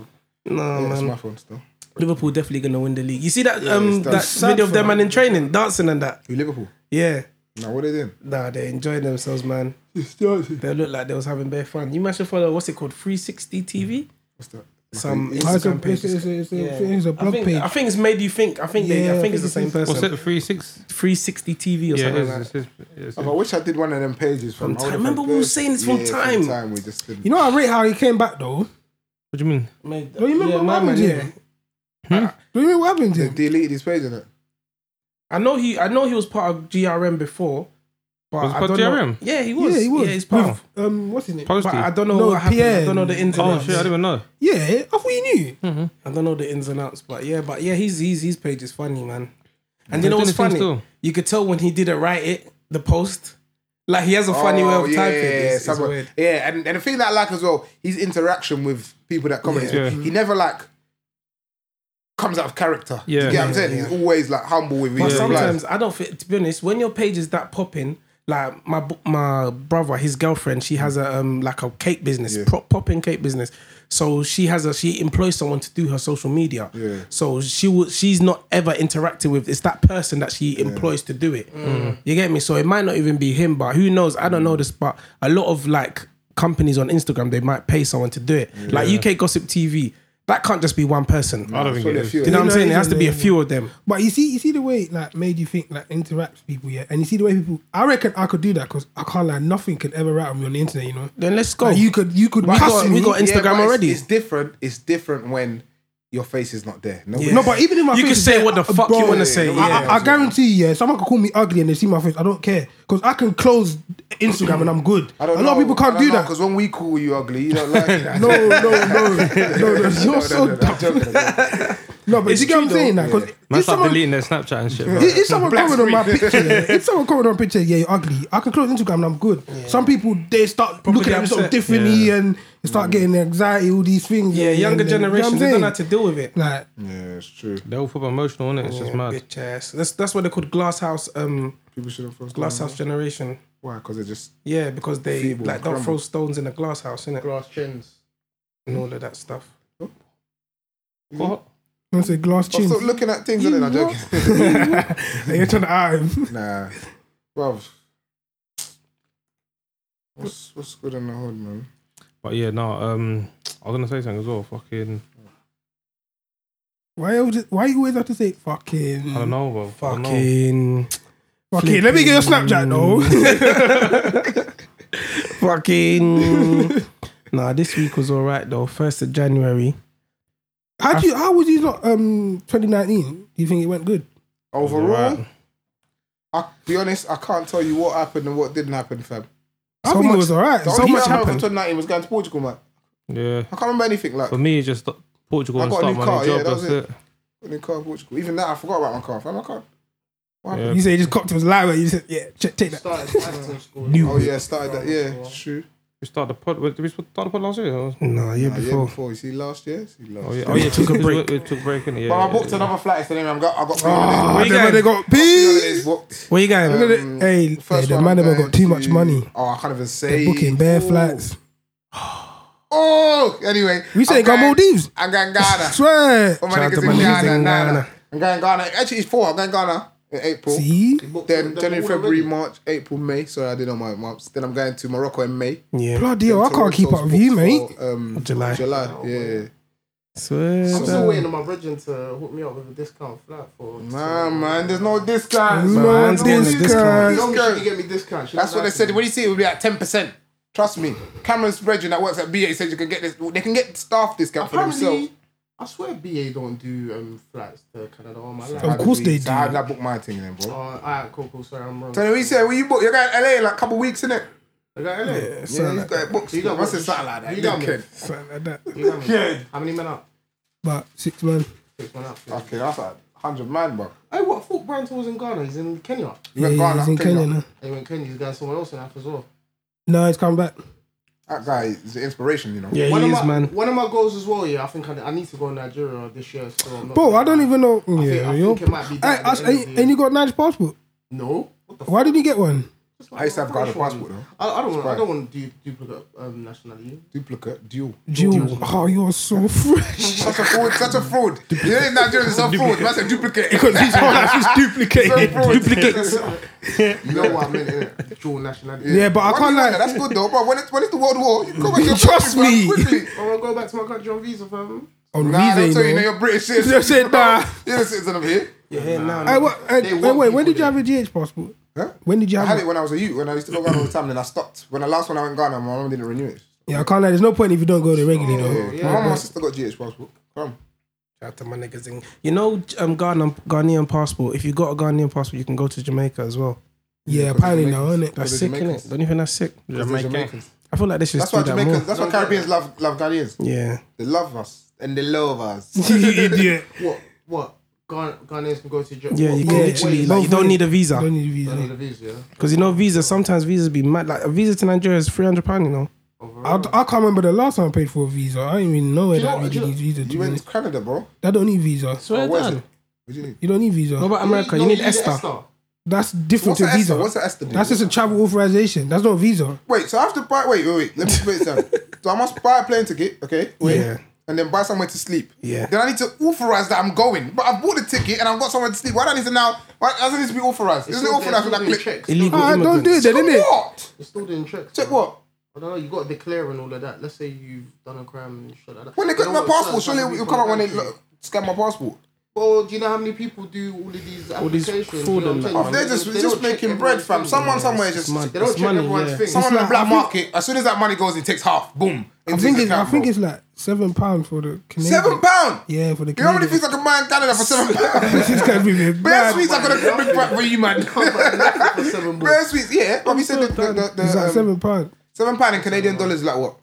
Speaker 8: No
Speaker 5: That's my
Speaker 8: man,
Speaker 5: phone still.
Speaker 8: Liverpool definitely gonna win the league. You see that
Speaker 5: it's
Speaker 8: um
Speaker 5: done.
Speaker 8: that
Speaker 5: Sad
Speaker 8: video of
Speaker 4: for
Speaker 8: them man in training dancing and that.
Speaker 5: Who, Liverpool?
Speaker 8: Yeah,
Speaker 5: Now, what are they doing?
Speaker 8: nah, they enjoyed themselves, man. They looked like they was having bare fun. You might should follow what's it called, 360 TV.
Speaker 5: What's that?
Speaker 8: Some
Speaker 4: Oh, it's a-
Speaker 8: Instagram
Speaker 4: it's
Speaker 8: page.
Speaker 4: a- it's a- it's
Speaker 8: Yeah.
Speaker 4: a- it's a
Speaker 8: I
Speaker 4: blog
Speaker 8: think,
Speaker 4: page.
Speaker 8: I think it's made you think. I think they,
Speaker 4: Yeah,
Speaker 8: I
Speaker 4: I
Speaker 8: think
Speaker 4: think
Speaker 8: it's the
Speaker 4: it's
Speaker 8: same
Speaker 4: just-
Speaker 8: person.
Speaker 6: What's it? Three six.
Speaker 8: 360 TV or
Speaker 6: Yeah, it
Speaker 8: something
Speaker 6: is,
Speaker 8: like that.
Speaker 6: it is, it is.
Speaker 5: I wish I did one of them pages from.
Speaker 8: time. Remember we were saying this from time.
Speaker 5: time. We just didn't.
Speaker 4: You know, I rate how he came back though.
Speaker 6: What do you mean?
Speaker 8: Made,
Speaker 4: Don't you remember
Speaker 8: yeah,
Speaker 4: what
Speaker 8: my
Speaker 4: happened
Speaker 8: man,
Speaker 4: to
Speaker 8: yeah. Hmm?
Speaker 4: him? Do you remember what happened to
Speaker 5: They
Speaker 4: him?
Speaker 5: deleted his page, innit?
Speaker 8: I know he. I know he was part of GRM before. But
Speaker 6: Was he
Speaker 8: I
Speaker 6: part of
Speaker 8: don't know-
Speaker 6: GRM?
Speaker 8: Yeah, he was.
Speaker 4: Yeah, he was.
Speaker 8: he's part. of-
Speaker 4: With, um, what's his name?
Speaker 6: Posty.
Speaker 8: But I don't know
Speaker 4: No,
Speaker 8: what happened. I
Speaker 4: Pierre.
Speaker 8: don't know the ins and
Speaker 6: oh
Speaker 8: outs.
Speaker 6: shit, I didn't even know.
Speaker 4: Yeah, I thought you knew.
Speaker 8: I don't know the ins and outs, but yeah, but yeah, he's he's his page is funny, man. And you
Speaker 6: He's
Speaker 8: know
Speaker 6: doing
Speaker 8: what's
Speaker 6: his thing
Speaker 8: funny?
Speaker 6: still.
Speaker 8: You could tell when he didn't write it, the post. Like he has a funny way
Speaker 5: Oh,
Speaker 8: of typing. It's, it's
Speaker 5: someone-
Speaker 8: weird.
Speaker 5: Yeah, and, and the thing that I like as well, his interaction with people that comment,
Speaker 6: Yeah.
Speaker 5: he never like comes out of character.
Speaker 6: Yeah.
Speaker 5: You get what I'm saying? He's always like humble with his
Speaker 8: But
Speaker 5: replies.
Speaker 8: sometimes I don't think, to be honest, when your page is that popping, like my b- my brother, his girlfriend, she has a um like a cake business,
Speaker 5: Yeah.
Speaker 8: pop popping cake business. So she has a she employs someone to do her social media.
Speaker 5: Yeah.
Speaker 8: So she will she's not ever interacting with it's that person that she employs to do it.
Speaker 4: Mm.
Speaker 8: You get me? So it might not even be him, but who knows? I
Speaker 5: Mm.
Speaker 8: don't know this, but a lot of like companies on Instagram they might pay someone to do it. Like UK Gossip TV, that can't just be one person.
Speaker 6: I don't think
Speaker 5: Probably
Speaker 6: it
Speaker 5: a
Speaker 6: is.
Speaker 5: few of
Speaker 8: you know
Speaker 5: them.
Speaker 8: what
Speaker 4: No,
Speaker 8: I'm saying? It has to
Speaker 4: even
Speaker 8: be a
Speaker 4: then,
Speaker 8: few of them.
Speaker 4: But you see, you see the way it, like made you think like interacts people, yeah. And you see the way people. I reckon I could do that because I can't like nothing can ever write on me on the internet, you know.
Speaker 8: Then let's go.
Speaker 4: Like, you could, you could.
Speaker 8: We
Speaker 4: cuss
Speaker 8: got-
Speaker 4: me.
Speaker 8: we got-
Speaker 5: Yeah,
Speaker 8: Instagram
Speaker 5: but it's-
Speaker 8: already.
Speaker 5: It's different. It's different when your face is not there. No,
Speaker 8: Yeah.
Speaker 4: No, but even if my
Speaker 8: You
Speaker 4: face
Speaker 8: can
Speaker 4: is
Speaker 8: say
Speaker 4: there,
Speaker 8: what the
Speaker 4: I-
Speaker 8: fuck you wanna say,
Speaker 4: I-
Speaker 8: yeah.
Speaker 4: I, I guarantee you, yeah, someone could call me ugly and they see my face. I don't care because I can close Instagram and I'm good.
Speaker 5: I don't
Speaker 4: a lot of
Speaker 5: know.
Speaker 4: people
Speaker 5: I
Speaker 4: can't
Speaker 5: don't
Speaker 4: do
Speaker 5: know,
Speaker 4: that.
Speaker 5: because when we call you ugly, you don't like it.
Speaker 4: No, no, no, no, no. You're
Speaker 5: No, no, no,
Speaker 4: so
Speaker 5: no,
Speaker 4: dumb.
Speaker 5: I'm joking, I'm joking.
Speaker 4: No, but you get what I'm saying? Like, 'cause
Speaker 6: Man,
Speaker 4: if
Speaker 6: start
Speaker 4: someone,
Speaker 6: deleting their Snapchat and shit. Bro.
Speaker 4: if if someone comment on my picture, yeah, if someone comment on my picture, yeah, you're ugly. I can close Instagram and I'm good. Some people they start looking at me sort of
Speaker 8: upset.
Speaker 4: differently and they
Speaker 8: Mm.
Speaker 4: start getting anxiety, all these things.
Speaker 8: Yeah,
Speaker 4: and- and-
Speaker 8: younger
Speaker 4: and- you know what
Speaker 8: generation,
Speaker 4: I'm
Speaker 8: they don't
Speaker 4: saying?
Speaker 8: know how to deal with it.
Speaker 4: Like,
Speaker 5: Yeah, it's true.
Speaker 6: They all put emotional on it. It's just mad.
Speaker 8: Bitch ass. That's that's what they called glass house um
Speaker 5: People shouldn't throw
Speaker 8: glass
Speaker 5: stones.
Speaker 8: house generation.
Speaker 5: Why? Because they're just
Speaker 8: Yeah, because they
Speaker 5: Mm. Feeble,
Speaker 8: like don't throw
Speaker 5: crumble.
Speaker 8: stones in a glass house, innit?
Speaker 7: Glass chins.
Speaker 8: And all of that stuff.
Speaker 6: What?
Speaker 4: I'm say glass
Speaker 5: I'm
Speaker 4: chin.
Speaker 5: still looking at things and then I'm joking.
Speaker 4: You're trying to out him.
Speaker 5: Nah, bruv. What's what's good in the hood, man?
Speaker 6: But yeah, no. Um, I was gonna say something as well. Fucking,
Speaker 4: Why, always- why you always have to say fucking?
Speaker 6: I don't know, bro. I don't know.
Speaker 8: Fucking
Speaker 4: Fucking. Let me get your Snapchat though.
Speaker 8: fucking Nah, this week was alright though. First of January.
Speaker 4: how do you? How was you not? Um, 2019. Do you think it went good?
Speaker 5: Overall, I be honest, I can't tell you what happened and what didn't happen, fam.
Speaker 4: I think it was alright.
Speaker 5: The
Speaker 4: So
Speaker 5: only
Speaker 4: much
Speaker 5: thing I remember from 2019
Speaker 4: happened.
Speaker 5: was going to Portugal, man.
Speaker 6: Yeah.
Speaker 5: I can't remember anything like
Speaker 6: For me, it's just Portugal
Speaker 5: I
Speaker 6: and
Speaker 5: got a
Speaker 6: start
Speaker 5: new
Speaker 6: my
Speaker 5: car,
Speaker 6: new
Speaker 5: yeah,
Speaker 6: job.
Speaker 5: that
Speaker 6: that's
Speaker 5: was
Speaker 6: it.
Speaker 5: in the car Portugal. Even that, I forgot about my car, fam. I can't.
Speaker 6: Yeah.
Speaker 4: You say you just copped it was live. You said, yeah, ch- take that.
Speaker 7: Started Aston school.
Speaker 5: Oh yeah, started that. Yeah, it's true.
Speaker 6: We started the pod. Did we start the pod last year? Or-
Speaker 8: No, yeah,
Speaker 5: Nah, yeah,
Speaker 8: before.
Speaker 5: before. You see last year? See last
Speaker 6: Oh yeah,
Speaker 5: year.
Speaker 6: oh, yeah. Took a
Speaker 8: break.
Speaker 6: We took a break in it. Yeah,
Speaker 5: But I
Speaker 6: yeah,
Speaker 5: booked
Speaker 6: yeah.
Speaker 5: another flight today, man. I've got, I've got three holidays.
Speaker 8: Where you going?
Speaker 4: they got
Speaker 5: Three
Speaker 4: bees.
Speaker 5: holidays booked.
Speaker 8: Where you going?
Speaker 5: Um,
Speaker 4: Hey, hey,
Speaker 5: first
Speaker 4: the
Speaker 5: one
Speaker 4: man
Speaker 5: I'm
Speaker 4: them
Speaker 5: going
Speaker 4: got too
Speaker 5: to-
Speaker 4: much money.
Speaker 5: Oh, I can't even say.
Speaker 4: They're booking bare
Speaker 5: Ooh.
Speaker 4: flights.
Speaker 5: Oh, anyway.
Speaker 4: You said
Speaker 5: I'm
Speaker 4: go
Speaker 5: going-
Speaker 4: Maldives.
Speaker 5: I'm going Ghana.
Speaker 4: Swear.
Speaker 5: All my
Speaker 8: Shout out
Speaker 5: niggas
Speaker 8: to
Speaker 5: in
Speaker 8: my niggas
Speaker 5: Ghana.
Speaker 8: in
Speaker 5: Ghana.
Speaker 8: Ghana.
Speaker 5: I'm going Ghana. Actually, it's four. I'm going Ghana in April.
Speaker 4: See?
Speaker 5: Then January, February, March, April, May. Sorry, I did on my months. Then I'm going to Morocco in May.
Speaker 8: Yeah.
Speaker 4: Bloody hell, I can't keep up with you, mate.
Speaker 5: For, um,
Speaker 8: July.
Speaker 5: July. Yeah.
Speaker 8: Swear.
Speaker 7: I'm still waiting on my brethren to hook me up with a discount flat for.
Speaker 5: Nah, man. There's no discounts.
Speaker 4: No
Speaker 5: man.
Speaker 4: discounts.
Speaker 7: The only
Speaker 5: discounts.
Speaker 7: she can get me discount. She
Speaker 5: That's
Speaker 7: don't
Speaker 5: what they
Speaker 7: like
Speaker 5: said.
Speaker 7: me.
Speaker 5: When you see it, it will be at ten percent. Trust me. Cameron's brethren that works at BA said you can get this. They can get staff discount for themselves.
Speaker 7: Apparently, I swear BA don't do um, flats to Canada all my life.
Speaker 4: Of course they
Speaker 5: So
Speaker 4: do.
Speaker 5: how did I book my thing then,
Speaker 7: Oh,
Speaker 5: bro?
Speaker 7: alright, cool, cool. Sorry, I'm wrong.
Speaker 5: So then we said, well, you book. You're going to LA in like a couple of weeks, innit?
Speaker 7: You got LA?
Speaker 5: Yeah, you got books. You
Speaker 7: You got
Speaker 5: got what's
Speaker 7: what?
Speaker 5: something like that?
Speaker 7: You got me.
Speaker 5: dickhead.
Speaker 4: Something like that.
Speaker 7: You got me. How many men up?
Speaker 4: But six man.
Speaker 7: Six men up.
Speaker 5: Okay, that's like hundred man, bro.
Speaker 7: Hey, what? I thought Brandt was in Ghana. He's in Kenya.
Speaker 5: You went
Speaker 4: yeah,
Speaker 5: Ghana,
Speaker 4: he's in Kenya now.
Speaker 7: Hey, when Kenya, he's going somewhere else in Africa as well.
Speaker 4: No, he's coming back.
Speaker 5: That guy is an inspiration, you know.
Speaker 8: Yeah,
Speaker 7: one
Speaker 8: he
Speaker 7: of
Speaker 8: is,
Speaker 7: my,
Speaker 8: man.
Speaker 7: One of my goals as well, yeah. I think I, I need to go to Nigeria this year. So I'm not
Speaker 4: Bro,
Speaker 7: gonna-
Speaker 4: Oh, I don't even know.
Speaker 7: I think,
Speaker 4: yeah,
Speaker 7: I
Speaker 4: you're.
Speaker 7: think it might be
Speaker 4: Hey,
Speaker 7: that.
Speaker 4: Ash, ain't, ain't you got Nige passport?
Speaker 7: no. What the
Speaker 4: Why did you get one?
Speaker 7: fuck?
Speaker 5: I used to have
Speaker 7: I'm
Speaker 5: Ghana
Speaker 7: pretty sure-
Speaker 5: passport though.
Speaker 7: I, I don't want. I
Speaker 5: Right.
Speaker 7: don't want to do duplicate um, nationality.
Speaker 5: Duplicate, dual.
Speaker 4: Jewel. Oh, you're so fresh.
Speaker 5: Such a fraud, such a fraud. You know, in Nigeria, it's a fraud. That's a duplicate.
Speaker 4: duplicated.
Speaker 5: Duplicates.
Speaker 7: You know what I meant? innit? Dual nationality.
Speaker 4: Yeah, but I
Speaker 5: Why
Speaker 4: can't
Speaker 5: do you
Speaker 4: lie.
Speaker 5: that? That's good though, bro. When it's, when it's the World War, you come back to your
Speaker 4: Trust
Speaker 5: country,
Speaker 4: me.
Speaker 5: fam, quickly.
Speaker 7: I want to Oh, go back to my country on visa, fam.
Speaker 4: On
Speaker 5: Nah,
Speaker 4: visa,
Speaker 5: don't
Speaker 4: you
Speaker 5: tell you,
Speaker 4: know.
Speaker 5: know, you're British. Yes,
Speaker 4: Just said, nah.
Speaker 5: You're a citizen of here.
Speaker 4: Hey, what, hey,
Speaker 7: They
Speaker 4: hey,
Speaker 7: want
Speaker 4: wait, when
Speaker 7: people
Speaker 4: did you have a GH passport?
Speaker 5: Huh?
Speaker 4: When did you
Speaker 5: I
Speaker 4: have
Speaker 5: had
Speaker 4: it?
Speaker 5: it when I was a youth. When I used to go Ghana all the time, then I stopped. When the last one I went Ghana, my mum didn't renew it.
Speaker 4: Yeah, I can't lie. There's no point if you don't go there regularly, though.
Speaker 5: My mum and my sister got GH passport. Come.
Speaker 8: Shout out to my niggas in. You know, um, Ghana, Ghanaian passport. If you got a Ghanaian passport, you can go to Jamaica as well.
Speaker 4: Yeah, apparently now, isn't it?
Speaker 5: Because
Speaker 8: That's sick,
Speaker 5: they're
Speaker 8: innit? Don't you think that's sick?
Speaker 5: They're Jamaicans.
Speaker 8: I feel like they should
Speaker 5: That's
Speaker 8: do
Speaker 5: why
Speaker 8: that
Speaker 5: Jamaicans,
Speaker 8: more.
Speaker 5: that's why Caribbeans love love Ghanaians.
Speaker 8: Yeah,
Speaker 5: They love us and they love us.
Speaker 4: idiot.
Speaker 7: What? What? Ghan- Ghanaians can go to Japan.
Speaker 8: yeah. You can
Speaker 4: Yeah,
Speaker 8: literally
Speaker 4: both
Speaker 8: like you don't
Speaker 4: ways.
Speaker 8: need a visa.
Speaker 4: Don't need a
Speaker 7: I need
Speaker 4: visa.
Speaker 7: a visa. yeah?
Speaker 8: Because you know, visa sometimes visas be mad. Like a visa to Nigeria is three hundred pound. You know,
Speaker 4: I, I can't remember the last time I paid for a visa. I don't even know where
Speaker 7: Do you
Speaker 4: that
Speaker 7: know- do
Speaker 4: really
Speaker 7: you-
Speaker 4: needs visa. To
Speaker 5: you
Speaker 4: be
Speaker 5: went
Speaker 4: honest.
Speaker 5: to Canada, bro.
Speaker 4: That don't need visa.
Speaker 8: swear
Speaker 5: where's
Speaker 8: down.
Speaker 5: it? What do you need?
Speaker 4: You don't need
Speaker 8: What
Speaker 4: visa.
Speaker 8: about America? You
Speaker 7: No,
Speaker 8: need ESTA.
Speaker 4: That's different
Speaker 5: What's
Speaker 4: to
Speaker 5: an
Speaker 4: visa.
Speaker 5: ESTA? What's an ESTA?
Speaker 4: That's just a travel authorization. That's not visa.
Speaker 5: Wait, so I have to buy. Wait, wait, wait. Let me break it down. so I must buy a plane ticket, okay? Wait.
Speaker 8: Yeah.
Speaker 5: And then buy somewhere to sleep.
Speaker 8: Yeah.
Speaker 5: Then I need to authorize that I'm going. But I bought the ticket and I've got somewhere to sleep. Why do I need to now? Why does it need to be authorized? Isn't it authorized with that click?
Speaker 7: Checks.
Speaker 8: Illegal
Speaker 4: Ah, don't do it
Speaker 8: immigrants.
Speaker 4: then, innit?
Speaker 5: What?
Speaker 7: It's still doing checks.
Speaker 5: Check
Speaker 7: bro.
Speaker 5: what?
Speaker 7: I don't know. You got to declare and all of that. Let's say you've done a crime and shit like that.
Speaker 5: When they
Speaker 7: You
Speaker 5: click
Speaker 7: know
Speaker 5: my
Speaker 7: what,
Speaker 5: passport,
Speaker 7: certain
Speaker 5: surely
Speaker 7: countries
Speaker 5: it'll come out when they
Speaker 7: don't do it.
Speaker 5: look, scan my passport.
Speaker 7: Well, do you know how many people do all of these
Speaker 8: these
Speaker 7: applications?
Speaker 8: fraud
Speaker 7: you
Speaker 8: and
Speaker 7: know
Speaker 8: that.
Speaker 7: what
Speaker 5: Oh,
Speaker 7: I'm saying?
Speaker 5: they're just,
Speaker 7: They
Speaker 5: it's
Speaker 7: don't
Speaker 5: just
Speaker 7: check
Speaker 5: making bread,
Speaker 7: everyone's
Speaker 5: fam.
Speaker 7: things,
Speaker 5: Someone
Speaker 7: man.
Speaker 5: somewhere is just.
Speaker 8: It's mad.
Speaker 7: They don't
Speaker 8: It's
Speaker 7: check
Speaker 8: money,
Speaker 7: everyone's
Speaker 8: yeah.
Speaker 7: things.
Speaker 5: Someone
Speaker 4: It's
Speaker 5: on the black
Speaker 4: like- I think-
Speaker 5: market, as soon as that money goes, he takes half. Boom.
Speaker 4: I think it's, I think it's like seven pounds for the Canadian.
Speaker 5: Seven pound.
Speaker 4: Yeah, for the
Speaker 5: You know how many
Speaker 4: Canadian.
Speaker 5: things I can buy in Canada for seven pounds?
Speaker 4: This is gonna be a
Speaker 5: Bear
Speaker 4: bad-
Speaker 5: sweets I could have bring back for you, man.
Speaker 7: For seven bucks.
Speaker 5: Bear sweets, yeah. But we said the, the, the, the
Speaker 4: It's like
Speaker 5: um, seven.
Speaker 4: seven pound.
Speaker 5: pound in Canadian dollars is like what?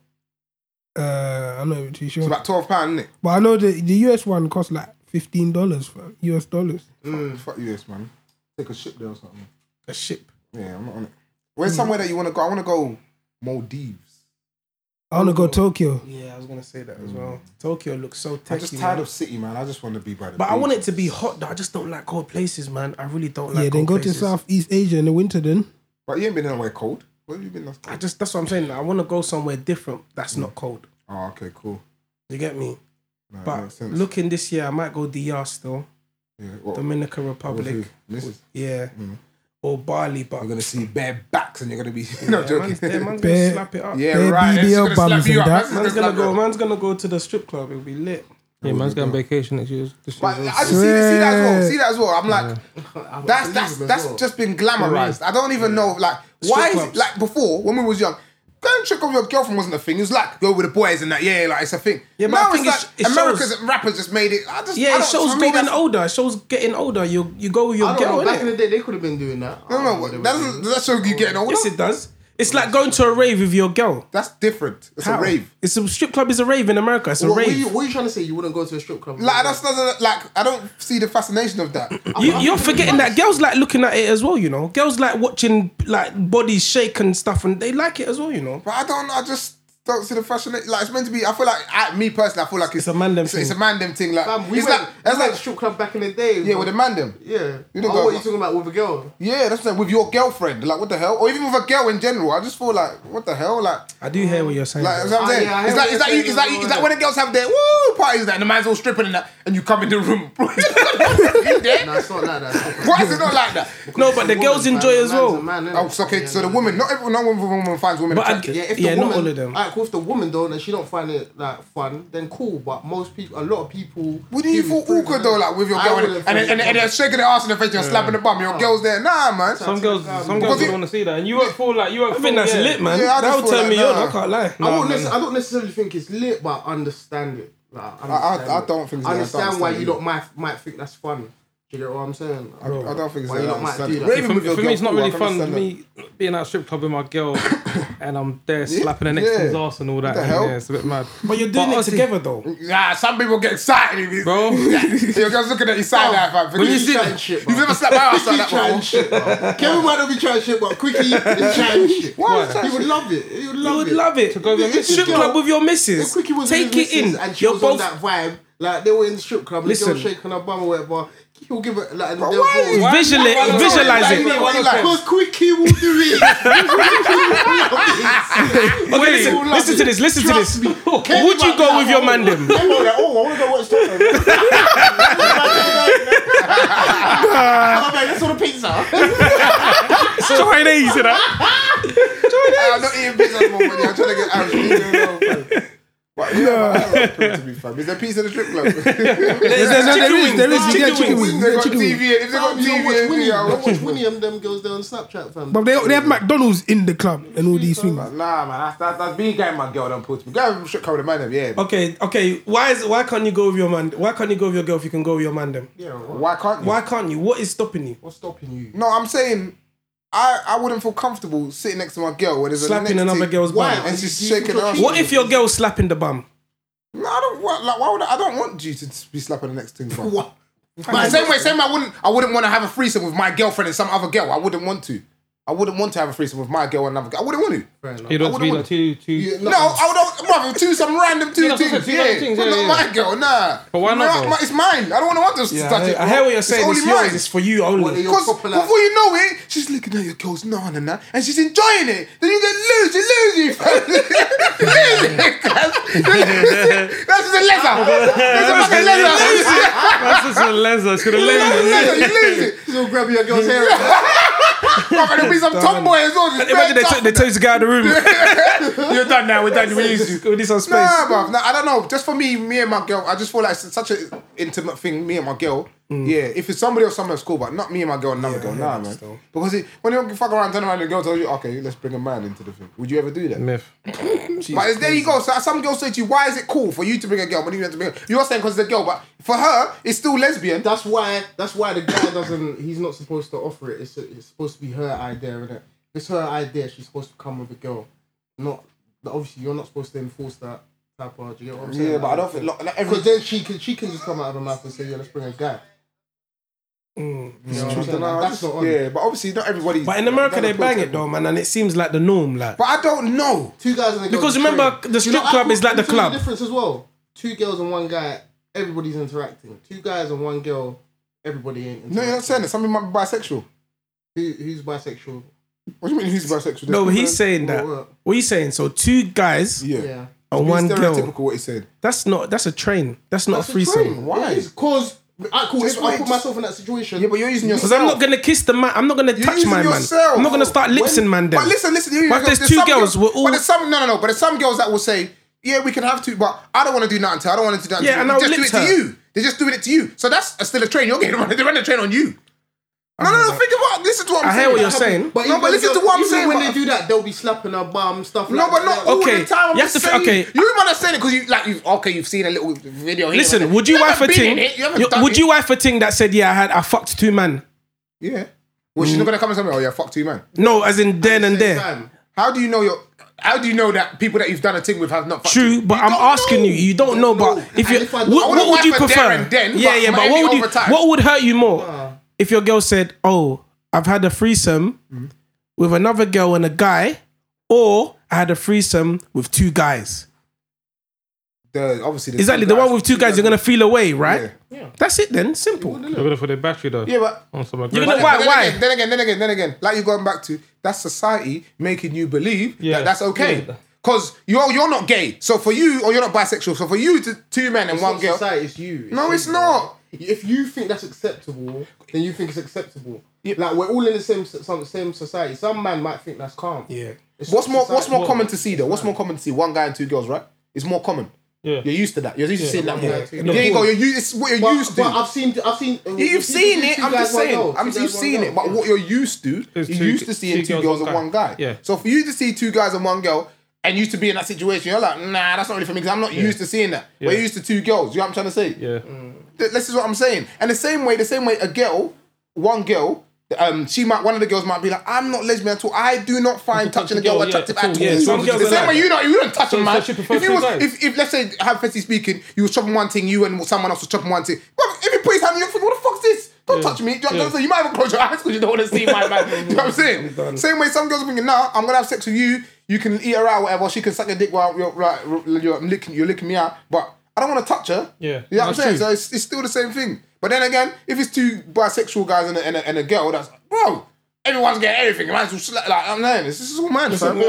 Speaker 4: Uh, I'm not even too
Speaker 5: It's
Speaker 4: sure.
Speaker 5: about twelve pound, isn't
Speaker 4: But I know the the US one costs like fifteen dollars for US dollars.
Speaker 5: it? Fuck US, man. Take a ship there or something. Hmm.
Speaker 8: A ship.
Speaker 5: Yeah, I'm not on it. Where's somewhere that you want to go? I want to go Maldives.
Speaker 4: I wanna go Tokyo.
Speaker 8: Yeah, I was gonna say that as well. Tokyo looks so
Speaker 5: Mm. I'm
Speaker 8: techy.
Speaker 5: just tired
Speaker 8: man.
Speaker 5: of city, man. I just want to be by the.
Speaker 8: But I
Speaker 5: beach.
Speaker 8: want it to be hot. though. I just don't like cold places, man. I really don't like.
Speaker 4: yeah, then
Speaker 8: cold
Speaker 4: go
Speaker 8: places.
Speaker 4: to Southeast Asia in the winter. Then
Speaker 5: But you ain't been nowhere cold. Where have you been? Last
Speaker 8: I
Speaker 5: time?
Speaker 8: just that's what I'm saying. like, I want to go somewhere different that's not cold.
Speaker 5: Oh, okay, cool.
Speaker 8: You get me?
Speaker 5: No, it makes
Speaker 8: But
Speaker 5: sense.
Speaker 8: looking this year, I might go DR still,
Speaker 5: yeah, what,
Speaker 8: Dominican
Speaker 5: what
Speaker 8: Republic,
Speaker 5: was it? This is-
Speaker 8: yeah, or Bali. But
Speaker 5: You're gonna see bare backs, and you're gonna be no
Speaker 8: Yeah,
Speaker 5: joking.
Speaker 8: man's, there, man's
Speaker 4: Bare-
Speaker 8: gonna slap it up.
Speaker 5: Yeah,
Speaker 4: Bare
Speaker 5: right. It's
Speaker 4: BBL
Speaker 5: gonna slap
Speaker 4: bums
Speaker 5: you
Speaker 4: and
Speaker 5: up.
Speaker 4: that.
Speaker 5: It's
Speaker 8: man's gonna
Speaker 5: slap you
Speaker 8: go.
Speaker 5: up.
Speaker 8: Man's gonna go to the strip club. It'll be lit.
Speaker 6: Yeah, man's going on vacation next year. This
Speaker 5: But
Speaker 6: year's-
Speaker 5: I just see, see that as well.
Speaker 4: Swear.
Speaker 5: See that as well. I'm like,
Speaker 7: I would
Speaker 5: that's
Speaker 7: believe
Speaker 5: that's
Speaker 7: them as
Speaker 5: that's
Speaker 7: well.
Speaker 5: just been glamorized. I don't even know like why is it,
Speaker 8: clubs.
Speaker 5: like before when we was young. Going trick off your girlfriend wasn't a thing. It was like go with the boys and that. Yeah, like it's a thing.
Speaker 8: Yeah, but I
Speaker 5: now
Speaker 8: think
Speaker 5: it's
Speaker 8: it's-
Speaker 5: like
Speaker 8: it
Speaker 5: America's
Speaker 8: shows-
Speaker 5: rappers just made it. I just, I
Speaker 8: Yeah, it
Speaker 5: don't-
Speaker 8: shows
Speaker 5: for me,
Speaker 8: going
Speaker 5: that's-
Speaker 8: older. It shows getting older. You you go with
Speaker 7: I
Speaker 8: your
Speaker 7: don't
Speaker 8: girl.
Speaker 7: know. Back in
Speaker 8: innit?
Speaker 7: the day, they could have been doing that.
Speaker 5: I don't know.
Speaker 7: They
Speaker 5: What,
Speaker 7: were
Speaker 5: that
Speaker 7: doing
Speaker 5: doesn't does that show you getting older?
Speaker 8: Yes, it does. It's like going to a rave with your girl.
Speaker 5: That's different. It's a rave.
Speaker 8: It's a strip club. Is a rave in America. It's a
Speaker 7: What, what, are
Speaker 8: rave.
Speaker 7: you, what are you trying to say? You wouldn't go to a strip club?
Speaker 5: Like that's not like I don't see the fascination of that.
Speaker 8: You, you're forgetting that girls like looking at it as well, you know. Girls like watching like bodies shake and stuff, and they like it as well, you know.
Speaker 5: But I don't. I just don't see the fashion. Like it's meant to be. I feel like I, me personally, I feel like it's,
Speaker 8: a man them
Speaker 5: It's, it's a
Speaker 8: thing.
Speaker 5: man them thing. Like
Speaker 7: Fam, we
Speaker 5: it's
Speaker 7: went,
Speaker 5: like
Speaker 7: we
Speaker 5: that's like
Speaker 7: went to strip club back in the day.
Speaker 5: yeah with a man them. You
Speaker 7: yeah. oh,
Speaker 5: don't go-
Speaker 7: what are you talking about with a girl?
Speaker 5: Yeah, that's like with your girlfriend. Like what the hell? Or even with a girl in general. I just feel like what the hell? Like
Speaker 8: I do hear what you're saying.
Speaker 5: like that's what I'm
Speaker 7: Ah,
Speaker 5: saying.
Speaker 7: yeah, I
Speaker 5: is
Speaker 7: hear
Speaker 5: that
Speaker 7: what
Speaker 5: is that
Speaker 7: you're
Speaker 5: you- is that
Speaker 7: saying,
Speaker 5: is that when the girls have their woo parties that and the man's all stripping and that and you come in the room? you
Speaker 7: No,
Speaker 5: there?
Speaker 7: it's not like that. It's not-
Speaker 5: Why is it not like that?
Speaker 8: no, but the
Speaker 7: It's a
Speaker 8: girls
Speaker 7: woman,
Speaker 8: enjoy
Speaker 7: fam.
Speaker 8: as
Speaker 7: A man's a
Speaker 8: well.
Speaker 7: man, innit?
Speaker 5: Oh, so okay.
Speaker 7: Yeah,
Speaker 5: So the
Speaker 7: yeah.
Speaker 5: woman, not every, not one woman finds women
Speaker 8: But I-
Speaker 5: attractive.
Speaker 7: Yeah, if the
Speaker 8: Yeah, not
Speaker 7: woman,
Speaker 8: all of them.
Speaker 7: Like, if the woman though, and she don't find it like fun, then cool. But most people, a lot of people.
Speaker 5: Wouldn't you
Speaker 7: do
Speaker 5: feel
Speaker 7: prove
Speaker 5: awkward
Speaker 7: it.
Speaker 5: though, like with your
Speaker 7: I
Speaker 5: girl, and, and,
Speaker 7: wouldn't feel
Speaker 5: and, and
Speaker 7: awkward.
Speaker 5: they're shaking their ass in the face, you're slapping the bum. Your girl's there, nah, man.
Speaker 6: Some girls, some
Speaker 5: Because
Speaker 6: girls
Speaker 5: it-
Speaker 6: don't want to see that, and you won't feel like you won't.
Speaker 8: I think that's lit, man.
Speaker 5: Yeah, I
Speaker 8: that
Speaker 5: just
Speaker 8: would
Speaker 5: feel
Speaker 8: turn
Speaker 5: like,
Speaker 8: me on.
Speaker 5: nah.
Speaker 8: I can't lie.
Speaker 7: I, won't nece- I don't necessarily think it's lit, but I understand it. Like, I, understand
Speaker 5: I
Speaker 7: it.
Speaker 5: don't think it's lit, I
Speaker 7: I
Speaker 5: don't
Speaker 7: understand why
Speaker 5: understand
Speaker 7: you
Speaker 5: it.
Speaker 7: lot might might think that's fun. Do you get what I'm saying?
Speaker 5: I, I don't think it's
Speaker 7: Why you lot might do
Speaker 5: understandable.
Speaker 7: that?
Speaker 5: Raving
Speaker 6: For,
Speaker 5: with your
Speaker 6: for
Speaker 5: girl,
Speaker 6: me, it's not
Speaker 5: cool, I
Speaker 6: really
Speaker 5: can
Speaker 6: fun.
Speaker 5: understand that.
Speaker 6: Me being at a strip club with my girl, and I'm there slapping the next
Speaker 5: yeah.
Speaker 6: one's ass and all that.
Speaker 5: the
Speaker 6: and
Speaker 5: hell?
Speaker 6: Yeah, it's a bit mad,
Speaker 8: But you're doing it
Speaker 6: honestly-
Speaker 8: together though.
Speaker 5: Nah, some people get excited. if you-
Speaker 6: bro.
Speaker 5: Your girl's looking at you side eye, fam.
Speaker 7: But you
Speaker 5: see
Speaker 7: trying
Speaker 5: that?
Speaker 7: shit,
Speaker 5: You've
Speaker 7: bro.
Speaker 5: never slapped my ass like
Speaker 7: He's
Speaker 5: that
Speaker 7: trying
Speaker 5: before.
Speaker 7: shit, bro. Kevin might not be trying shit, but Quickie is trying shit.
Speaker 5: Why is he trying
Speaker 7: He would love it. He would love
Speaker 8: You would
Speaker 7: it.
Speaker 8: love it.
Speaker 6: go with your missus.
Speaker 8: Strip club with your missus.
Speaker 7: If Quickie was
Speaker 8: Take
Speaker 7: with his
Speaker 8: it in.
Speaker 7: missus And she
Speaker 8: You're
Speaker 7: was
Speaker 8: both.
Speaker 7: on that vibe. Like they were in the strip club. and The girl
Speaker 8: Listen.
Speaker 7: shaking her bum or whatever. He'll give it like.
Speaker 5: Bro, why is-
Speaker 6: Why-
Speaker 8: Visual it,
Speaker 6: why not?
Speaker 8: visualize
Speaker 6: Why
Speaker 8: it.
Speaker 6: not? Why not?
Speaker 7: Because Quickie will do it.
Speaker 8: Okay, listen, listen to this. Listen to this.
Speaker 7: Trust me. Kevin
Speaker 8: Would you
Speaker 7: might
Speaker 8: go
Speaker 7: be
Speaker 8: with
Speaker 7: like,
Speaker 8: your
Speaker 7: oh,
Speaker 8: man them?
Speaker 7: Kevin might be like, oh, I want to go watch Tottenham. Oh, man, that's all the pizza.
Speaker 8: It's Chinese, you know.
Speaker 5: I'm not eating pizza at the moment. yeah, I'm trying to get Irish. Leave me alone, fam. But yeah, man, I to be fam. Is there pizza in the strip club?
Speaker 8: There's chicken
Speaker 4: there
Speaker 8: wings.
Speaker 4: is,
Speaker 8: There's
Speaker 4: yeah,
Speaker 8: chicken
Speaker 4: chicken
Speaker 8: wings.
Speaker 4: wings.
Speaker 5: If they got
Speaker 4: chicken
Speaker 5: TV, in- if they got
Speaker 7: You don't watch
Speaker 5: TV, in,
Speaker 7: Winnie.
Speaker 5: yeah, I'll
Speaker 7: Don't
Speaker 5: watch it.
Speaker 7: watch Winnie and them girls there on Snapchat, fam.
Speaker 4: But they, they have McDonald's in the club and all these things.
Speaker 5: Nah, man, that's that's, that's me getting my girl done pulled to me. Go and strip club with a man, them, yeah.
Speaker 8: Okay, okay. Why is why can't you go with your man? Why can't you go with your girl if you can go with your man them?
Speaker 7: Yeah, what-
Speaker 5: Why can't you?
Speaker 8: Why can't you? What is stopping you?
Speaker 7: what's stopping you?
Speaker 5: No, I'm saying I, I wouldn't feel comfortable sitting next to my girl where there's a
Speaker 8: Slapping
Speaker 5: neck
Speaker 8: another
Speaker 5: tick.
Speaker 8: girl's
Speaker 7: Why?
Speaker 8: bum.
Speaker 5: and she's
Speaker 7: Do you
Speaker 5: shaking
Speaker 7: think
Speaker 5: her ass.
Speaker 7: you're
Speaker 8: What if your girl's slapping the bum?
Speaker 5: No, I don't want. Like, why would I, I don't want you to be slapping the next thing. Bro.
Speaker 7: What?
Speaker 5: But same way, same way, I wouldn't. I wouldn't want to have a threesome with my girlfriend and some other girl. I wouldn't want to. I wouldn't want to have a threesome with my girl and another girl. I wouldn't want to.
Speaker 6: You don't want to be
Speaker 5: wouldn't
Speaker 6: like two, two.
Speaker 7: Yeah,
Speaker 5: No, I would. Brother, two some random two
Speaker 6: Yeah, that's what I
Speaker 5: things.
Speaker 6: said, two
Speaker 5: yeah,
Speaker 6: random things,
Speaker 5: but
Speaker 6: yeah,
Speaker 5: not
Speaker 6: yeah.
Speaker 5: my girl. Nah.
Speaker 6: But why not,
Speaker 5: My-
Speaker 6: though?
Speaker 5: my- it's mine. I don't want to want to touch it.
Speaker 8: I, I
Speaker 5: bro.
Speaker 8: hear what you're saying. It's,
Speaker 5: only
Speaker 8: yours.
Speaker 5: mine.
Speaker 8: It's for you only.
Speaker 7: What are your
Speaker 5: Because
Speaker 7: proper, like-
Speaker 5: before you know it, she's looking at your girls, no, no, no, and she's enjoying it. Then you get lose, you lose, you fam. You lose it, cuz. You lose it. That's just a leather. That's a fucking leather. You lose it.
Speaker 6: That's just a laser. Should have
Speaker 5: That's a leather. You lose it.
Speaker 7: Still grab your girl's hair.
Speaker 5: Fuck, and there'll be some tomboy as well. just
Speaker 8: Imagine they
Speaker 5: bent
Speaker 8: took they
Speaker 5: up.
Speaker 8: took the guy out of the room.
Speaker 5: You're done now. We're done. We lose you.
Speaker 8: We need some space.
Speaker 5: Nah, bruv. Nah, I don't know. Just for me, me and my girl, I just feel like it's such an intimate thing. Me and my girl.
Speaker 7: Mm.
Speaker 5: Yeah, if it's somebody else, somewhere cool, but not me and my girl, and another girl. Nah, man. Because it, when you fuck around, turn around, and the girl tells you, okay, let's bring a man into the thing. Would you ever do that?
Speaker 6: Myth.
Speaker 5: but it's- there you go. So some girls say to you, why is it cool for you to bring a girl? When you have to bring, a-" you're saying because it's a girl, but for her, it's still lesbian.
Speaker 7: That's why. That's why the guy doesn't. He's not supposed to offer it. It's, it's supposed to be her idea, innit? It's her idea. She's supposed to come with a girl. Not obviously you're not supposed to enforce that type of. Do you get what I'm saying?
Speaker 5: Yeah, but I don't think like, like every.
Speaker 7: Because then she can she can just come out of her mouth and say, "Yeah, let's bring a guy." You know what I'm saying?
Speaker 5: Nah, I
Speaker 7: That's
Speaker 5: just-
Speaker 7: not on.
Speaker 5: yeah, but obviously not everybody.
Speaker 8: But in America they bang it though, man, and it seems like the norm, like.
Speaker 5: But I don't know.
Speaker 7: Two guys and a girl. is
Speaker 8: Because remember,
Speaker 7: true.
Speaker 8: the strip
Speaker 7: I
Speaker 8: club
Speaker 7: thought-
Speaker 8: is like the
Speaker 7: you feel
Speaker 8: club.
Speaker 7: difference as well. Two girls and one guy. Everybody's interacting. Two guys and one girl. Everybody ain't.
Speaker 5: No, you're not saying that. Somebody might be bisexual.
Speaker 7: Who, who's bisexual?
Speaker 5: What do you mean who's bisexual?
Speaker 8: No, he's saying that.
Speaker 7: What- what?
Speaker 8: What are you saying? So two guys
Speaker 5: Yeah.
Speaker 7: Yeah.
Speaker 8: and one
Speaker 5: It's
Speaker 8: girl.
Speaker 5: stereotypical what he said.
Speaker 8: That's not. That's a train. That's not a threesome.
Speaker 5: Why?
Speaker 7: Because I cool.
Speaker 5: Just
Speaker 7: if I
Speaker 5: wait,
Speaker 7: put
Speaker 5: just-
Speaker 7: myself in that situation.
Speaker 5: Yeah, but you're using yourself.
Speaker 8: Because I'm not gonna kiss the man. I'm not gonna touch
Speaker 5: using
Speaker 8: my man.
Speaker 5: yourself.
Speaker 8: I'm not gonna start lipsing man. Then.
Speaker 5: But listen, listen. you-
Speaker 8: But if there's two
Speaker 5: some
Speaker 8: girls, we're all-
Speaker 5: But there's some. No, no, no. But there's some girls that will say, "Yeah, we can have two, but I don't want to do nothing to. her. I don't want to do nothing
Speaker 8: Yeah,
Speaker 5: to. her.
Speaker 8: and
Speaker 5: They
Speaker 8: I'll
Speaker 5: just do
Speaker 8: lip
Speaker 5: it
Speaker 8: her.
Speaker 5: to you. They're just doing it to you. So that's still a train. You're getting running. They're running a train on you. No, no, no. Think about. Listen to what I'm
Speaker 8: I
Speaker 5: saying.
Speaker 8: hear what you're saying.
Speaker 5: No,
Speaker 7: even
Speaker 5: but listen
Speaker 7: though-
Speaker 5: to what I'm
Speaker 7: even
Speaker 5: saying,
Speaker 7: When
Speaker 5: but-
Speaker 7: they do that, they'll be slapping her bum stuff.
Speaker 5: No,
Speaker 7: like
Speaker 5: but
Speaker 7: that.
Speaker 5: not all
Speaker 8: Okay,
Speaker 5: the time. I'm
Speaker 8: you
Speaker 5: just
Speaker 8: have to-
Speaker 5: saying.
Speaker 8: okay.
Speaker 5: You might not saying it because you like you've okay. You've seen a little video. Here
Speaker 8: Listen,
Speaker 5: and there.
Speaker 8: would you, wife
Speaker 5: haven't
Speaker 8: a
Speaker 5: been
Speaker 8: ting?
Speaker 5: in it, You haven't
Speaker 8: you-
Speaker 5: done
Speaker 8: would
Speaker 5: it.
Speaker 8: you wife a ting that said, "Yeah, I had, I fucked two man." Mm.
Speaker 5: Yeah. Well, she's not gonna come and tell me, "Oh yeah, fuck two man."
Speaker 8: No, as in then
Speaker 7: Same
Speaker 8: and there.
Speaker 7: time.
Speaker 5: How do you know your? How do you know that people that you've done a thing with have not? fucked
Speaker 8: True,
Speaker 5: you?
Speaker 8: but
Speaker 5: You
Speaker 8: I'm
Speaker 5: don't
Speaker 8: asking
Speaker 5: know.
Speaker 8: you. You don't know, but if
Speaker 7: And
Speaker 8: you,
Speaker 7: if I
Speaker 8: what,
Speaker 7: don't- I
Speaker 5: wouldn't
Speaker 8: what would you
Speaker 5: wipe her
Speaker 8: prefer?
Speaker 5: there and then,
Speaker 8: yeah,
Speaker 5: but
Speaker 8: yeah, but
Speaker 5: maybe
Speaker 8: what would
Speaker 5: over
Speaker 8: you,
Speaker 5: time. Uh.
Speaker 8: what would hurt you more? If your girl said, "Oh, I've had a threesome
Speaker 5: Mm-hmm.
Speaker 8: with another girl and a guy," or I had a threesome with two guys.
Speaker 5: The, obviously, the
Speaker 8: Exactly,
Speaker 5: two
Speaker 8: the one
Speaker 5: guys-
Speaker 8: with two guys, you're gonna feel away, right?
Speaker 7: Yeah. Yeah.
Speaker 8: That's it then. Simple.
Speaker 6: They're going for their battery though.
Speaker 5: Yeah, but
Speaker 6: On some
Speaker 8: You're
Speaker 6: aggression.
Speaker 8: gonna- Why-
Speaker 5: Then
Speaker 8: why?
Speaker 5: Again, then again, then again, then again. Like you're going back to that's society making you believe
Speaker 6: Yeah.
Speaker 5: that that's okay.
Speaker 6: Yeah.
Speaker 5: Because you're you're not gay, so for you, or you're not bisexual, so for you to two men and
Speaker 7: It's
Speaker 5: one
Speaker 7: not
Speaker 5: girl.
Speaker 7: Society, it's you.
Speaker 5: No,
Speaker 7: you,
Speaker 5: it's
Speaker 7: bro.
Speaker 5: not.
Speaker 7: If you think that's acceptable, then you think it's acceptable. Like we're all in the same so- some- same society. Some man might think that's calm. Yeah.
Speaker 5: What's more? What's more common to see though? What's more common to see? One guy and two girls, right? It's more common.
Speaker 6: Yeah.
Speaker 5: You're used to that. You're used to seeing that more.
Speaker 7: Yeah.
Speaker 5: There you go. You're used. It's what you're
Speaker 7: But,
Speaker 5: used to.
Speaker 7: but I've seen, I've seen. uh,
Speaker 5: Yeah, you've
Speaker 7: two-
Speaker 5: seen
Speaker 7: two
Speaker 5: it. I'm
Speaker 7: guys,
Speaker 5: just
Speaker 7: one
Speaker 5: saying.
Speaker 7: girl.
Speaker 5: I'm
Speaker 7: Two
Speaker 5: you've
Speaker 7: guys, one
Speaker 5: seen
Speaker 7: girl.
Speaker 5: it. But
Speaker 7: Yeah.
Speaker 5: what you're used to, you're
Speaker 6: It's two-
Speaker 5: used to seeing two, girls and one guy.
Speaker 6: Yeah.
Speaker 5: So for you to see two guys and one girl, and you to be in that situation, you're like, nah, that's not really for me because I'm not used to seeing that. We're
Speaker 6: Yeah.
Speaker 5: used to two girls. You know what I'm trying to say?
Speaker 6: Yeah.
Speaker 5: Th- This is what I'm saying. And the same way, the same way, a girl, one girl. Um, she might one of the girls might be like, I'm not lesbian at all. I do not find touching a girl
Speaker 6: Yeah,
Speaker 5: attractive
Speaker 6: at all.
Speaker 5: at all.
Speaker 6: Yeah, some
Speaker 5: the
Speaker 6: girls
Speaker 5: same
Speaker 6: are like
Speaker 5: way you don't you don't touch a
Speaker 6: So-
Speaker 5: man.
Speaker 6: so she
Speaker 5: if
Speaker 6: prefers
Speaker 5: you
Speaker 6: two
Speaker 5: was
Speaker 6: guys?
Speaker 5: if, if let's say hypothetically speaking, you was chopping one thing, you and someone else was chopping one thing. But if you put his hand, in, you think, what the fuck's this? Don't touch me. Do you, know what I'm
Speaker 6: Yeah.
Speaker 5: saying? you might even close your eyes because you don't want to see my man. Do you know what I'm saying? Same way some girls are thinking, nah, I'm gonna have sex with you. You can eat her out, whatever. She can suck your dick while you're like you're, licking, you're licking me out, but I don't want to touch her.
Speaker 6: Yeah.
Speaker 5: you know what I'm
Speaker 6: That's
Speaker 5: saying.
Speaker 6: true.
Speaker 5: So it's, it's still the same thing. But then again, if it's two bisexual guys and a, and a, and a girl, that's bro. Everyone's getting everything. You might as well sla- like I'm saying. This is all mine, fam.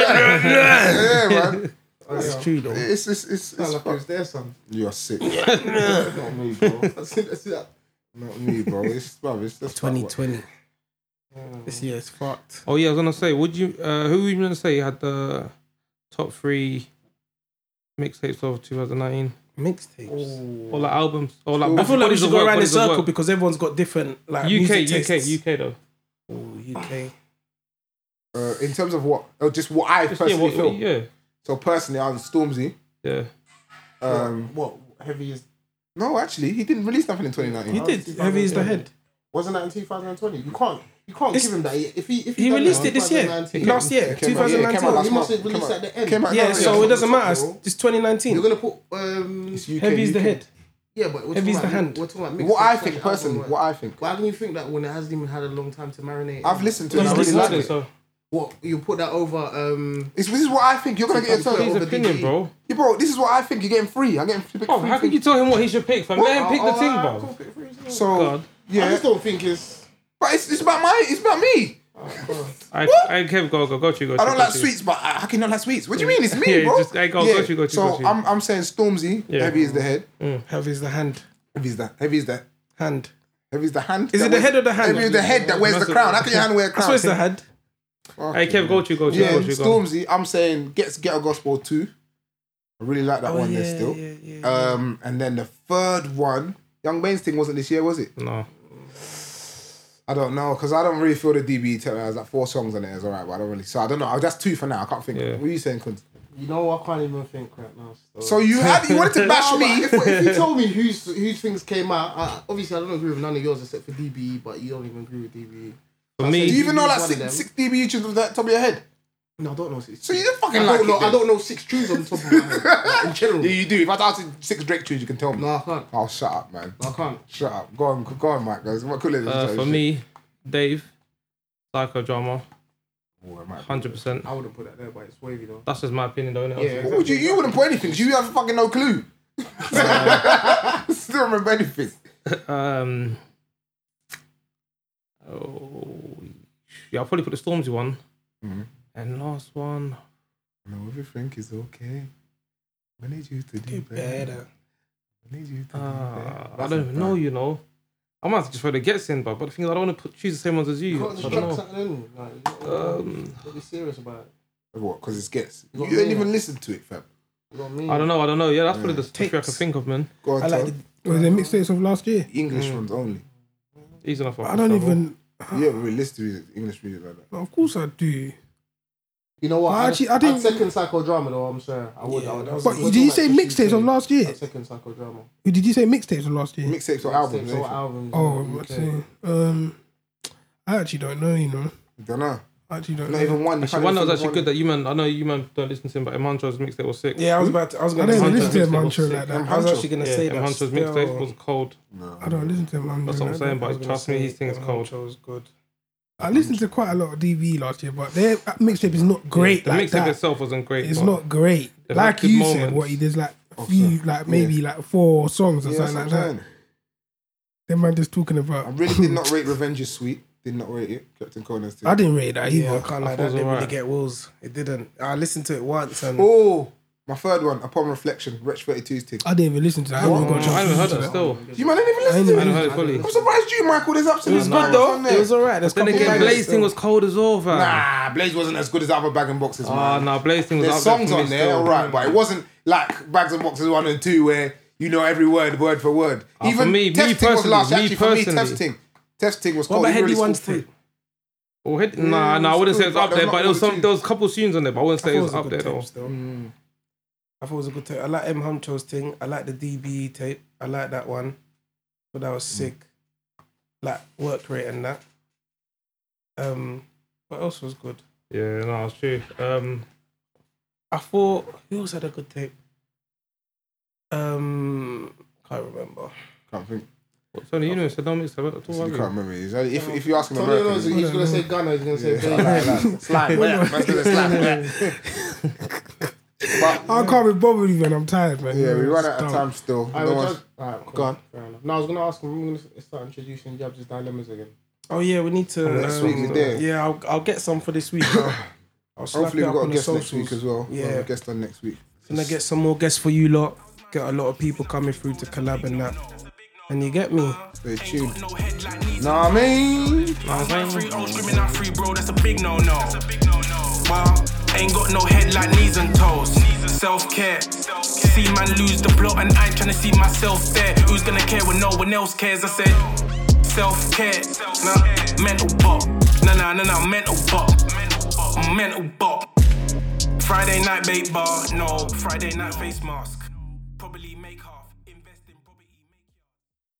Speaker 5: yeah, man.
Speaker 8: That's true though.
Speaker 5: It's it's it's,
Speaker 7: Sound
Speaker 5: it's
Speaker 7: like it was their son.
Speaker 5: you're sick. Not me, bro.
Speaker 7: That's it, that's it.
Speaker 5: Not me, bro. It's bro. It's just
Speaker 8: Twenty twenty. This year is fucked.
Speaker 6: Oh yeah, I was gonna say, would you? Uh, who were you gonna say had the top three mixtapes of 2019,
Speaker 8: Mixtapes.
Speaker 6: or like albums, or like?
Speaker 8: I feel like we
Speaker 6: bodies
Speaker 8: should
Speaker 6: of
Speaker 8: go
Speaker 6: work,
Speaker 8: around in
Speaker 6: bodies of
Speaker 8: circle
Speaker 6: work?
Speaker 8: because everyone's got different like music
Speaker 6: UK, UK,
Speaker 8: tastes.
Speaker 6: UK though.
Speaker 8: Ooh, UK.
Speaker 5: Uh, in terms of what, oh, just what I
Speaker 6: Just,
Speaker 5: personally
Speaker 6: yeah, what,
Speaker 5: feel.
Speaker 6: yeah,
Speaker 5: So personally, I'm Stormzy.
Speaker 6: yeah.
Speaker 5: Um,
Speaker 7: What heavy is?
Speaker 5: no, actually, he didn't release nothing in 2019.
Speaker 8: He did. Heavy is the head.
Speaker 7: Wasn't that in 2020? You can't, you can't
Speaker 8: It's-
Speaker 7: give him that. If he, if
Speaker 8: He
Speaker 7: done
Speaker 8: released
Speaker 7: in
Speaker 8: it this year.
Speaker 7: 2019,
Speaker 8: Last year,
Speaker 5: It came out- yeah, it came
Speaker 8: 2019.
Speaker 5: out last
Speaker 7: He must
Speaker 5: month.
Speaker 7: have released
Speaker 5: Came out-
Speaker 7: at the end.
Speaker 5: came out-
Speaker 8: yeah,
Speaker 5: no,
Speaker 8: so
Speaker 5: yeah.
Speaker 8: it doesn't matter. It's,
Speaker 7: Bro.
Speaker 8: it's
Speaker 7: You're
Speaker 8: 2019.
Speaker 7: gonna put um,
Speaker 5: It's UK,
Speaker 8: Heavy is the
Speaker 5: UK.
Speaker 8: head.
Speaker 7: yeah, but we're
Speaker 8: Heavy's
Speaker 7: talking
Speaker 8: the
Speaker 7: about-
Speaker 8: hand.
Speaker 7: We're talking about
Speaker 5: What I
Speaker 7: mixtapes,
Speaker 5: think
Speaker 7: like album,
Speaker 5: personally,
Speaker 7: right?
Speaker 5: what I think.
Speaker 7: Why can you think that when it hasn't even had a long time to marinate?
Speaker 5: I've listened to it.
Speaker 6: He's
Speaker 5: and I really
Speaker 6: listened
Speaker 5: like
Speaker 6: to it,
Speaker 5: it.
Speaker 6: so
Speaker 7: What you put that over? Um,
Speaker 5: It's, this is what I think. You're gonna get your
Speaker 7: It's
Speaker 5: turn.
Speaker 6: his
Speaker 7: over
Speaker 6: opinion,
Speaker 7: DG.
Speaker 6: bro.
Speaker 5: Yeah, bro, this is what I think. You're getting free. I'm getting free.
Speaker 6: Oh,
Speaker 5: free
Speaker 6: how can
Speaker 5: things.
Speaker 6: you tell him what he should pick? Fam, let him pick the
Speaker 7: oh,
Speaker 6: thing,
Speaker 7: alright,
Speaker 6: bro.
Speaker 7: cool, pick three, yeah.
Speaker 5: So
Speaker 6: God.
Speaker 5: yeah,
Speaker 7: I just don't think it's.
Speaker 5: but it's, it's about my. It's about me.
Speaker 6: I, I Kev, go, go, got you, got you.
Speaker 5: I don't
Speaker 6: got
Speaker 5: like
Speaker 6: you.
Speaker 5: sweets, but I, I can not like sweets. What do you mean? It's me,
Speaker 6: Yeah,
Speaker 5: bro.
Speaker 6: just- I got- got you, got you,
Speaker 5: so
Speaker 6: got you.
Speaker 5: I'm I'm saying Stormzy.
Speaker 6: Yeah.
Speaker 5: Heavy is the head.
Speaker 8: Heavy is the hand.
Speaker 5: Heavy is the heavy is the
Speaker 8: Hand.
Speaker 5: heavy is the hand.
Speaker 8: Is
Speaker 5: that
Speaker 8: it the
Speaker 5: wears-
Speaker 8: head or the hand?
Speaker 5: Heavy is the head that wears the crown. How can your hand wear a
Speaker 8: So
Speaker 5: crown?
Speaker 8: it's the hand.
Speaker 6: Hey, Kev, go, you, go, you,
Speaker 5: Yeah,
Speaker 6: go, you, go.
Speaker 5: Stormzy. I'm saying gets Ghetto Gospel two. I really like
Speaker 8: Oh,
Speaker 5: that one there still. Um, and then the third one, Young Bane's thing wasn't this year, was it?
Speaker 6: No,
Speaker 5: I don't know because I don't really feel the DB. Tell has like four songs on it. It's alright, but I don't really. So I don't know. Oh, That's two for now. I can't think.
Speaker 6: Yeah.
Speaker 5: What are you saying, Kunz?
Speaker 7: You know, I can't even think right now.
Speaker 5: So you had you wanted to bash me?
Speaker 7: If, if you told me whose whose things came out, I, obviously I don't agree with none of yours except for DBE, but you don't even agree with E. DBE.
Speaker 6: for
Speaker 5: Do
Speaker 6: me,
Speaker 5: you even know like
Speaker 7: One of them.
Speaker 5: six, six DB tunes off the top of your head?
Speaker 7: No, I don't know. Six
Speaker 5: So you didn't fucking
Speaker 7: I
Speaker 5: like
Speaker 7: don't know.
Speaker 5: it. then.
Speaker 7: I don't know six tunes on top of my head like, in general.
Speaker 5: Yeah, you do. If I asked you six Drake tunes, you can tell me.
Speaker 7: No, I can't.
Speaker 5: Oh, shut up, man.
Speaker 7: I can't.
Speaker 5: Shut up. Go on, go on, Mike. Guys, what cool is
Speaker 6: uh, for me, Dave, psychodrama, hundred percent.
Speaker 7: I wouldn't put that there, but it's wavy though.
Speaker 6: That's just my opinion, though. Innit?
Speaker 7: Yeah.
Speaker 5: What would you? You wouldn't put anything. 'cause You have fucking no clue. Still remember anything.
Speaker 6: Um. Oh, yeah, I'll probably put the Stormzy one. And last one.
Speaker 5: No, everything is okay. I need you to do better. I need you to
Speaker 6: Uh, I
Speaker 5: That's
Speaker 6: don't
Speaker 5: a
Speaker 6: even know, you know. I might have to just throw the gets in, but, but the thing is, I don't want to put, choose the same ones as you.
Speaker 7: You
Speaker 6: I
Speaker 7: can't just
Speaker 6: don't
Speaker 7: chuck
Speaker 6: know.
Speaker 7: something in. Like, you gotta-
Speaker 6: Um,
Speaker 7: gotta be serious about it.
Speaker 5: What? Because it's gets. You
Speaker 7: got
Speaker 5: didn't
Speaker 7: me.
Speaker 5: even listen to it, fam.
Speaker 7: You know what I mean?
Speaker 6: I don't know. I don't know. Yeah, that's probably the top three I
Speaker 8: Takes.
Speaker 6: can think of, man.
Speaker 5: Go on,
Speaker 8: I like
Speaker 5: Tom.
Speaker 8: the
Speaker 4: Or the mixtapes of last year.
Speaker 5: English
Speaker 6: Mm.
Speaker 5: ones only.
Speaker 6: Easy enough.
Speaker 4: I don't even.
Speaker 5: You haven't really listened to music, English music like that.
Speaker 4: Of course I do.
Speaker 7: You know what?
Speaker 4: I actually- I didn't-
Speaker 7: I'd second psychodrama though. I'm sure. I would. I would. I would
Speaker 4: But did you say mixtapes of last year?
Speaker 7: I'd second psychodrama.
Speaker 4: Did you say mixtapes of last year?
Speaker 5: Mixtapes or albums? eh?
Speaker 7: Mixtapes or
Speaker 5: anything.
Speaker 7: albums?
Speaker 4: Oh,
Speaker 7: yeah,
Speaker 4: I'm about to say, um, I actually don't know. You know,
Speaker 5: Dunno.
Speaker 4: actually don't.
Speaker 5: Not
Speaker 4: know.
Speaker 5: even one.
Speaker 6: Actually, one that was actually good that you man, I know you man don't listen to him, but Emancho's mixtape was sick.
Speaker 8: Yeah, I was about to, I was
Speaker 4: I
Speaker 8: going
Speaker 4: don't
Speaker 8: to
Speaker 4: even
Speaker 6: Hunter
Speaker 4: listen to
Speaker 6: mixtape
Speaker 4: him
Speaker 6: was
Speaker 4: Mantra
Speaker 6: sick.
Speaker 4: like that.
Speaker 8: I was actually going to
Speaker 6: Yeah,
Speaker 8: say that.
Speaker 6: Emancho's mixtape was cold.
Speaker 4: I don't listen to him Mantra.
Speaker 6: That's what I'm
Speaker 4: like
Speaker 6: saying,
Speaker 4: that.
Speaker 6: but trust me, he thinks cold.
Speaker 8: was good.
Speaker 4: I listened to quite a lot of DB last year, but their mixtape is not great
Speaker 6: The
Speaker 4: like
Speaker 6: mixtape
Speaker 4: that.
Speaker 6: itself wasn't great.
Speaker 4: it's
Speaker 6: but
Speaker 4: not great.
Speaker 6: It had
Speaker 4: Like
Speaker 6: good
Speaker 4: you said,
Speaker 6: moments.
Speaker 4: what he did, like a few, like maybe like four songs or
Speaker 5: Oh, Yeah,
Speaker 4: something like that.
Speaker 5: sometimes.
Speaker 4: Them man just talking
Speaker 5: I
Speaker 4: about.
Speaker 5: really did not rate Revenge is Sweet. Did not rate it. Captain Conan's too.
Speaker 4: I didn't rate that either.
Speaker 8: Yeah, I can't lie.
Speaker 6: thought it
Speaker 8: That
Speaker 6: was
Speaker 8: didn't really
Speaker 6: alright.
Speaker 8: get Will's. It didn't. I listened to it once and
Speaker 5: Oh, my third one. Upon reflection, Wretch 32's thing.
Speaker 4: I didn't even listen to that. I haven't got a
Speaker 6: I
Speaker 4: chance
Speaker 6: haven't
Speaker 4: to
Speaker 6: heard
Speaker 4: listen
Speaker 6: it
Speaker 4: to that.
Speaker 6: still.
Speaker 5: You man didn't even
Speaker 4: I ain't
Speaker 5: listen
Speaker 4: even
Speaker 5: to
Speaker 6: I haven't
Speaker 5: it.
Speaker 6: heard it fully.
Speaker 5: I'm surprised you, Michael. There's absolutely
Speaker 8: it was good though. It was alright. There's
Speaker 6: Then
Speaker 8: couple
Speaker 6: again,
Speaker 8: bangers
Speaker 6: Blaze
Speaker 8: still.
Speaker 6: thing was cold as well, fam.
Speaker 5: Nah, Blaze wasn't as good as other bag and boxes.
Speaker 6: Ah,
Speaker 5: man.
Speaker 6: nah, Blaze thing was
Speaker 5: There's
Speaker 6: out there
Speaker 5: songs
Speaker 6: for me
Speaker 5: on there,
Speaker 6: still.
Speaker 5: all right, but it wasn't like Bags and Boxes one and two where you know every word, word for word.
Speaker 6: Ah, for me- me
Speaker 5: testing was
Speaker 6: personally,
Speaker 5: last.
Speaker 6: me
Speaker 5: Actually, for me,
Speaker 6: personally.
Speaker 5: testing, testing was.
Speaker 8: What
Speaker 5: cold. He
Speaker 8: about Heady
Speaker 5: released all
Speaker 8: One's
Speaker 5: three.
Speaker 8: tape?
Speaker 6: Or hit, nah, nah, I
Speaker 5: it's
Speaker 6: wouldn't say
Speaker 5: good,
Speaker 6: it's
Speaker 5: but
Speaker 6: up
Speaker 5: they're
Speaker 6: there,
Speaker 5: not
Speaker 6: but there was
Speaker 5: all the
Speaker 6: some, there was a couple tunes on there, but I wouldn't
Speaker 8: I thought
Speaker 6: say
Speaker 8: it
Speaker 6: it's
Speaker 8: was a
Speaker 6: up
Speaker 8: good
Speaker 6: there
Speaker 8: tape
Speaker 6: though.
Speaker 8: still. I thought it was a good tape. I like M Huncho's thing. I like the DBE tape. I like that one, but that
Speaker 6: Mm.
Speaker 8: was sick. Like work rate and that. Um, what else was good?
Speaker 6: Yeah, no, it's true. Um,
Speaker 8: I thought who else had a good tape? Um, can't remember.
Speaker 5: Can't think.
Speaker 6: Tony, you know, so don't mix up.
Speaker 5: You can't remember. It's only- If if you ask an
Speaker 7: Tony
Speaker 5: American,
Speaker 7: knows
Speaker 5: it's
Speaker 7: that he's gonna say Ghana, he's gonna say
Speaker 5: like
Speaker 7: Ghana.
Speaker 5: that. slap. yeah, man's gonna slap. yeah. But
Speaker 4: I can't be bothered even. I'm tired, man.
Speaker 5: yeah, we ran out
Speaker 4: Dumb.
Speaker 5: of time still.
Speaker 7: I
Speaker 5: No
Speaker 7: would
Speaker 5: one's-
Speaker 7: just- Alright, cool.
Speaker 5: Go on.
Speaker 7: Fair enough. No, I was gonna ask him. We're gonna start introducing Jabs' dilemmas again.
Speaker 8: Oh yeah, we need to.
Speaker 5: Next
Speaker 8: um,
Speaker 5: week we're there.
Speaker 8: yeah, I'll, I'll get some for this week. I'll, I'll slap
Speaker 5: Hopefully
Speaker 8: it
Speaker 5: we've
Speaker 8: up
Speaker 5: got
Speaker 8: on
Speaker 5: a
Speaker 8: the
Speaker 5: guest next week
Speaker 8: socials.
Speaker 5: as well. We'll
Speaker 8: Yeah.
Speaker 5: have a guest on next week.
Speaker 8: Gonna get some more guests for you lot. Get a lot of people coming through to collab and that. And you get me.
Speaker 5: Stay tuned.
Speaker 2: No head like needs.
Speaker 5: Nah, I mean,
Speaker 2: Free oh, screaming out free, bro. That's a big no no. Well, ain't got no head like knees and toes. Self care. See man lose the plot, and I ain't tryna see myself there. Who's gonna care when no one else cares? I said, self care. Nah, mental bop. Nah, nah, nah, nah, mental bop. Mental bop. Friday night bait bar. No, Friday night face mask.